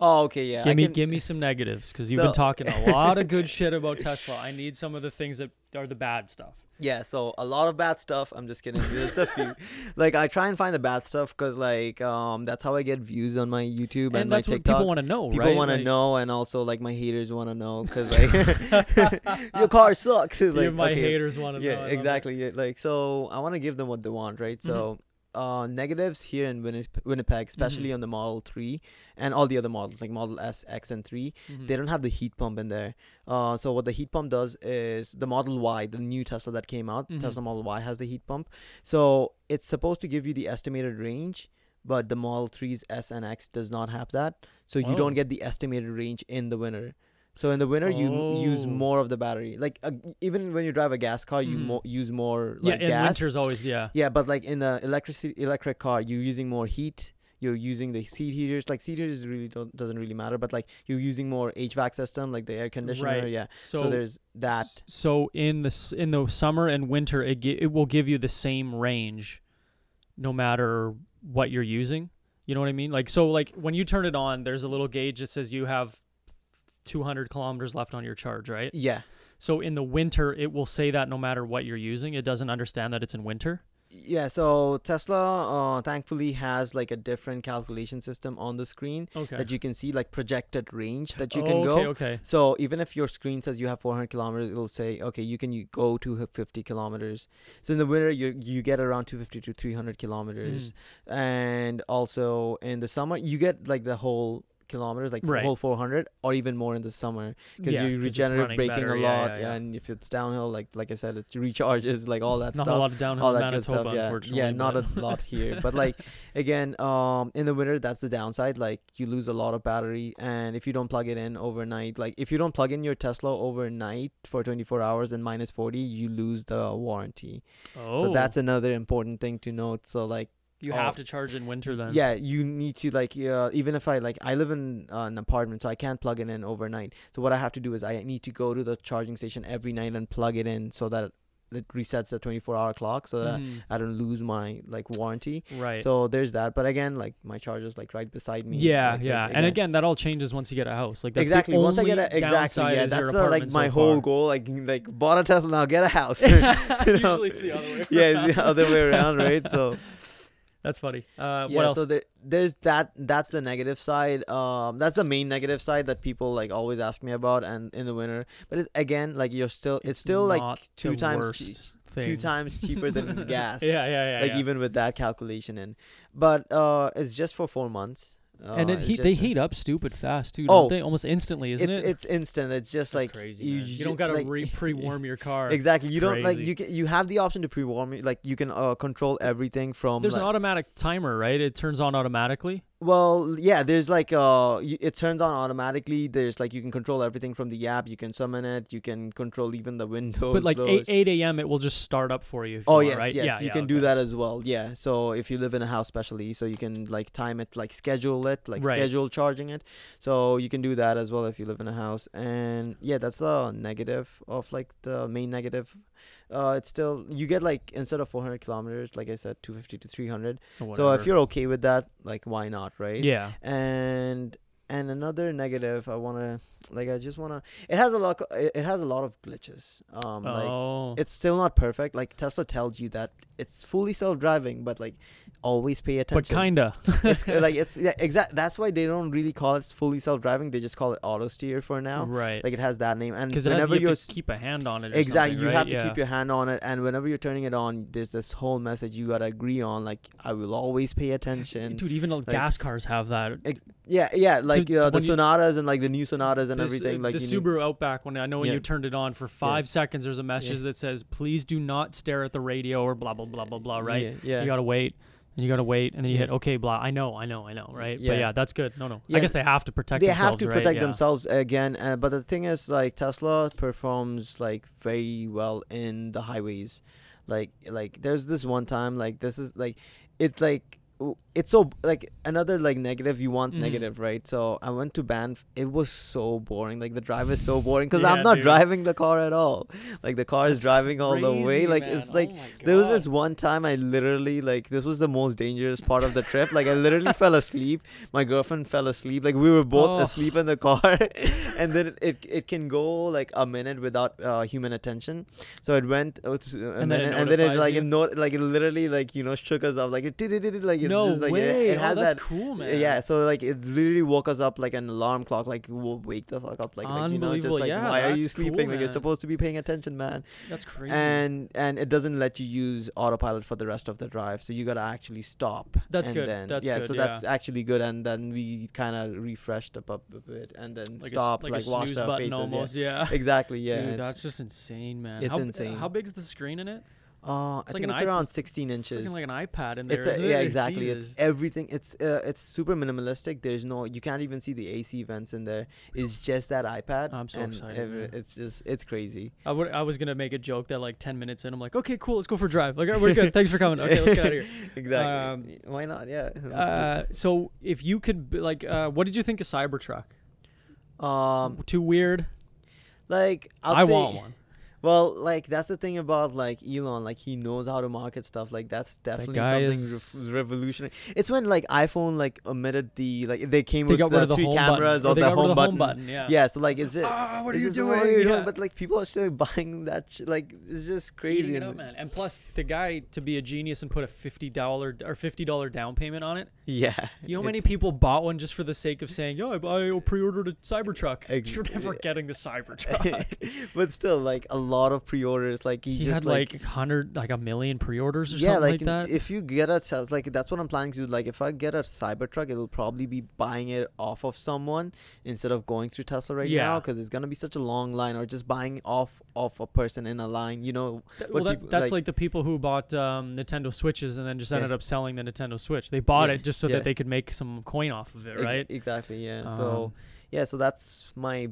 [SPEAKER 2] oh, okay, yeah. I
[SPEAKER 1] give me
[SPEAKER 2] can-
[SPEAKER 1] give me some negatives because you've been
[SPEAKER 2] So-
[SPEAKER 1] talking a lot of good shit
[SPEAKER 2] *laughs*
[SPEAKER 1] about Tesla. I need some of the things that are the bad stuff.
[SPEAKER 2] Yeah, so a lot of bad stuff. I'm just kidding. There's
[SPEAKER 1] *laughs*
[SPEAKER 2] a few. Like I try and find the bad stuff because like um that's how I get views on my YouTube and,
[SPEAKER 1] And,
[SPEAKER 2] my
[SPEAKER 1] that's what
[SPEAKER 2] TikTok.
[SPEAKER 1] people want to know,
[SPEAKER 2] People
[SPEAKER 1] right?
[SPEAKER 2] want to
[SPEAKER 1] Like,
[SPEAKER 2] know, and also like my haters want to know, cause like
[SPEAKER 1] *laughs*
[SPEAKER 2] your car sucks. *laughs* It's
[SPEAKER 1] you-
[SPEAKER 2] like,
[SPEAKER 1] my
[SPEAKER 2] okay,
[SPEAKER 1] haters want to know. I
[SPEAKER 2] Yeah,
[SPEAKER 1] love it.
[SPEAKER 2] exactly. Yeah, like so, I want to give them what they want, right? So,
[SPEAKER 1] Mm-hmm.
[SPEAKER 2] uh, negatives here in Winnip- Winnipeg, especially on the Model Three and all the other models like Model S, X, and 3
[SPEAKER 1] Mhm.
[SPEAKER 2] they don't have the heat pump in there. Uh, so what the heat pump does is the Model Y, the new Tesla that came out,
[SPEAKER 1] Mhm.
[SPEAKER 2] Tesla Model Y has the heat pump. So it's supposed to give you the estimated range, but the Model 3's S and X does not have that. So you
[SPEAKER 1] Oh.
[SPEAKER 2] don't get the estimated range in the winter. So in the winter you m- use
[SPEAKER 1] Oh.
[SPEAKER 2] more of the battery. Like uh, even when you drive a gas car, you
[SPEAKER 1] Mhm.
[SPEAKER 2] mo- use more like
[SPEAKER 1] yeah, and
[SPEAKER 2] gas.
[SPEAKER 1] winter's always yeah.
[SPEAKER 2] Yeah, but like in the electricity electric car, you're using more heat. You're using the seat heaters. Like seat heaters really don't doesn't really matter, but like you're using more HVAC system, like the air conditioner.
[SPEAKER 1] Right.
[SPEAKER 2] Yeah. So,
[SPEAKER 1] So,
[SPEAKER 2] there's that.
[SPEAKER 1] s- So in the s- in the summer and winter, it gi- it will give you the same range, no matter what you're using. You know what I mean? Like so, like when you turn it on, there's a little gauge that says you have 200 kilometers left on your charge, right?
[SPEAKER 2] Yeah.
[SPEAKER 1] So in the winter, it will say that no matter what you're using, it doesn't understand that it's in winter.
[SPEAKER 2] Yeah, so Tesla uh, thankfully has like a different calculation system on the screen
[SPEAKER 1] Okay. Oh,
[SPEAKER 2] that you can see like projected range that you can go.
[SPEAKER 1] Okay. Okay.
[SPEAKER 2] So even if your screen says you have 400 kilometers, it'll say, okay, you can you go to h- 50 kilometers. So in the winter, you you get around 250 to 300 kilometers,
[SPEAKER 1] Mm.
[SPEAKER 2] and also in the summer, you get like the whole kilometers, like
[SPEAKER 1] Right.
[SPEAKER 2] whole 400 or even more in the summer because
[SPEAKER 1] Yeah,
[SPEAKER 2] you
[SPEAKER 1] 'cause it's
[SPEAKER 2] regenerative
[SPEAKER 1] running
[SPEAKER 2] braking
[SPEAKER 1] better,
[SPEAKER 2] a
[SPEAKER 1] yeah,
[SPEAKER 2] lot,
[SPEAKER 1] yeah, yeah.
[SPEAKER 2] and if it's downhill, like like I said, it recharges like all that
[SPEAKER 1] Not
[SPEAKER 2] stuff
[SPEAKER 1] a lot of downhill
[SPEAKER 2] all
[SPEAKER 1] in
[SPEAKER 2] that good
[SPEAKER 1] Manitoba,
[SPEAKER 2] stuff. Yeah,
[SPEAKER 1] unfortunately.
[SPEAKER 2] yeah, not
[SPEAKER 1] but-
[SPEAKER 2] a lot
[SPEAKER 1] *laughs*
[SPEAKER 2] here. But like again, um, in the winter, that's the downside. Like you lose a lot of battery, and if you don't plug it in overnight, like if you don't plug in your Tesla overnight for 24 hours and minus 40, you lose the warranty.
[SPEAKER 1] oh,
[SPEAKER 2] So that's another important thing to note. So like
[SPEAKER 1] you
[SPEAKER 2] oh.
[SPEAKER 1] have to charge in winter then.
[SPEAKER 2] yeah, you need to like uh, even if I like I live in uh, an apartment, so I can't plug it in overnight. So what I have to do is I need to go to the charging station every night and plug it in so that it resets the 24 hour clock so that I-
[SPEAKER 1] Mhm.
[SPEAKER 2] I don't lose my like warranty.
[SPEAKER 1] Right.
[SPEAKER 2] So there's that. But again, like my charger's like right beside me.
[SPEAKER 1] yeah,
[SPEAKER 2] like, like,
[SPEAKER 1] yeah, and again, that all changes once you get a house. Like that's the
[SPEAKER 2] exactly. Once I get
[SPEAKER 1] only
[SPEAKER 2] a exactly,
[SPEAKER 1] downside
[SPEAKER 2] yeah,
[SPEAKER 1] is your
[SPEAKER 2] that's the, like
[SPEAKER 1] apartment
[SPEAKER 2] my
[SPEAKER 1] so
[SPEAKER 2] whole
[SPEAKER 1] far. *laughs*
[SPEAKER 2] goal. *laughs* Like like bought a Tesla now, get a house. *laughs* You know?
[SPEAKER 1] Usually it's the other way.
[SPEAKER 2] yeah, it's
[SPEAKER 1] around.
[SPEAKER 2] the other way around, right? So
[SPEAKER 1] *laughs* that's funny. Uh,
[SPEAKER 2] yeah,
[SPEAKER 1] what else?
[SPEAKER 2] so there, there's that. That's the negative side. Um, that's the main negative side that people like always ask me about, and in the winter. But it, again, like you're still, it's, still like
[SPEAKER 1] Not
[SPEAKER 2] two
[SPEAKER 1] the
[SPEAKER 2] times
[SPEAKER 1] worst
[SPEAKER 2] cheap-
[SPEAKER 1] thing.
[SPEAKER 2] two times cheaper than gas.
[SPEAKER 1] *laughs* Yeah, yeah, yeah.
[SPEAKER 2] like
[SPEAKER 1] yeah.
[SPEAKER 2] even with that calculation in but uh it's just for four months uh,
[SPEAKER 1] and it
[SPEAKER 2] it's
[SPEAKER 1] heat,
[SPEAKER 2] just
[SPEAKER 1] they
[SPEAKER 2] a-
[SPEAKER 1] heat up stupid fast too,
[SPEAKER 2] Oh,
[SPEAKER 1] don't they? Almost instantly, isn't
[SPEAKER 2] it's
[SPEAKER 1] it?
[SPEAKER 2] it's instant it's just
[SPEAKER 1] That's
[SPEAKER 2] like
[SPEAKER 1] crazy. man. You, don't
[SPEAKER 2] ju-
[SPEAKER 1] gotta
[SPEAKER 2] like- *laughs*
[SPEAKER 1] re- pre-warm your car.
[SPEAKER 2] exactly you don't like
[SPEAKER 1] Crazy.
[SPEAKER 2] you can you have the option to pre-warm it like you can uh control everything from
[SPEAKER 1] There's
[SPEAKER 2] like,
[SPEAKER 1] an automatic timer, right? It turns on automatically.
[SPEAKER 2] well yeah there's like uh y it turns on automatically there's like you can control everything from the app you can summon it you can control even the *laughs* windows
[SPEAKER 1] but like
[SPEAKER 2] doors.
[SPEAKER 1] 8, 8 a.m., it will just start up for you. If
[SPEAKER 2] Oh
[SPEAKER 1] you
[SPEAKER 2] yes,
[SPEAKER 1] want, right?
[SPEAKER 2] yes,
[SPEAKER 1] yeah,
[SPEAKER 2] you
[SPEAKER 1] yeah,
[SPEAKER 2] can
[SPEAKER 1] okay.
[SPEAKER 2] do that as well. Yeah. So if you live in a house, especially, so you can like time it, like schedule it, like
[SPEAKER 1] Right.
[SPEAKER 2] schedule charging it. So you can do that as well if you live in a house. And yeah, that's the negative of like the main negative. Uh, it's still you get like instead of 400 kilometers, like I said, 250
[SPEAKER 1] Or
[SPEAKER 2] to 300. So if
[SPEAKER 1] whatever.
[SPEAKER 2] you're okay with that, like why not, right?
[SPEAKER 1] yeah,
[SPEAKER 2] And and another negative, I wanna like I just wanna. It has a lot. It it has a lot of glitches. Um, like
[SPEAKER 1] oh,
[SPEAKER 2] *laughs* it's still not perfect. Like Tesla tells you that it's fully self-driving but like always pay
[SPEAKER 1] but
[SPEAKER 2] attention
[SPEAKER 1] kinda.
[SPEAKER 2] *laughs* it's like it's yeah, exact that's why they don't really call it fully self-driving they just call it auto steer for now
[SPEAKER 1] right.
[SPEAKER 2] like it has that name and
[SPEAKER 1] Because whenever
[SPEAKER 2] whenever
[SPEAKER 1] you
[SPEAKER 2] you're
[SPEAKER 1] have to keep a hand on it. Or
[SPEAKER 2] exactly
[SPEAKER 1] something,
[SPEAKER 2] you
[SPEAKER 1] right?
[SPEAKER 2] have to
[SPEAKER 1] yeah.
[SPEAKER 2] keep your hand on it and whenever you're turning it on there's this whole message you gotta agree on like i will always pay attention
[SPEAKER 1] Dude, even like, gas cars have that.
[SPEAKER 2] yeah yeah like
[SPEAKER 1] Dude,
[SPEAKER 2] you know, the
[SPEAKER 1] when you-
[SPEAKER 2] sonatas and like the new sonatas and
[SPEAKER 1] This- uh,
[SPEAKER 2] everything like
[SPEAKER 1] the
[SPEAKER 2] you need-
[SPEAKER 1] Subaru Outback when I know when
[SPEAKER 2] Yeah.
[SPEAKER 1] you turned it on for five seconds, there's a message that says, "Please do not stare at the radio" or blah blah blah blah blah. Right?
[SPEAKER 2] Yeah, yeah.
[SPEAKER 1] You gotta wait, and you gotta wait, and then you hit
[SPEAKER 2] Yeah.
[SPEAKER 1] okay, blah. I know, I know, I know. Right?
[SPEAKER 2] Yeah.
[SPEAKER 1] But yeah, that's good. No, no.
[SPEAKER 2] Yeah,
[SPEAKER 1] I guess they have to protect.
[SPEAKER 2] they
[SPEAKER 1] themselves,
[SPEAKER 2] have to
[SPEAKER 1] right?
[SPEAKER 2] protect
[SPEAKER 1] Yeah.
[SPEAKER 2] themselves again uh, but the thing is like tesla performs like very well in the highways like like there's this one time like this is like it's like w- it's so like another like negative you want
[SPEAKER 1] Mhm.
[SPEAKER 2] negative right so i went to banff it was so boring like the drive is so boring because
[SPEAKER 1] Yeah,
[SPEAKER 2] i'm not
[SPEAKER 1] dude.
[SPEAKER 2] driving the car at all like the car is driving all the way
[SPEAKER 1] Crazy,
[SPEAKER 2] like
[SPEAKER 1] man.
[SPEAKER 2] it's
[SPEAKER 1] Oh
[SPEAKER 2] like
[SPEAKER 1] my
[SPEAKER 2] there was
[SPEAKER 1] God.
[SPEAKER 2] this one time I literally like this was the most dangerous part of the trip. Like I literally fell asleep. My girlfriend fell asleep. Like we were both
[SPEAKER 1] Oh.
[SPEAKER 2] asleep in the car, *laughs* and then it it can go like a minute without uh, human attention. So it went uh, to- a
[SPEAKER 1] And then it
[SPEAKER 2] minute, and then it
[SPEAKER 1] notifies
[SPEAKER 2] like
[SPEAKER 1] you?
[SPEAKER 2] it no, like it literally like you know shook us up. Like it did it did it like it
[SPEAKER 1] No
[SPEAKER 2] just, like, it-
[SPEAKER 1] way.
[SPEAKER 2] It,
[SPEAKER 1] oh,
[SPEAKER 2] had
[SPEAKER 1] that's
[SPEAKER 2] that.
[SPEAKER 1] cool, man.
[SPEAKER 2] Yeah, so like it literally woke us up like an alarm clock, like will wake the fuck up, like, like you know, just
[SPEAKER 1] Unbelievable.
[SPEAKER 2] like
[SPEAKER 1] Yeah,
[SPEAKER 2] why are you
[SPEAKER 1] that's cool,
[SPEAKER 2] sleeping? like
[SPEAKER 1] man.
[SPEAKER 2] you're supposed to be paying attention, man
[SPEAKER 1] that's crazy.
[SPEAKER 2] and and it doesn't let you use autopilot for the rest of the drive so you gotta actually stop
[SPEAKER 1] That's
[SPEAKER 2] and
[SPEAKER 1] good,
[SPEAKER 2] then,
[SPEAKER 1] that's
[SPEAKER 2] yeah
[SPEAKER 1] good,
[SPEAKER 2] so that's actually good and then we kind of refreshed up, up a bit and then
[SPEAKER 1] like
[SPEAKER 2] stopped
[SPEAKER 1] a, s-
[SPEAKER 2] like,
[SPEAKER 1] like, a
[SPEAKER 2] washed
[SPEAKER 1] snooze
[SPEAKER 2] our
[SPEAKER 1] button
[SPEAKER 2] faces
[SPEAKER 1] almost.
[SPEAKER 2] yeah.
[SPEAKER 1] Yeah.
[SPEAKER 2] *laughs* exactly yeah
[SPEAKER 1] Dude,
[SPEAKER 2] it's-
[SPEAKER 1] that's just insane, man.
[SPEAKER 2] it's
[SPEAKER 1] how,
[SPEAKER 2] insane.
[SPEAKER 1] How big's the screen in it?
[SPEAKER 2] uh, i
[SPEAKER 1] like
[SPEAKER 2] think
[SPEAKER 1] an
[SPEAKER 2] it's
[SPEAKER 1] iP-
[SPEAKER 2] around 16
[SPEAKER 1] Freaking
[SPEAKER 2] inches
[SPEAKER 1] like an iPad in there,
[SPEAKER 2] it's a,
[SPEAKER 1] isn't it?
[SPEAKER 2] yeah exactly
[SPEAKER 1] Jesus.
[SPEAKER 2] it's everything it's uh, it's super minimalistic there's no you can't even see the ac vents in there it's just that ipad
[SPEAKER 1] I'm so
[SPEAKER 2] and
[SPEAKER 1] excited,
[SPEAKER 2] every-
[SPEAKER 1] man.
[SPEAKER 2] it's just it's crazy
[SPEAKER 1] I, would, I was gonna make a joke that like ten minutes in, I'm like, okay, cool, let's go for a drive. Like, "Alright, we're good. Thanks for coming. Okay, let's get Um, out of
[SPEAKER 2] *laughs* exactly why not yeah
[SPEAKER 1] here. Uh, so, if you could, b- like, uh, what did you think of Cybertruck?
[SPEAKER 2] *laughs* um
[SPEAKER 1] Too weird.
[SPEAKER 2] like I'll
[SPEAKER 1] uh, I
[SPEAKER 2] say-
[SPEAKER 1] want one.
[SPEAKER 2] Well, like that's the thing about like Elon, like he knows how to market stuff. Like that's definitely
[SPEAKER 1] guy
[SPEAKER 2] something
[SPEAKER 1] is-
[SPEAKER 2] re- revolutionary. It's when like iPhone like omitted the like they came
[SPEAKER 1] They
[SPEAKER 2] with
[SPEAKER 1] got
[SPEAKER 2] the
[SPEAKER 1] rid of the
[SPEAKER 2] three
[SPEAKER 1] home
[SPEAKER 2] cameras
[SPEAKER 1] button.
[SPEAKER 2] or
[SPEAKER 1] they
[SPEAKER 2] the,
[SPEAKER 1] got
[SPEAKER 2] home,
[SPEAKER 1] rid of the
[SPEAKER 2] button.
[SPEAKER 1] home button. Yeah.
[SPEAKER 2] Yeah, so like it's it.
[SPEAKER 1] Ah, what are
[SPEAKER 2] it's
[SPEAKER 1] you
[SPEAKER 2] just the
[SPEAKER 1] doing?
[SPEAKER 2] way you're doing,
[SPEAKER 1] Yeah.
[SPEAKER 2] But like people are still *laughs* buying that. Sh- like it's just
[SPEAKER 1] Eating
[SPEAKER 2] crazy.
[SPEAKER 1] it
[SPEAKER 2] and-
[SPEAKER 1] up, man. And plus, the guy to be a genius and put a fifty dollar or fifty dollar down payment on it.
[SPEAKER 2] *laughs* Yeah.
[SPEAKER 1] You know how
[SPEAKER 2] it's-
[SPEAKER 1] many people bought one just for the sake of saying, "Yo, I, I pre-ordered a Cybertruck."
[SPEAKER 2] Ex-
[SPEAKER 1] You're
[SPEAKER 2] *laughs*
[SPEAKER 1] never getting the Cybertruck.
[SPEAKER 2] but still, like a lot of pre-orders. Like *laughs* he,
[SPEAKER 1] he
[SPEAKER 2] just
[SPEAKER 1] had like hundred, like a million pre-orders or
[SPEAKER 2] yeah,
[SPEAKER 1] something
[SPEAKER 2] like,
[SPEAKER 1] like, that.
[SPEAKER 2] if you get a Tesla, like that's what I'm planning to do. Like if I get a Cybertruck, it'll probably be buying it off of someone instead of going through Tesla right now
[SPEAKER 1] Yeah.
[SPEAKER 2] because it's gonna be such a long line, or just buying off of a person in a line. You know,
[SPEAKER 1] Th-
[SPEAKER 2] what
[SPEAKER 1] well, that,
[SPEAKER 2] people-
[SPEAKER 1] that's like, the people who bought um, Nintendo Switches and then just
[SPEAKER 2] Yeah.
[SPEAKER 1] ended up selling the Nintendo Switch. They bought
[SPEAKER 2] Yeah,
[SPEAKER 1] it just so
[SPEAKER 2] yeah.
[SPEAKER 1] that they could make some coin off of it,
[SPEAKER 2] Ex-
[SPEAKER 1] right? Um.
[SPEAKER 2] exactly, yeah. so yeah, so that's my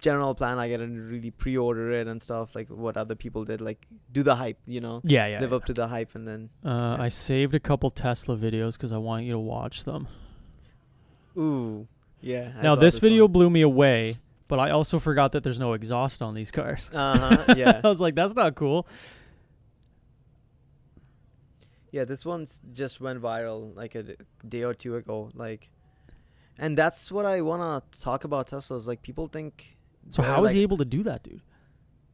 [SPEAKER 2] general plan. Like I didn't really pre-order it and stuff like what other people did. Like do the hype, you know,
[SPEAKER 1] Yeah, yeah.
[SPEAKER 2] live
[SPEAKER 1] yeah.
[SPEAKER 2] up to the hype, and then
[SPEAKER 1] Uh,
[SPEAKER 2] yeah.
[SPEAKER 1] I saved a couple Tesla videos because I want you to watch them.
[SPEAKER 2] ooh, yeah. I
[SPEAKER 1] now,
[SPEAKER 2] saw
[SPEAKER 1] this video
[SPEAKER 2] one.
[SPEAKER 1] blew me away, but I also forgot that there's no exhaust on these cars.
[SPEAKER 2] Uh-huh, yeah.
[SPEAKER 1] *laughs* I was like, that's not cool.
[SPEAKER 2] Yeah, this one's just went viral like a d- day or two ago. Like, and that's what I wanna talk about Teslas. Like, people think.
[SPEAKER 1] So
[SPEAKER 2] they're,
[SPEAKER 1] how is
[SPEAKER 2] like,
[SPEAKER 1] he able to do that, dude?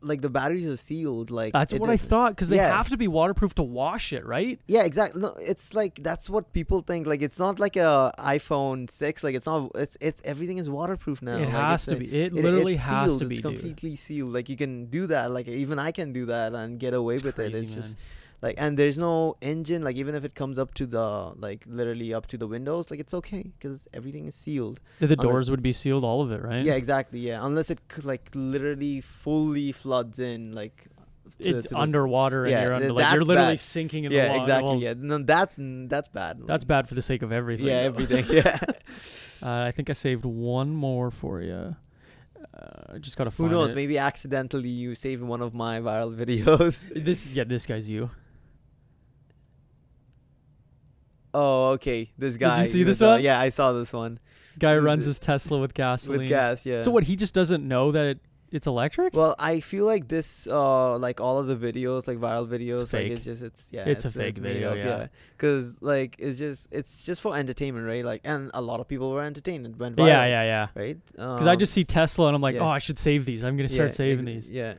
[SPEAKER 2] Like the batteries are sealed. Like
[SPEAKER 1] That's
[SPEAKER 2] it
[SPEAKER 1] what I
[SPEAKER 2] is-
[SPEAKER 1] thought because they
[SPEAKER 2] yeah.
[SPEAKER 1] have to be waterproof to wash it, right?
[SPEAKER 2] Yeah, exactly. No, it's like that's what people think. Like, it's not like a iPhone six. Like, it's not. It's it's everything is waterproof now.
[SPEAKER 1] it
[SPEAKER 2] like,
[SPEAKER 1] has to
[SPEAKER 2] it's a-
[SPEAKER 1] be. It literally
[SPEAKER 2] it's
[SPEAKER 1] has
[SPEAKER 2] sealed,
[SPEAKER 1] to be,
[SPEAKER 2] It's
[SPEAKER 1] dude.
[SPEAKER 2] completely sealed. Like you can do that. Like even I can do that and get away
[SPEAKER 1] It's
[SPEAKER 2] with it.
[SPEAKER 1] crazy,
[SPEAKER 2] It's just
[SPEAKER 1] man.
[SPEAKER 2] like and there's no engine. Like even if it comes up to the like literally up to the windows, like it's okay because everything is sealed.
[SPEAKER 1] The
[SPEAKER 2] unless-
[SPEAKER 1] doors would be sealed, all of it, right?
[SPEAKER 2] Yeah, exactly. Yeah, unless it c- like literally fully floods in, like to-
[SPEAKER 1] it's
[SPEAKER 2] to the-
[SPEAKER 1] underwater
[SPEAKER 2] Yeah,
[SPEAKER 1] and you're under,
[SPEAKER 2] th-
[SPEAKER 1] like you're
[SPEAKER 2] that's
[SPEAKER 1] literally
[SPEAKER 2] bad.
[SPEAKER 1] sinking in the
[SPEAKER 2] yeah,
[SPEAKER 1] water.
[SPEAKER 2] exactly.
[SPEAKER 1] Well,
[SPEAKER 2] yeah, no, that's that's bad.
[SPEAKER 1] That's
[SPEAKER 2] like,
[SPEAKER 1] bad for the sake of everything. though.
[SPEAKER 2] Yeah,
[SPEAKER 1] *laughs*
[SPEAKER 2] everything. Yeah.
[SPEAKER 1] Uh, I think I saved one more for you. Uh, I just gotta
[SPEAKER 2] Who
[SPEAKER 1] find
[SPEAKER 2] knows?
[SPEAKER 1] it.
[SPEAKER 2] Maybe accidentally you saved one of my viral *laughs* videos.
[SPEAKER 1] This yeah, this guy's you.
[SPEAKER 2] oh, okay. This guy.
[SPEAKER 1] see this
[SPEAKER 2] Rizal.
[SPEAKER 1] one?
[SPEAKER 2] Yeah, I saw this one
[SPEAKER 1] Guy
[SPEAKER 2] Is
[SPEAKER 1] runs
[SPEAKER 2] it-
[SPEAKER 1] his Tesla with gasoline.
[SPEAKER 2] with gas. Yeah.
[SPEAKER 1] So what? He just doesn't know that it, it's electric.
[SPEAKER 2] Well, I feel like this, uh, like all of the videos, like viral videos, like
[SPEAKER 1] fake.
[SPEAKER 2] it's just it's yeah,
[SPEAKER 1] It's a fake
[SPEAKER 2] made
[SPEAKER 1] video, yeah.
[SPEAKER 2] Cause like it's just it's just for entertainment, right? Like, and a lot of people were entertained. It went viral,
[SPEAKER 1] yeah, yeah, yeah.
[SPEAKER 2] right?
[SPEAKER 1] Because I just see Tesla and I'm like,
[SPEAKER 2] Um, yeah.
[SPEAKER 1] oh, I should save these. I'm gonna start saving these.
[SPEAKER 2] Yeah,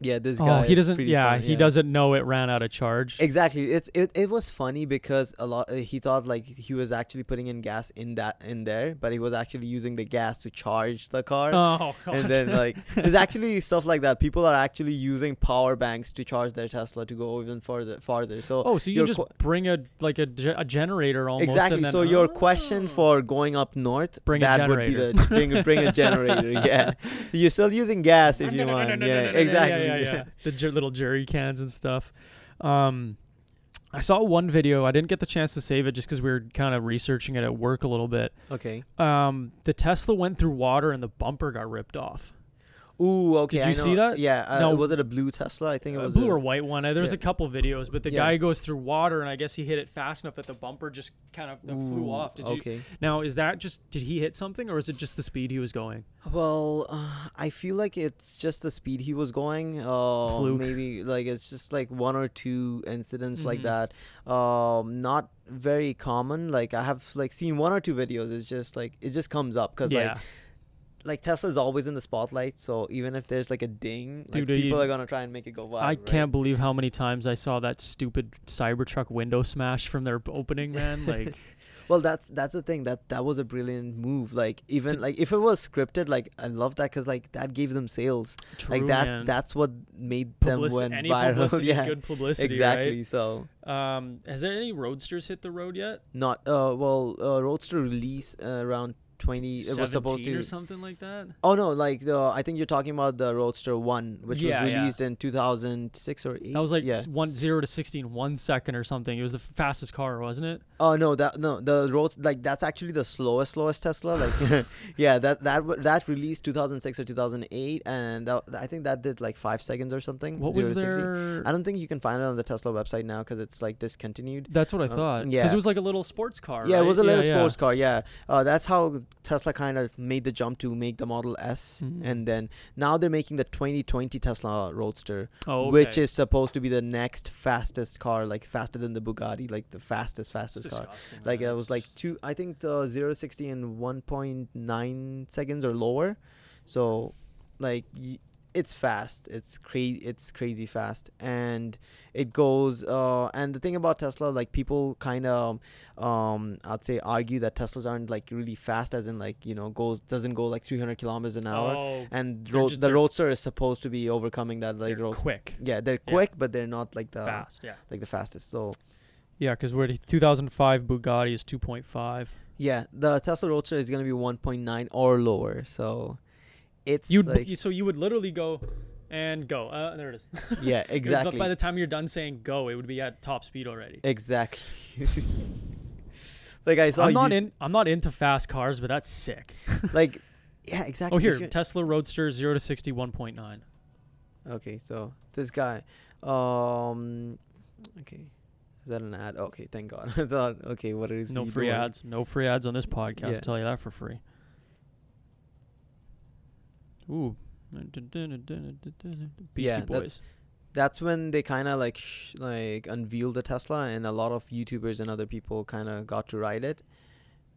[SPEAKER 2] Yeah, this guy.
[SPEAKER 1] Oh, he
[SPEAKER 2] is
[SPEAKER 1] doesn't.
[SPEAKER 2] pretty
[SPEAKER 1] Yeah,
[SPEAKER 2] funny,
[SPEAKER 1] he doesn't know it ran out of charge.
[SPEAKER 2] Exactly. It's it, it was funny because a lot uh, he thought like he was actually putting in gas in that in there, but he was actually using the gas to charge the car.
[SPEAKER 1] oh, *laughs* God.
[SPEAKER 2] and then like there's actually stuff like that. People are actually using power banks to charge their Tesla to go even further farther. So
[SPEAKER 1] *laughs* oh, so you
[SPEAKER 2] your
[SPEAKER 1] can just
[SPEAKER 2] qu-
[SPEAKER 1] bring a like a, ge- a generator almost.
[SPEAKER 2] exactly.
[SPEAKER 1] And then,
[SPEAKER 2] so
[SPEAKER 1] *laughs*
[SPEAKER 2] your question
[SPEAKER 1] Oh.
[SPEAKER 2] for going up north
[SPEAKER 1] Bring a
[SPEAKER 2] that would be
[SPEAKER 1] generator.
[SPEAKER 2] the bring, bring
[SPEAKER 1] *laughs*
[SPEAKER 2] a generator. Yeah, so you're still using gas if you
[SPEAKER 1] *laughs*
[SPEAKER 2] want. Yeah, exactly.
[SPEAKER 1] Yeah, yeah,
[SPEAKER 2] *laughs*
[SPEAKER 1] yeah. The j- little jerry cans and stuff. Um, I saw one video. I didn't get the chance to save it just because we were kind of researching it at work a little bit.
[SPEAKER 2] Okay.
[SPEAKER 1] Um, the Tesla went through water and the bumper got ripped off.
[SPEAKER 2] Ooh, okay.
[SPEAKER 1] Did
[SPEAKER 2] I
[SPEAKER 1] you see
[SPEAKER 2] know.
[SPEAKER 1] that?
[SPEAKER 2] Yeah. Uh,
[SPEAKER 1] No.
[SPEAKER 2] Was it a blue Tesla? I think it
[SPEAKER 1] A
[SPEAKER 2] was
[SPEAKER 1] blue
[SPEAKER 2] a-
[SPEAKER 1] or white one. Uh, There was
[SPEAKER 2] yeah.
[SPEAKER 1] a couple videos, but the
[SPEAKER 2] Yeah.
[SPEAKER 1] guy goes through water and I guess he hit it fast enough that the bumper just kind of flew
[SPEAKER 2] Ooh,
[SPEAKER 1] off. Did you?
[SPEAKER 2] okay.
[SPEAKER 1] Now is that just did he hit something or is it just the speed he was going?
[SPEAKER 2] Well, uh, I feel like it's just the speed he was going. Uh,
[SPEAKER 1] Fluke.
[SPEAKER 2] Maybe like it's just like one or two incidents like
[SPEAKER 1] Mhm.
[SPEAKER 2] that. Um, not very common. Like I have like seen one or two videos. It's just like it just comes up because
[SPEAKER 1] yeah.
[SPEAKER 2] like like Tesla's always in the spotlight. So even if there's like a ding, like
[SPEAKER 1] Dude, are
[SPEAKER 2] people
[SPEAKER 1] you-
[SPEAKER 2] are gonna try and make it go viral.
[SPEAKER 1] I
[SPEAKER 2] right?
[SPEAKER 1] can't believe how many times I saw that stupid Cybertruck window smash from their b- opening,
[SPEAKER 2] *laughs*
[SPEAKER 1] man. Like,
[SPEAKER 2] Well, that's that's the thing. That that was a brilliant move. Like even like if it was scripted, like I love that because like that gave them sales.
[SPEAKER 1] true,
[SPEAKER 2] like that
[SPEAKER 1] man.
[SPEAKER 2] that's what made
[SPEAKER 1] Publici-
[SPEAKER 2] them went
[SPEAKER 1] any
[SPEAKER 2] viral. *laughs*
[SPEAKER 1] publicity
[SPEAKER 2] yeah.
[SPEAKER 1] is good publicity,
[SPEAKER 2] exactly. So
[SPEAKER 1] right? Um, has there any roadsters hit the road yet?
[SPEAKER 2] not uh well uh, Roadster release uh, around twenty. It was supposed
[SPEAKER 1] 17 or
[SPEAKER 2] to.
[SPEAKER 1] something like that.
[SPEAKER 2] Oh no, like the I think you're talking about the Roadster one, which
[SPEAKER 1] Yeah,
[SPEAKER 2] was
[SPEAKER 1] yeah.
[SPEAKER 2] released in two thousand six or eight.
[SPEAKER 1] That was like
[SPEAKER 2] yeah.
[SPEAKER 1] s- one zero to 16, one second or something. It was the f- fastest car, wasn't it?
[SPEAKER 2] Oh no, that no the road like that's actually the slowest slowest Tesla. Like *laughs* yeah, that that wa- that released two thousand six or two thousand eight, and that, I think that did like five seconds or something.
[SPEAKER 1] What
[SPEAKER 2] zero
[SPEAKER 1] was
[SPEAKER 2] to 60.
[SPEAKER 1] their?
[SPEAKER 2] I don't think you can find it on the Tesla website now because it's like discontinued.
[SPEAKER 1] *laughs* That's what I
[SPEAKER 2] um,
[SPEAKER 1] thought.
[SPEAKER 2] yeah.
[SPEAKER 1] because it was like a little sports car.
[SPEAKER 2] Yeah, it was a
[SPEAKER 1] right?
[SPEAKER 2] little
[SPEAKER 1] yeah.
[SPEAKER 2] sports car. Yeah, uh, that's how Tesla kind of made the jump to make the Model S,
[SPEAKER 1] Mhm.
[SPEAKER 2] and then now they're making the 2020 Tesla Roadster,
[SPEAKER 1] Oh,
[SPEAKER 2] which
[SPEAKER 1] okay.
[SPEAKER 2] is supposed to be the next fastest car, like faster than the Bugatti, like the fastest
[SPEAKER 1] It's
[SPEAKER 2] fastest car.
[SPEAKER 1] disgusting,
[SPEAKER 2] Like
[SPEAKER 1] man.
[SPEAKER 2] it
[SPEAKER 1] It's
[SPEAKER 2] was like
[SPEAKER 1] just-
[SPEAKER 2] two, I think the zero sixty in 1.9 seconds or lower, so like. Y- it's fast. It's crazy. It's crazy fast, and it goes. Uh, and the thing about Tesla, like people kind of um i'd say argue that teslas aren't like really fast as in like you know goes doesn't go like 300 kilometers an hour
[SPEAKER 1] Oh,
[SPEAKER 2] and
[SPEAKER 1] they're
[SPEAKER 2] road,
[SPEAKER 1] just-
[SPEAKER 2] the
[SPEAKER 1] they're-
[SPEAKER 2] roadster is supposed to be overcoming that
[SPEAKER 1] they're
[SPEAKER 2] like road,
[SPEAKER 1] quick,
[SPEAKER 2] yeah they're
[SPEAKER 1] Yeah.
[SPEAKER 2] quick but they're not like the
[SPEAKER 1] fast, yeah.
[SPEAKER 2] like the fastest so
[SPEAKER 1] Yeah, because we're at 2005 Bugatti is 2.5.
[SPEAKER 2] yeah the tesla roadster is going to be 1.9 or lower so it's
[SPEAKER 1] You'd *laughs*
[SPEAKER 2] like,
[SPEAKER 1] you, so you would literally go and go. Uh, there it is. *laughs*
[SPEAKER 2] yeah
[SPEAKER 1] But
[SPEAKER 2] exactly
[SPEAKER 1] by the time you're done saying go, it would be at top speed already.
[SPEAKER 2] exactly *laughs* like i saw
[SPEAKER 1] I'm not
[SPEAKER 2] you
[SPEAKER 1] in. I'm not into fast cars, but that's sick.
[SPEAKER 2] like yeah
[SPEAKER 1] *laughs*
[SPEAKER 2] exactly
[SPEAKER 1] Oh,
[SPEAKER 2] if
[SPEAKER 1] here
[SPEAKER 2] you-
[SPEAKER 1] Tesla Roadster zero to sixty one point nine.
[SPEAKER 2] Okay, so this guy, um, okay, is that an ad? Okay, thank God. *laughs* I thought, okay, what is
[SPEAKER 1] No
[SPEAKER 2] he
[SPEAKER 1] free
[SPEAKER 2] doing?
[SPEAKER 1] ads. No free ads on this podcast.
[SPEAKER 2] Yeah.
[SPEAKER 1] I'll tell you that for free. Ooh. Beastie
[SPEAKER 2] Yeah, that's-
[SPEAKER 1] Boys.
[SPEAKER 2] That's when they kind of like sh- like unveiled the Tesla, and a lot of YouTubers and other people kind of got to ride it,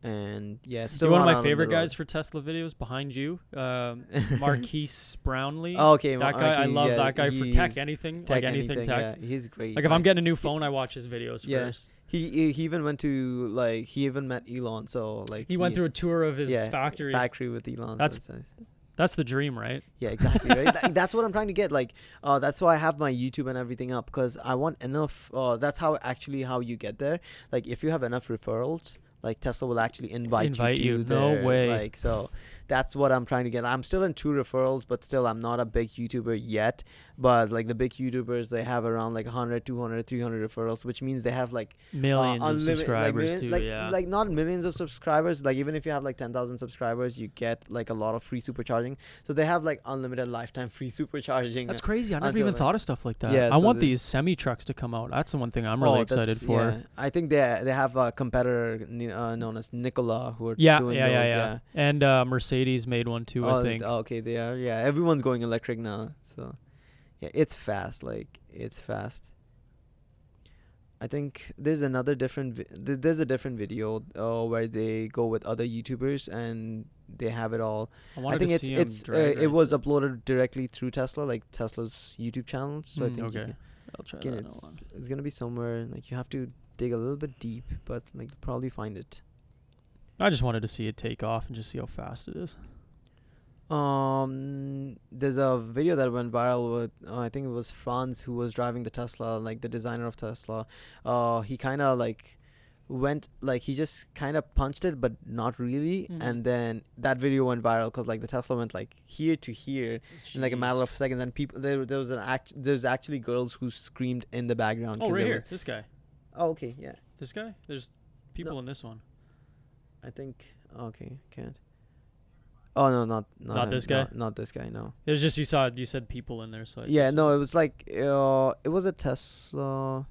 [SPEAKER 2] and yeah, it's still
[SPEAKER 1] you one
[SPEAKER 2] not
[SPEAKER 1] of
[SPEAKER 2] out
[SPEAKER 1] my
[SPEAKER 2] on the
[SPEAKER 1] favorite
[SPEAKER 2] road.
[SPEAKER 1] guys for Tesla videos behind you,
[SPEAKER 2] *laughs*
[SPEAKER 1] um, Marquise Brownlee.
[SPEAKER 2] okay,
[SPEAKER 1] that
[SPEAKER 2] Ma-
[SPEAKER 1] guy, I
[SPEAKER 2] Marquis,
[SPEAKER 1] love
[SPEAKER 2] Oh, yeah,
[SPEAKER 1] that guy for
[SPEAKER 2] he's
[SPEAKER 1] tech anything,
[SPEAKER 2] tech
[SPEAKER 1] like anything,
[SPEAKER 2] anything,
[SPEAKER 1] tech.
[SPEAKER 2] Yeah, he's great.
[SPEAKER 1] Like if I'm getting a new phone, I watch his videos
[SPEAKER 2] Yeah.
[SPEAKER 1] first.
[SPEAKER 2] he he- he even went to like he even met Elon, so like
[SPEAKER 1] He went through a tour of his
[SPEAKER 2] yeah,
[SPEAKER 1] factory.
[SPEAKER 2] factory with Elon. so
[SPEAKER 1] That's-
[SPEAKER 2] it's nice.
[SPEAKER 1] That's the dream, right?
[SPEAKER 2] Yeah, exactly. Right. That- *laughs* that's what I'm trying to get. Like, uh, that's why I have my YouTube and everything up because I want enough. Uh, that's how actually how you get there. Like, if you have enough referrals, like Tesla will actually invite,
[SPEAKER 1] Invite
[SPEAKER 2] you.
[SPEAKER 1] you.
[SPEAKER 2] To
[SPEAKER 1] No
[SPEAKER 2] their-
[SPEAKER 1] way.
[SPEAKER 2] Like, so that's what I'm trying to get. I'm still in two referrals, but still I'm not a big YouTuber yet. But like the big YouTubers, they have around like 100, 200, 300 referrals, which means they have like uh,
[SPEAKER 1] Millions of
[SPEAKER 2] unlimited- like,
[SPEAKER 1] subscribers
[SPEAKER 2] million-
[SPEAKER 1] too.
[SPEAKER 2] like,
[SPEAKER 1] yeah.
[SPEAKER 2] like not millions of subscribers. Like even if you have like ten thousand subscribers, you get like a lot of free supercharging. So they have like unlimited lifetime free *laughs* supercharging.
[SPEAKER 1] that's crazy. I never
[SPEAKER 2] until
[SPEAKER 1] even
[SPEAKER 2] then-
[SPEAKER 1] thought of stuff like that.
[SPEAKER 2] Yeah,
[SPEAKER 1] I
[SPEAKER 2] so
[SPEAKER 1] want
[SPEAKER 2] the-
[SPEAKER 1] these semi trucks to come out. That's the one thing I'm really
[SPEAKER 2] Oh, that's-
[SPEAKER 1] excited for.
[SPEAKER 2] yeah. I think they they have a competitor ni- uh, known as Nikola who are
[SPEAKER 1] Yeah, yeah,
[SPEAKER 2] doing
[SPEAKER 1] yeah,
[SPEAKER 2] those.
[SPEAKER 1] yeah, And uh, Mercedes made one too,
[SPEAKER 2] Oh,
[SPEAKER 1] I
[SPEAKER 2] th-
[SPEAKER 1] think.
[SPEAKER 2] oh, okay, they are. Yeah, everyone's going electric now. So, yeah, it's fast. Like it's fast. I think there's another different vi- th- there's a different video uh, where they go with other YouTubers and they have it all.
[SPEAKER 1] I
[SPEAKER 2] I
[SPEAKER 1] wanted
[SPEAKER 2] think
[SPEAKER 1] to
[SPEAKER 2] it's
[SPEAKER 1] see him
[SPEAKER 2] it's uh,
[SPEAKER 1] drag
[SPEAKER 2] it
[SPEAKER 1] race.
[SPEAKER 2] was uploaded directly through Tesla, like Tesla's YouTube channel. So I
[SPEAKER 1] Hmm,
[SPEAKER 2] think you
[SPEAKER 1] okay.
[SPEAKER 2] can-
[SPEAKER 1] I'll try
[SPEAKER 2] again,
[SPEAKER 1] that out
[SPEAKER 2] it's
[SPEAKER 1] one.
[SPEAKER 2] it's gonna be somewhere like you have to dig a little bit deep, but like probably find it.
[SPEAKER 1] I just wanted to see it take off and just see how fast it is.
[SPEAKER 2] Um, there's a video that went viral with uh, I think it was Franz who was driving the Tesla, like the designer of Tesla. Uh, he kind of like went like he just kind of punched it, but not really.
[SPEAKER 1] Mhm.
[SPEAKER 2] And then that video went viral because like the Tesla went like here to here in like a matter of seconds, and people there there was an act there's actually girls who screamed in the background.
[SPEAKER 1] Oh,
[SPEAKER 2] 'cause
[SPEAKER 1] right
[SPEAKER 2] there
[SPEAKER 1] here.
[SPEAKER 2] was-
[SPEAKER 1] This guy.
[SPEAKER 2] oh, okay, yeah.
[SPEAKER 1] This guy? There's people in this one.
[SPEAKER 2] I think okay, can't. Oh no, not not,
[SPEAKER 1] Not
[SPEAKER 2] him,
[SPEAKER 1] this guy?
[SPEAKER 2] Not, not this guy. No.
[SPEAKER 1] It was just you saw you said people in there, so I
[SPEAKER 2] yeah
[SPEAKER 1] just-
[SPEAKER 2] no it was like uh it was a tesla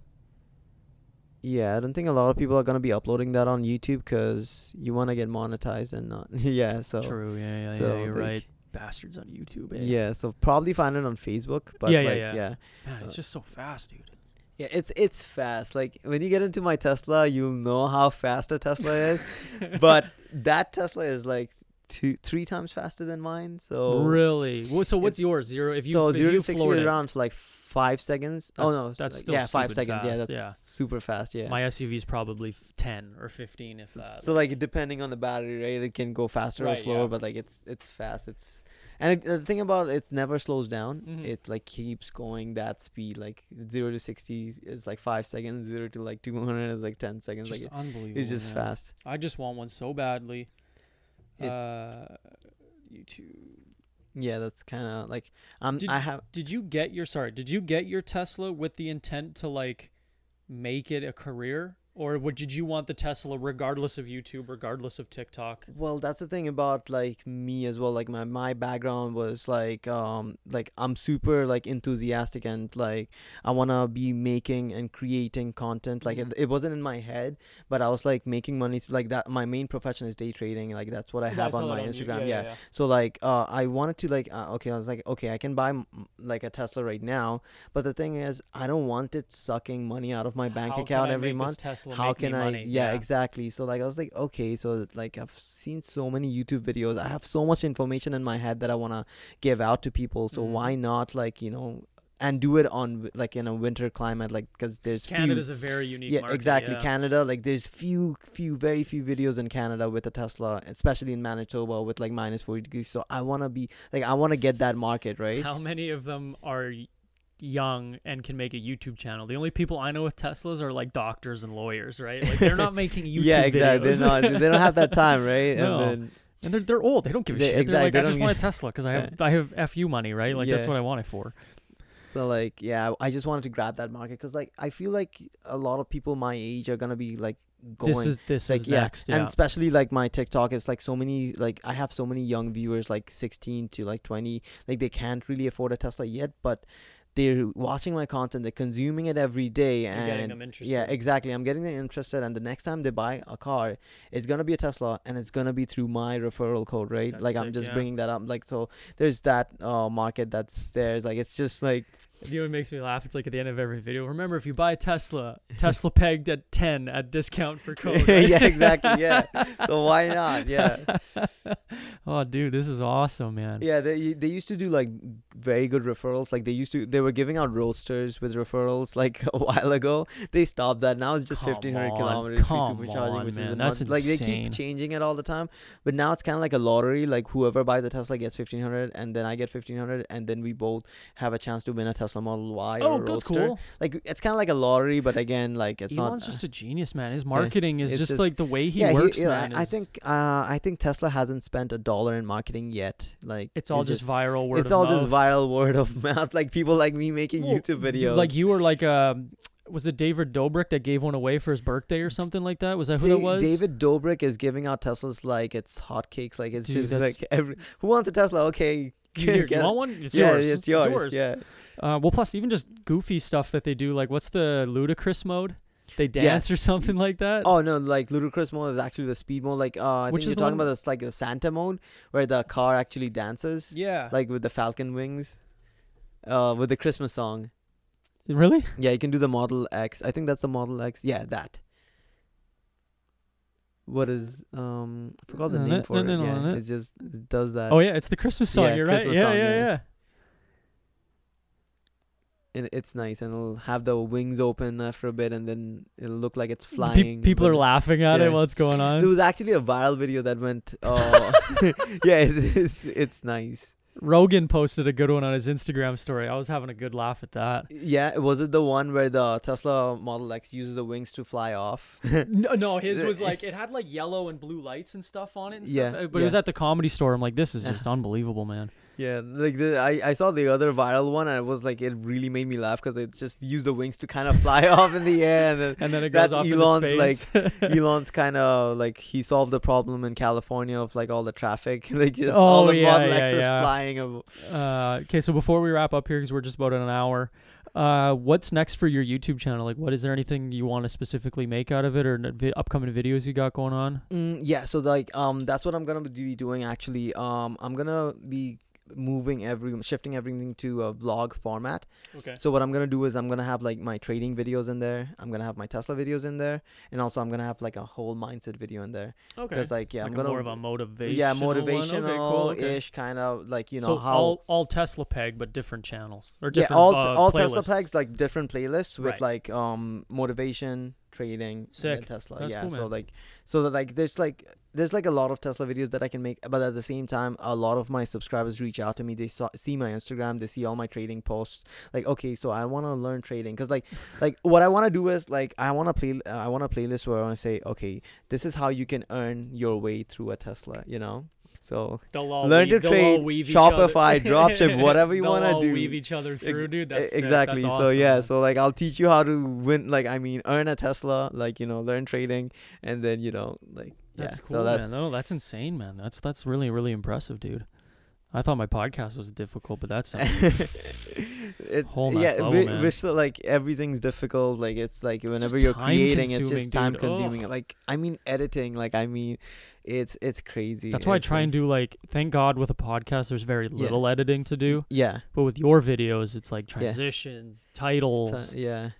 [SPEAKER 2] yeah i don't think a lot of people are gonna be uploading that on youtube because you want to get monetized and not *laughs* yeah so
[SPEAKER 1] True. Yeah, yeah,
[SPEAKER 2] so,
[SPEAKER 1] yeah. You're
[SPEAKER 2] like,
[SPEAKER 1] right. Bastards on YouTube. Eh?
[SPEAKER 2] yeah so probably find it on facebook but
[SPEAKER 1] Yeah,
[SPEAKER 2] like
[SPEAKER 1] yeah,
[SPEAKER 2] yeah.
[SPEAKER 1] yeah.
[SPEAKER 2] yeah
[SPEAKER 1] Man, it's just so fast, dude.
[SPEAKER 2] it's it's fast like when you get into my tesla you'll know how fast a tesla
[SPEAKER 1] *laughs*
[SPEAKER 2] is but that tesla is like two three times faster than mine so
[SPEAKER 1] really? Well, so what's yours? Zero. If you
[SPEAKER 2] so
[SPEAKER 1] if
[SPEAKER 2] zero
[SPEAKER 1] you
[SPEAKER 2] to sixty
[SPEAKER 1] floored
[SPEAKER 2] is
[SPEAKER 1] it,
[SPEAKER 2] around like five seconds. oh
[SPEAKER 1] That's-
[SPEAKER 2] no, it's
[SPEAKER 1] that's
[SPEAKER 2] like-
[SPEAKER 1] still
[SPEAKER 2] yeah, five
[SPEAKER 1] stupid
[SPEAKER 2] seconds. yeah,
[SPEAKER 1] fast,
[SPEAKER 2] that's
[SPEAKER 1] yeah.
[SPEAKER 2] super fast. Yeah.
[SPEAKER 1] my SUV's probably f- ten or fifteen, if uh, that.
[SPEAKER 2] so like depending on the battery, right? It can go faster
[SPEAKER 1] Right,
[SPEAKER 2] or
[SPEAKER 1] yeah.
[SPEAKER 2] slower, but like it's it's fast. It's and it, the thing about it, it's never slows down.
[SPEAKER 1] Mhm.
[SPEAKER 2] It like keeps going that speed. Like zero to sixty is like five seconds. Zero to like two hundred is like ten seconds.
[SPEAKER 1] just
[SPEAKER 2] like it-
[SPEAKER 1] unbelievable.
[SPEAKER 2] it's just
[SPEAKER 1] man.
[SPEAKER 2] fast.
[SPEAKER 1] I just want one so badly.
[SPEAKER 2] It-
[SPEAKER 1] uh, YouTube.
[SPEAKER 2] Yeah, that's kind of like um
[SPEAKER 1] Did-
[SPEAKER 2] I have
[SPEAKER 1] Did you get your sorry? Did you get your Tesla with the intent to like make it a career, or what, did you want the Tesla regardless of YouTube, regardless of TikTok?
[SPEAKER 2] well that's the thing about like me as well like my my background was like um like i'm super like enthusiastic and like i want to be making and creating content like
[SPEAKER 1] Mhm.
[SPEAKER 2] it, it wasn't in my head but i was like making money like that my main profession is day trading like that's what i have
[SPEAKER 1] saw
[SPEAKER 2] on
[SPEAKER 1] that
[SPEAKER 2] my
[SPEAKER 1] you-
[SPEAKER 2] instagram yeah, so like uh, i wanted to like uh, okay i was like okay i can buy m- like a tesla right now but the thing is i don't want it sucking money out of my bank
[SPEAKER 1] How can
[SPEAKER 2] account
[SPEAKER 1] I
[SPEAKER 2] every
[SPEAKER 1] make this
[SPEAKER 2] month
[SPEAKER 1] Tesla
[SPEAKER 2] how
[SPEAKER 1] make me
[SPEAKER 2] can I?
[SPEAKER 1] money?
[SPEAKER 2] Yeah, exactly. So like I was like, okay, so like I've seen so many YouTube videos. I have so much information in my head that I want to give out to people. So
[SPEAKER 1] Mm.
[SPEAKER 2] why not like you know, and do it on w- like in a winter climate, like because there's
[SPEAKER 1] Canada's
[SPEAKER 2] few.
[SPEAKER 1] a very unique
[SPEAKER 2] Yeah,
[SPEAKER 1] market.
[SPEAKER 2] exactly.
[SPEAKER 1] yeah.
[SPEAKER 2] Canada, like there's few, few, very few videos in Canada with a Tesla, especially in Manitoba with like minus forty degrees. So I wanna be like, I wanna get that market, right?
[SPEAKER 1] How many of them are y- young and can make a YouTube channel? The only people I know with Teslas are like doctors and lawyers, right? Like they're
[SPEAKER 2] *laughs*
[SPEAKER 1] not making YouTube
[SPEAKER 2] yeah, exactly.
[SPEAKER 1] videos.
[SPEAKER 2] They're not, they don't have
[SPEAKER 1] *laughs*
[SPEAKER 2] that time, right?
[SPEAKER 1] No.
[SPEAKER 2] And then
[SPEAKER 1] and they're they're old. They don't give a
[SPEAKER 2] They-
[SPEAKER 1] shit.
[SPEAKER 2] exactly,
[SPEAKER 1] They're like,
[SPEAKER 2] they
[SPEAKER 1] I just
[SPEAKER 2] don't
[SPEAKER 1] want a Tesla because I
[SPEAKER 2] *laughs*
[SPEAKER 1] have I have fu money, right? Like
[SPEAKER 2] Yeah.
[SPEAKER 1] that's what I want it for.
[SPEAKER 2] So like yeah, I just wanted to grab that market because like I feel like a lot of people my age are gonna be like going.
[SPEAKER 1] This is this
[SPEAKER 2] like
[SPEAKER 1] is
[SPEAKER 2] yeah.
[SPEAKER 1] next. Yeah.
[SPEAKER 2] and especially like my TikTok, it's like so many like I have so many young viewers like 16 to like 20, like they can't really afford a Tesla yet, but they're watching my content, they're consuming it every day,
[SPEAKER 1] You're getting
[SPEAKER 2] and
[SPEAKER 1] them interested.
[SPEAKER 2] yeah, exactly. I'm getting them interested, and the next time they buy a car, it's gonna be a Tesla, and it's gonna be through my referral code, right?
[SPEAKER 1] That's
[SPEAKER 2] like I'm
[SPEAKER 1] sick,
[SPEAKER 2] just
[SPEAKER 1] yeah.
[SPEAKER 2] bringing that up, like so. There's that uh, market that's there. Like it's just like
[SPEAKER 1] You know what makes me laugh? It's like at the end of every video. Remember, if you buy a Tesla,
[SPEAKER 2] *laughs*
[SPEAKER 1] Tesla pegged at ten at discount for code. *laughs* right?
[SPEAKER 2] yeah,
[SPEAKER 1] *laughs*
[SPEAKER 2] exactly. Yeah. So why not? Yeah.
[SPEAKER 1] oh, dude, this is awesome, man.
[SPEAKER 2] Yeah. They they used to do like very good referrals. Like they used to they were giving out roadsters with referrals like *laughs* a while ago. They stopped that. Now it's just
[SPEAKER 1] Come
[SPEAKER 2] fifteen hundred
[SPEAKER 1] on,
[SPEAKER 2] kilometers free
[SPEAKER 1] come
[SPEAKER 2] supercharging,
[SPEAKER 1] on,
[SPEAKER 2] which is
[SPEAKER 1] man,
[SPEAKER 2] nuts.
[SPEAKER 1] that's
[SPEAKER 2] like they keep
[SPEAKER 1] insane.
[SPEAKER 2] changing it all the time. But now it's kind of like a lottery. Like whoever buys a Tesla gets fifteen hundred, and then I get fifteen hundred, and then we both have a chance to win a Tesla Model Y
[SPEAKER 1] Oh,
[SPEAKER 2] or a
[SPEAKER 1] that's
[SPEAKER 2] Roadster.
[SPEAKER 1] cool.
[SPEAKER 2] Like it's kind of like a lottery, but again, like it's
[SPEAKER 1] Elon's
[SPEAKER 2] not.
[SPEAKER 1] just a genius, man. His marketing is
[SPEAKER 2] it's
[SPEAKER 1] just,
[SPEAKER 2] just-
[SPEAKER 1] like the way he works,
[SPEAKER 2] yeah,
[SPEAKER 1] man.
[SPEAKER 2] I, I
[SPEAKER 1] is-
[SPEAKER 2] think uh, I think Tesla hasn't spent a dollar in marketing yet. Like
[SPEAKER 1] it's all just, viral word.
[SPEAKER 2] it's
[SPEAKER 1] of
[SPEAKER 2] all
[SPEAKER 1] mouth.
[SPEAKER 2] just viral word of *laughs* mouth. Like people like me making
[SPEAKER 1] Well,
[SPEAKER 2] YouTube
[SPEAKER 1] You-
[SPEAKER 2] videos.
[SPEAKER 1] Like you were like um, was it David Dobrik that gave one away for his birthday or something like that? Was that who that
[SPEAKER 2] Da-
[SPEAKER 1] was?
[SPEAKER 2] David Dobrik is giving out Teslas like it's hotcakes. Like it's
[SPEAKER 1] Dude,
[SPEAKER 2] just
[SPEAKER 1] that's-
[SPEAKER 2] like every who wants a Tesla? Okay,
[SPEAKER 1] *laughs*
[SPEAKER 2] *laughs*
[SPEAKER 1] You, here,
[SPEAKER 2] get
[SPEAKER 1] you
[SPEAKER 2] it.
[SPEAKER 1] want one? It's
[SPEAKER 2] yeah,
[SPEAKER 1] yours.
[SPEAKER 2] it's yours. Yeah,
[SPEAKER 1] Uh, well, plus even just goofy stuff that they do, like what's the ludicrous mode? They dance or
[SPEAKER 2] Yes.
[SPEAKER 1] something like that.
[SPEAKER 2] Oh no, like ludicrous mode is actually the speed mode. Like uh, I
[SPEAKER 1] Which
[SPEAKER 2] think
[SPEAKER 1] is
[SPEAKER 2] you're
[SPEAKER 1] the
[SPEAKER 2] talking
[SPEAKER 1] one-
[SPEAKER 2] about this like the Santa mode where the car actually dances,
[SPEAKER 1] yeah.
[SPEAKER 2] like with the falcon wings, uh, with the Christmas song.
[SPEAKER 1] Really?
[SPEAKER 2] Yeah, you can do the Model X. I think that's the Model X. Yeah, that. What is um? I forgot the
[SPEAKER 1] No,
[SPEAKER 2] name
[SPEAKER 1] no,
[SPEAKER 2] for
[SPEAKER 1] no,
[SPEAKER 2] it.
[SPEAKER 1] no, no,
[SPEAKER 2] yeah,
[SPEAKER 1] no.
[SPEAKER 2] it just it does that.
[SPEAKER 1] Oh yeah, it's the Christmas song.
[SPEAKER 2] Uh, yeah,
[SPEAKER 1] You're right.
[SPEAKER 2] Christmas
[SPEAKER 1] yeah,
[SPEAKER 2] song,
[SPEAKER 1] yeah,
[SPEAKER 2] yeah.
[SPEAKER 1] yeah.
[SPEAKER 2] and it's nice, and it'll have the wings open after a bit, and then it'll look like it's
[SPEAKER 1] Pe-
[SPEAKER 2] flying.
[SPEAKER 1] people
[SPEAKER 2] but
[SPEAKER 1] are laughing at
[SPEAKER 2] yeah.
[SPEAKER 1] it while it's going on.
[SPEAKER 2] There was actually a viral video that went. *laughs* Oh, yeah, it, it's it's nice.
[SPEAKER 1] Rogan posted a good one on his Instagram story. I was having a good laugh at that.
[SPEAKER 2] Yeah, was it the one where the Tesla Model X uses the wings to fly off? *laughs*
[SPEAKER 1] No, no, his was
[SPEAKER 2] The-
[SPEAKER 1] like it had like yellow and blue lights and stuff on it. And
[SPEAKER 2] Yeah,
[SPEAKER 1] stuff. uh, but it was
[SPEAKER 2] yeah.
[SPEAKER 1] at the comedy store. I'm like, this is
[SPEAKER 2] Yeah.
[SPEAKER 1] just unbelievable, man.
[SPEAKER 2] Yeah, like the, I, I saw the other viral one and it was like it really made me laugh because it just used the wings to kind of *laughs* fly off in the
[SPEAKER 1] *laughs*
[SPEAKER 2] air and then
[SPEAKER 1] And then it goes
[SPEAKER 2] That's
[SPEAKER 1] off into
[SPEAKER 2] Elon's,
[SPEAKER 1] space. *laughs*
[SPEAKER 2] Elon's kind of like he solved the problem in California of like all the traffic, *laughs* like just
[SPEAKER 1] Oh,
[SPEAKER 2] all the
[SPEAKER 1] yeah,
[SPEAKER 2] Model
[SPEAKER 1] yeah,
[SPEAKER 2] X's
[SPEAKER 1] yeah.
[SPEAKER 2] flying. ab-
[SPEAKER 1] uh, okay, so before we wrap up here, because we're just about at an hour, uh, what's next for your YouTube channel? Like, what is there anything you want to specifically make out of it, or n- vi- upcoming videos you got going on?
[SPEAKER 2] Mm, yeah, so like um that's what I'm gonna be doing actually. Um, I'm gonna be moving every shifting everything to a vlog format.
[SPEAKER 1] Okay.
[SPEAKER 2] So what I'm gonna do is I'm gonna have like my trading videos in there. I'm gonna have my Tesla videos in there, and also I'm gonna have like a whole mindset video in there.
[SPEAKER 1] Okay.
[SPEAKER 2] Because like yeah,
[SPEAKER 1] like
[SPEAKER 2] I'm
[SPEAKER 1] a
[SPEAKER 2] gonna
[SPEAKER 1] more of a motivational.
[SPEAKER 2] yeah
[SPEAKER 1] one? Okay, cool,
[SPEAKER 2] motivational
[SPEAKER 1] okay.
[SPEAKER 2] ish kind of like you know
[SPEAKER 1] so
[SPEAKER 2] how
[SPEAKER 1] all all Tesla peg, but different channels or
[SPEAKER 2] yeah
[SPEAKER 1] different
[SPEAKER 2] all
[SPEAKER 1] uh,
[SPEAKER 2] all
[SPEAKER 1] playlists.
[SPEAKER 2] Tesla packs like different playlists with
[SPEAKER 1] Right.
[SPEAKER 2] like um motivation trading and
[SPEAKER 1] Sick.
[SPEAKER 2] then Tesla
[SPEAKER 1] That's
[SPEAKER 2] yeah
[SPEAKER 1] cool,
[SPEAKER 2] so
[SPEAKER 1] man.
[SPEAKER 2] like so that like there's like there's like a lot of Tesla videos that I can make but at the same time a lot of my subscribers reach out to me they saw, see my Instagram they see all my trading posts like okay so I want to learn trading because like like what I want to do is like I want to play I want a playlist where I want to say okay this is how you can earn your way through a Tesla you know so
[SPEAKER 1] They'll all
[SPEAKER 2] Learn to
[SPEAKER 1] weave- they'll all
[SPEAKER 2] trade,
[SPEAKER 1] weave each
[SPEAKER 2] Shopify,
[SPEAKER 1] other-
[SPEAKER 2] dropship, whatever
[SPEAKER 1] *laughs*
[SPEAKER 2] you
[SPEAKER 1] They'll
[SPEAKER 2] wanna
[SPEAKER 1] all
[SPEAKER 2] do.
[SPEAKER 1] Weave each other
[SPEAKER 2] Ex-
[SPEAKER 1] through, dude.
[SPEAKER 2] e-
[SPEAKER 1] That's sick. That's
[SPEAKER 2] exactly. so
[SPEAKER 1] awesome,
[SPEAKER 2] yeah,
[SPEAKER 1] man.
[SPEAKER 2] so like I'll teach you how to win. Like I mean, earn a Tesla. Like you know, learn trading, and then you know, like
[SPEAKER 1] that's
[SPEAKER 2] yeah.
[SPEAKER 1] cool,
[SPEAKER 2] so *laughs* that's
[SPEAKER 1] man. No, that's insane, man. That's that's really really impressive, dude. I thought my podcast was difficult, but
[SPEAKER 2] *laughs*
[SPEAKER 1] that's something.
[SPEAKER 2] it,
[SPEAKER 1] Whole next
[SPEAKER 2] yeah.
[SPEAKER 1] level,
[SPEAKER 2] we,
[SPEAKER 1] man.
[SPEAKER 2] we're still, like everything's difficult. Like it's like whenever
[SPEAKER 1] Just
[SPEAKER 2] you're creating, it's
[SPEAKER 1] time-consuming,
[SPEAKER 2] just
[SPEAKER 1] dude.
[SPEAKER 2] time consuming.
[SPEAKER 1] Ugh.
[SPEAKER 2] Like I mean, editing. Like I mean, it's it's crazy.
[SPEAKER 1] that's why I
[SPEAKER 2] It's,
[SPEAKER 1] try
[SPEAKER 2] like-
[SPEAKER 1] and do like. Thank God, with a podcast, there's very little editing to do.
[SPEAKER 2] Yeah.
[SPEAKER 1] But with your videos, it's like
[SPEAKER 2] Yeah.
[SPEAKER 1] transitions,
[SPEAKER 2] ti-
[SPEAKER 1] titles,
[SPEAKER 2] yeah.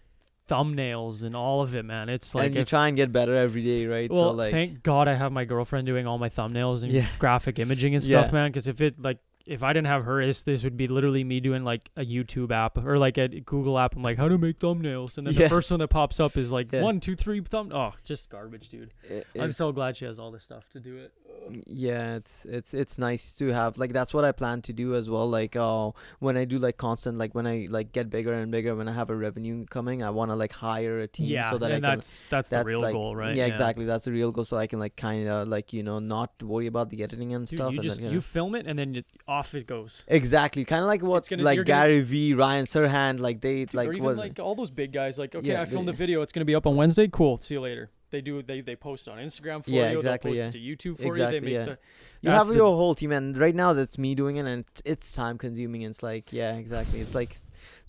[SPEAKER 1] thumbnails, and all of it, man. It's like
[SPEAKER 2] and you
[SPEAKER 1] if-
[SPEAKER 2] try and get better every day, right?
[SPEAKER 1] Well,
[SPEAKER 2] so like
[SPEAKER 1] thank God I have my girlfriend doing all my thumbnails and
[SPEAKER 2] Yeah.
[SPEAKER 1] graphic imaging and stuff,
[SPEAKER 2] Yeah.
[SPEAKER 1] man. Because if it like if I didn't have her, this this would be literally me doing like a YouTube app or like a Google app. I'm like, how to make thumbnails, and then the
[SPEAKER 2] Yeah.
[SPEAKER 1] first one that pops up is like
[SPEAKER 2] Yeah.
[SPEAKER 1] one, two, three thumb. Oh, just garbage, dude.
[SPEAKER 2] it-
[SPEAKER 1] I'm
[SPEAKER 2] it's-
[SPEAKER 1] so glad she has all this stuff to do it.
[SPEAKER 2] Mm, yeah it's it's it's nice to have like that's what i plan to do as well like oh when i do like constant like when i like get bigger and bigger when i have a revenue coming i want to like hire a team
[SPEAKER 1] yeah,
[SPEAKER 2] so that
[SPEAKER 1] and
[SPEAKER 2] i can
[SPEAKER 1] that's that's the
[SPEAKER 2] that's
[SPEAKER 1] real
[SPEAKER 2] like-
[SPEAKER 1] goal, right?
[SPEAKER 2] yeah, exactly that's the real goal so i can like kind of like you know not worry about the editing and
[SPEAKER 1] Dude,
[SPEAKER 2] stuff
[SPEAKER 1] you
[SPEAKER 2] and
[SPEAKER 1] just
[SPEAKER 2] then, you know-
[SPEAKER 1] you film it and then you, off it goes.
[SPEAKER 2] exactly kind of like what
[SPEAKER 1] gonna- you're
[SPEAKER 2] like
[SPEAKER 1] gonna-
[SPEAKER 2] gary v ryan serhan like they
[SPEAKER 1] Dude,
[SPEAKER 2] like
[SPEAKER 1] or even
[SPEAKER 2] what
[SPEAKER 1] like all those big guys, like okay,
[SPEAKER 2] Yeah,
[SPEAKER 1] I filmed
[SPEAKER 2] they-
[SPEAKER 1] the video. It's gonna be up on Wednesday. Cool. See you later. They do. They they post on Instagram for
[SPEAKER 2] Yeah,
[SPEAKER 1] you.
[SPEAKER 2] exactly,
[SPEAKER 1] They'll
[SPEAKER 2] yeah.
[SPEAKER 1] post it to YouTube for you. They
[SPEAKER 2] Exactly,
[SPEAKER 1] make
[SPEAKER 2] yeah.
[SPEAKER 1] the.
[SPEAKER 2] you
[SPEAKER 1] that's
[SPEAKER 2] have
[SPEAKER 1] the-
[SPEAKER 2] your whole team and right now that's me doing it and it's, it's time consuming it's like yeah exactly it's like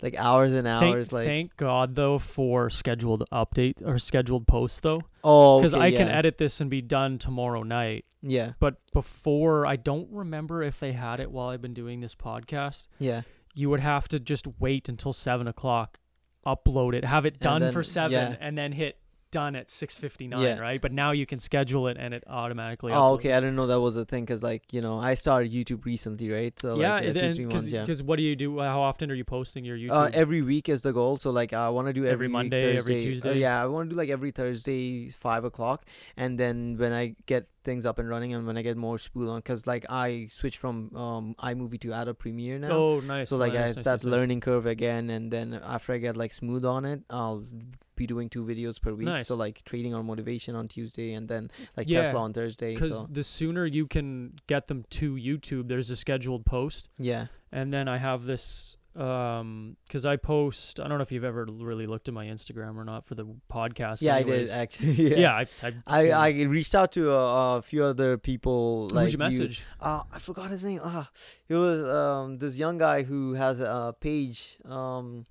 [SPEAKER 2] like hours and
[SPEAKER 1] Thank,
[SPEAKER 2] hours like
[SPEAKER 1] thank God though for scheduled update or scheduled posts though,
[SPEAKER 2] oh
[SPEAKER 1] because
[SPEAKER 2] okay,
[SPEAKER 1] I can
[SPEAKER 2] yeah,
[SPEAKER 1] edit this and be done tomorrow night.
[SPEAKER 2] yeah
[SPEAKER 1] But before, I don't remember if they had it while I've been doing this podcast.
[SPEAKER 2] yeah
[SPEAKER 1] You would have to just wait until seven o'clock, upload it, have it done
[SPEAKER 2] then-
[SPEAKER 1] for seven,
[SPEAKER 2] yeah.
[SPEAKER 1] and then hit done at six fifty nine,
[SPEAKER 2] Yeah.
[SPEAKER 1] right? But now you can schedule it and it automatically.
[SPEAKER 2] Oh,
[SPEAKER 1] uploads.
[SPEAKER 2] okay. I didn't know that was a thing because, like, you know, I started YouTube recently, right? So,
[SPEAKER 1] yeah,
[SPEAKER 2] like, uh, two, three months,
[SPEAKER 1] because
[SPEAKER 2] yeah.
[SPEAKER 1] what do you do? How often are you posting your YouTube?
[SPEAKER 2] Uh, every week is the goal. So, like, I want to do
[SPEAKER 1] Every
[SPEAKER 2] every, week,
[SPEAKER 1] Monday, every
[SPEAKER 2] Thursday- uh,
[SPEAKER 1] Tuesday?
[SPEAKER 2] yeah, I want to do like every Thursday, five o'clock, and then when I get things up and running, and when I get more spool on, because like I switched from um iMovie to Adobe Premiere now.
[SPEAKER 1] oh, nice.
[SPEAKER 2] so like
[SPEAKER 1] nice,
[SPEAKER 2] I
[SPEAKER 1] nice,
[SPEAKER 2] start
[SPEAKER 1] nice, nice.
[SPEAKER 2] learning curve again, and then after I get like smooth on it, I'll be doing two videos per week.
[SPEAKER 1] Nice.
[SPEAKER 2] So like trading or motivation on Tuesday, and then like
[SPEAKER 1] Yeah,
[SPEAKER 2] Tesla on Thursday.
[SPEAKER 1] because
[SPEAKER 2] So
[SPEAKER 1] the sooner you can get them to YouTube, there's a scheduled post,
[SPEAKER 2] yeah,
[SPEAKER 1] and then I have this um because I post. I don't know if you've ever really looked at my Instagram or not for the podcast.
[SPEAKER 2] yeah,
[SPEAKER 1] anyways.
[SPEAKER 2] I did actually. *laughs*
[SPEAKER 1] *laughs* Yeah,
[SPEAKER 2] yeah.
[SPEAKER 1] I, I,
[SPEAKER 2] I,
[SPEAKER 1] seen-
[SPEAKER 2] I reached out to a, a few other people.
[SPEAKER 1] who'd
[SPEAKER 2] Like
[SPEAKER 1] you message?
[SPEAKER 2] uh, I forgot his name. Ah, it was um this young guy who has a page. Um,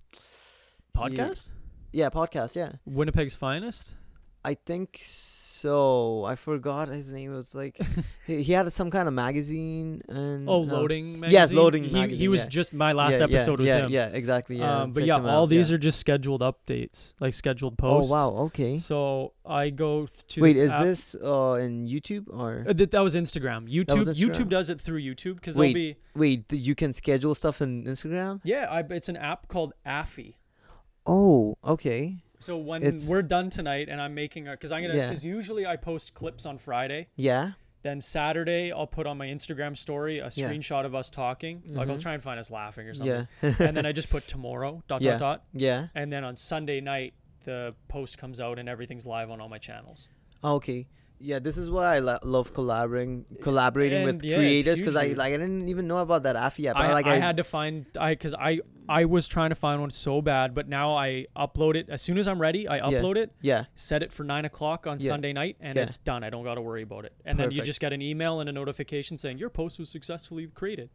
[SPEAKER 1] Podcast?
[SPEAKER 2] yeah, podcast. Yeah,
[SPEAKER 1] Winnipeg's finest.
[SPEAKER 2] I think. s- so I forgot his name. It was
[SPEAKER 1] *laughs*
[SPEAKER 2] like he, he had some kind of magazine and
[SPEAKER 1] Oh,
[SPEAKER 2] uh,
[SPEAKER 1] loading. Magazine?
[SPEAKER 2] Yes, Loading
[SPEAKER 1] He, he
[SPEAKER 2] Magazine,
[SPEAKER 1] was
[SPEAKER 2] yeah.
[SPEAKER 1] just my last
[SPEAKER 2] yeah,
[SPEAKER 1] episode
[SPEAKER 2] yeah,
[SPEAKER 1] was
[SPEAKER 2] yeah,
[SPEAKER 1] him.
[SPEAKER 2] Yeah, exactly. Yeah,
[SPEAKER 1] um, but yeah, all these are just scheduled updates, like scheduled posts.
[SPEAKER 2] Oh wow, okay.
[SPEAKER 1] So I go f- to
[SPEAKER 2] Wait,
[SPEAKER 1] this
[SPEAKER 2] is
[SPEAKER 1] app-
[SPEAKER 2] this uh in YouTube or
[SPEAKER 1] Uh, that, that was Instagram. YouTube YouTube
[SPEAKER 2] Instagram.
[SPEAKER 1] does it through YouTube because
[SPEAKER 2] Wait.
[SPEAKER 1] they'll be
[SPEAKER 2] wait? th- You can schedule stuff in Instagram.
[SPEAKER 1] yeah. I, it's an app called Affy.
[SPEAKER 2] Oh, okay.
[SPEAKER 1] So when
[SPEAKER 2] It's-
[SPEAKER 1] we're done tonight and I'm making a because I'm gonna
[SPEAKER 2] Yeah.
[SPEAKER 1] because usually I post clips on Friday.
[SPEAKER 2] Yeah.
[SPEAKER 1] Then Saturday I'll put on my Instagram story a screenshot of us talking. Like I'll try and find us laughing or something.
[SPEAKER 2] Mm-hmm. Yeah.
[SPEAKER 1] and then I just put
[SPEAKER 2] *laughs*
[SPEAKER 1] tomorrow dot
[SPEAKER 2] Yeah.
[SPEAKER 1] dot dot.
[SPEAKER 2] *laughs* yeah.
[SPEAKER 1] And then on Sunday night the post comes out and everything's live on all my channels.
[SPEAKER 2] Okay. Yeah, this is why I lo- love collaborating collaborating
[SPEAKER 1] And
[SPEAKER 2] with
[SPEAKER 1] yeah, it's
[SPEAKER 2] creators because I
[SPEAKER 1] huge, dude.
[SPEAKER 2] like I didn't even know about that Afi app.
[SPEAKER 1] I,
[SPEAKER 2] like
[SPEAKER 1] I had to find I because I I was trying to find one so bad, but now I upload it as soon as I'm ready. I
[SPEAKER 2] yeah,
[SPEAKER 1] upload it,
[SPEAKER 2] Yeah.
[SPEAKER 1] set it for nine o'clock on
[SPEAKER 2] Yeah.
[SPEAKER 1] Sunday night, and
[SPEAKER 2] Yeah.
[SPEAKER 1] it's done. I don't got to worry about it. And then you
[SPEAKER 2] Perfect.
[SPEAKER 1] just get an email and a notification saying your post was successfully created.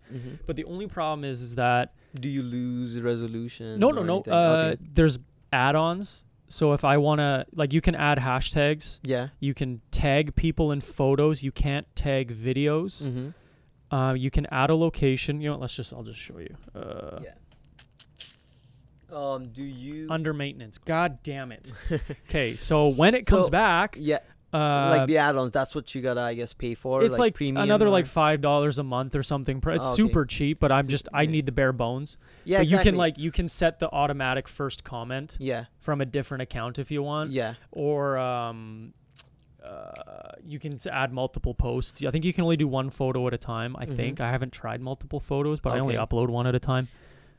[SPEAKER 1] But the only problem is, is that
[SPEAKER 2] Do you lose resolution?
[SPEAKER 1] no no
[SPEAKER 2] or
[SPEAKER 1] no
[SPEAKER 2] anything?
[SPEAKER 1] uh,
[SPEAKER 2] Okay.
[SPEAKER 1] there's add-ons. So if I wanna like, you can add hashtags.
[SPEAKER 2] Yeah.
[SPEAKER 1] You can tag people in photos. You can't tag videos.
[SPEAKER 2] Mm-hmm.
[SPEAKER 1] Uh, you can add a location. You know, what, let's just I'll just show you. Uh,
[SPEAKER 2] Um. Do you? *laughs*
[SPEAKER 1] under maintenance. God damn it. Okay, so when it comes
[SPEAKER 2] So,
[SPEAKER 1] back,
[SPEAKER 2] yeah.
[SPEAKER 1] uh,
[SPEAKER 2] like the add-ons. That's what you gotta, I guess, pay for.
[SPEAKER 1] it's like,
[SPEAKER 2] premium
[SPEAKER 1] another
[SPEAKER 2] or-
[SPEAKER 1] like five dollars a month or something. Pro- It's
[SPEAKER 2] Oh, okay.
[SPEAKER 1] super cheap, but I'm
[SPEAKER 2] So-
[SPEAKER 1] just I
[SPEAKER 2] yeah.
[SPEAKER 1] need the bare bones.
[SPEAKER 2] Yeah.
[SPEAKER 1] but you can
[SPEAKER 2] exactly.
[SPEAKER 1] like you can set the automatic first comment
[SPEAKER 2] Yeah.
[SPEAKER 1] from a different account if you want,
[SPEAKER 2] Yeah.
[SPEAKER 1] or um, uh, you can s- add multiple posts. I think you can only do one photo at a time. I think I haven't tried multiple photos, but I only
[SPEAKER 2] Mm-hmm. Okay.
[SPEAKER 1] upload one at a time.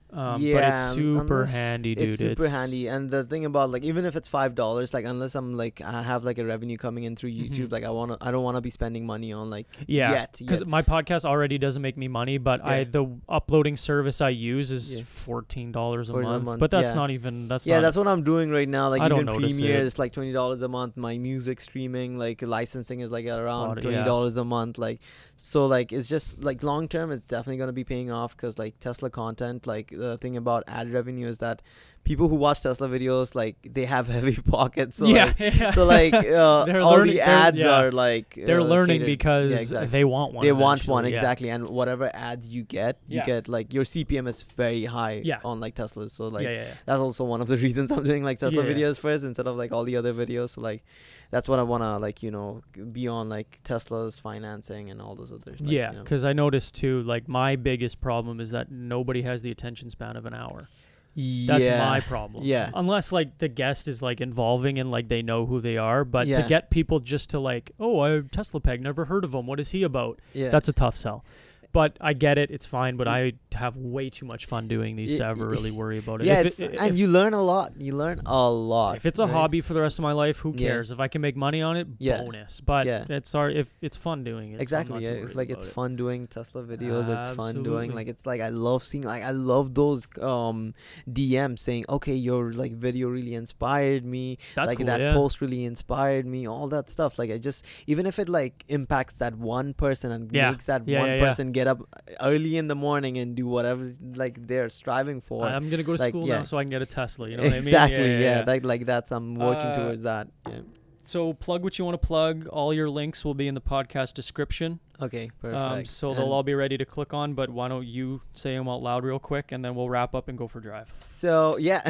[SPEAKER 1] Um,
[SPEAKER 2] yeah,
[SPEAKER 1] but it's
[SPEAKER 2] um,
[SPEAKER 1] super
[SPEAKER 2] unless-
[SPEAKER 1] handy, dude.
[SPEAKER 2] It's super handy, and the thing about like even if it's five dollars, like unless I'm like I have like a revenue coming in through
[SPEAKER 1] Mm-hmm.
[SPEAKER 2] YouTube, like I wanna, I don't wanna be spending money on like
[SPEAKER 1] Yeah,
[SPEAKER 2] yet,
[SPEAKER 1] because
[SPEAKER 2] yet.
[SPEAKER 1] my podcast already doesn't make me money, but I
[SPEAKER 2] Yeah.
[SPEAKER 1] the uploading service I use is
[SPEAKER 2] Yeah.
[SPEAKER 1] fourteen dollars a
[SPEAKER 2] $14 a
[SPEAKER 1] month,
[SPEAKER 2] month,
[SPEAKER 1] But that's
[SPEAKER 2] yeah.
[SPEAKER 1] not even that's
[SPEAKER 2] yeah,
[SPEAKER 1] not
[SPEAKER 2] that's what I'm doing right now. Like
[SPEAKER 1] I don't
[SPEAKER 2] even
[SPEAKER 1] notice it.
[SPEAKER 2] Premiere is like twenty dollars a month. My music streaming, like licensing, is like around
[SPEAKER 1] Spot-
[SPEAKER 2] twenty
[SPEAKER 1] yeah.
[SPEAKER 2] dollars a month. Like so, like it's just like long term, it's definitely gonna be paying off because like Tesla content. Like the thing about ad revenue is that people who watch Tesla videos, like they have *laughs* heavy pockets.
[SPEAKER 1] *laughs*
[SPEAKER 2] So,
[SPEAKER 1] yeah,
[SPEAKER 2] like,
[SPEAKER 1] yeah. *laughs*
[SPEAKER 2] so like uh,
[SPEAKER 1] They're
[SPEAKER 2] all
[SPEAKER 1] learning-
[SPEAKER 2] the
[SPEAKER 1] they're-
[SPEAKER 2] ads
[SPEAKER 1] yeah.
[SPEAKER 2] are like
[SPEAKER 1] they're
[SPEAKER 2] uh,
[SPEAKER 1] learning
[SPEAKER 2] catered-
[SPEAKER 1] because
[SPEAKER 2] yeah, exactly.
[SPEAKER 1] they want one.
[SPEAKER 2] they want one
[SPEAKER 1] eventually, yeah.
[SPEAKER 2] exactly and whatever ads you get you
[SPEAKER 1] Yeah.
[SPEAKER 2] get like your cpm is very high
[SPEAKER 1] Yeah.
[SPEAKER 2] on like teslas so like
[SPEAKER 1] yeah, yeah, yeah.
[SPEAKER 2] that's also one of the *laughs* reasons i'm doing like tesla
[SPEAKER 1] Yeah, yeah.
[SPEAKER 2] videos first instead of like all the other videos so like that's what i want to like you know be on like tesla's financing and all those others like,
[SPEAKER 1] yeah,
[SPEAKER 2] you know.
[SPEAKER 1] because I noticed too. Like my biggest problem is that nobody has the attention span of an hour. That's
[SPEAKER 2] yeah.
[SPEAKER 1] my problem.
[SPEAKER 2] yeah.
[SPEAKER 1] Unless like the guest is like involving and like they know who they are, but to
[SPEAKER 2] Yeah.
[SPEAKER 1] get people just to like, oh, I Tesla Peg, never heard of him. What is he about?
[SPEAKER 2] yeah
[SPEAKER 1] That's a tough sell. But I get it. It's fine. But
[SPEAKER 2] Y-
[SPEAKER 1] I have way too much fun doing these to
[SPEAKER 2] y-
[SPEAKER 1] ever
[SPEAKER 2] y-
[SPEAKER 1] really worry about it.
[SPEAKER 2] yeah
[SPEAKER 1] if,
[SPEAKER 2] it's,
[SPEAKER 1] it-
[SPEAKER 2] and
[SPEAKER 1] if-
[SPEAKER 2] you learn a lot you learn a lot
[SPEAKER 1] if it's a
[SPEAKER 2] right?
[SPEAKER 1] hobby for the rest of my life, who
[SPEAKER 2] Yeah.
[SPEAKER 1] cares? If I can make money on it,
[SPEAKER 2] Yeah.
[SPEAKER 1] bonus. But
[SPEAKER 2] Yeah.
[SPEAKER 1] it's our if it's fun doing it. so I'm not
[SPEAKER 2] exactly yeah
[SPEAKER 1] too
[SPEAKER 2] it's
[SPEAKER 1] worried
[SPEAKER 2] like
[SPEAKER 1] about
[SPEAKER 2] it's
[SPEAKER 1] it.
[SPEAKER 2] fun doing tesla videos it's fun doing
[SPEAKER 1] Absolutely.
[SPEAKER 2] like it's like i love seeing like i love those um dms saying okay your like video really inspired me
[SPEAKER 1] That's
[SPEAKER 2] like
[SPEAKER 1] cool.
[SPEAKER 2] that
[SPEAKER 1] yeah.
[SPEAKER 2] post really inspired me all that stuff like i just even if it like impacts that one person and
[SPEAKER 1] Yeah.
[SPEAKER 2] makes that
[SPEAKER 1] Yeah,
[SPEAKER 2] one
[SPEAKER 1] yeah, yeah.
[SPEAKER 2] person get up early in the morning and do whatever like they're striving for
[SPEAKER 1] I'm gonna go to
[SPEAKER 2] like,
[SPEAKER 1] school
[SPEAKER 2] yeah.
[SPEAKER 1] now so I can get a Tesla. You know what I mean?
[SPEAKER 2] *laughs* exactly yeah,
[SPEAKER 1] yeah.
[SPEAKER 2] Like, like that's i'm working
[SPEAKER 1] Uh,
[SPEAKER 2] towards that yeah
[SPEAKER 1] So plug what you want to plug. All your links will be in the podcast description.
[SPEAKER 2] okay perfect
[SPEAKER 1] Um, so they'll
[SPEAKER 2] And-
[SPEAKER 1] all be ready to click on. But why don't you say them out loud real quick, and then we'll wrap up and go for a drive.
[SPEAKER 2] so yeah *laughs* i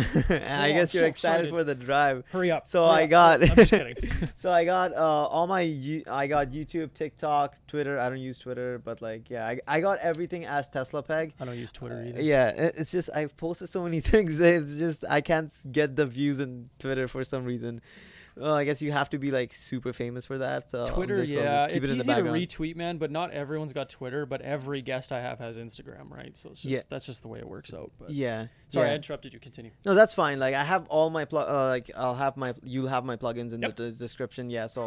[SPEAKER 1] I'm
[SPEAKER 2] guess
[SPEAKER 1] so
[SPEAKER 2] you're excited
[SPEAKER 1] excited.
[SPEAKER 2] for the drive
[SPEAKER 1] Hurry up.
[SPEAKER 2] So
[SPEAKER 1] hurry
[SPEAKER 2] I
[SPEAKER 1] up.
[SPEAKER 2] got-
[SPEAKER 1] I'm just kidding.
[SPEAKER 2] *laughs* So I got uh, all my you- I got YouTube, TikTok, Twitter. I don't use Twitter, but like yeah, I, I got everything as Tesla Peg.
[SPEAKER 1] I don't use Twitter
[SPEAKER 2] Uh,
[SPEAKER 1] either.
[SPEAKER 2] yeah, it- it's just I've posted so many *laughs* things that it's just I can't get the views in Twitter for some reason. Well, I guess you have to be like super famous for that. So I'm
[SPEAKER 1] Twitter,
[SPEAKER 2] just- I'll
[SPEAKER 1] yeah,
[SPEAKER 2] just keep
[SPEAKER 1] it's
[SPEAKER 2] it in the
[SPEAKER 1] easy to
[SPEAKER 2] background.
[SPEAKER 1] retweet, man, but not everyone's got Twitter. But every guest I have has Instagram, right? So it's just
[SPEAKER 2] Yeah.
[SPEAKER 1] that's just the way it works out. But
[SPEAKER 2] Yeah.
[SPEAKER 1] sorry, I
[SPEAKER 2] yeah.
[SPEAKER 1] interrupted you. Continue.
[SPEAKER 2] No, that's fine. Like I have all my plug. Uh, like I'll have my. You'll have my plugins in
[SPEAKER 1] Yep.
[SPEAKER 2] the d- description. Yeah. So,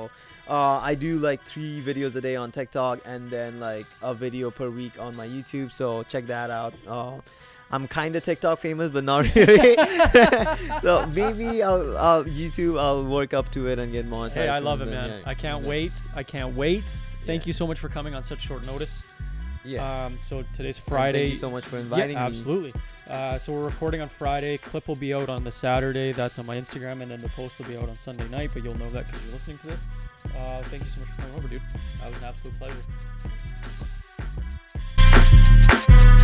[SPEAKER 2] uh, I do like three videos a day on TikTok, and then like a video per week on my YouTube. So check that out. Uh, I'm kind of TikTok famous, but not *laughs* really. so maybe I'll, I'll YouTube. I'll work up to it and get monetized.
[SPEAKER 1] Hey, I love it,
[SPEAKER 2] and then,
[SPEAKER 1] man.
[SPEAKER 2] yeah.
[SPEAKER 1] I can't wait. I can't wait. Thank
[SPEAKER 2] Yeah.
[SPEAKER 1] you so much for coming on such short notice.
[SPEAKER 2] Yeah.
[SPEAKER 1] Um, so today's
[SPEAKER 2] And
[SPEAKER 1] Friday.
[SPEAKER 2] Thank you so much for inviting
[SPEAKER 1] yeah,
[SPEAKER 2] me.
[SPEAKER 1] absolutely. Uh, so we're recording on Friday. Clip will be out on the Saturday. That's on my Instagram, and then the post will be out on Sunday night. But you'll know that because you're listening to this. Uh, thank you so much for coming over, dude. That was an absolute pleasure.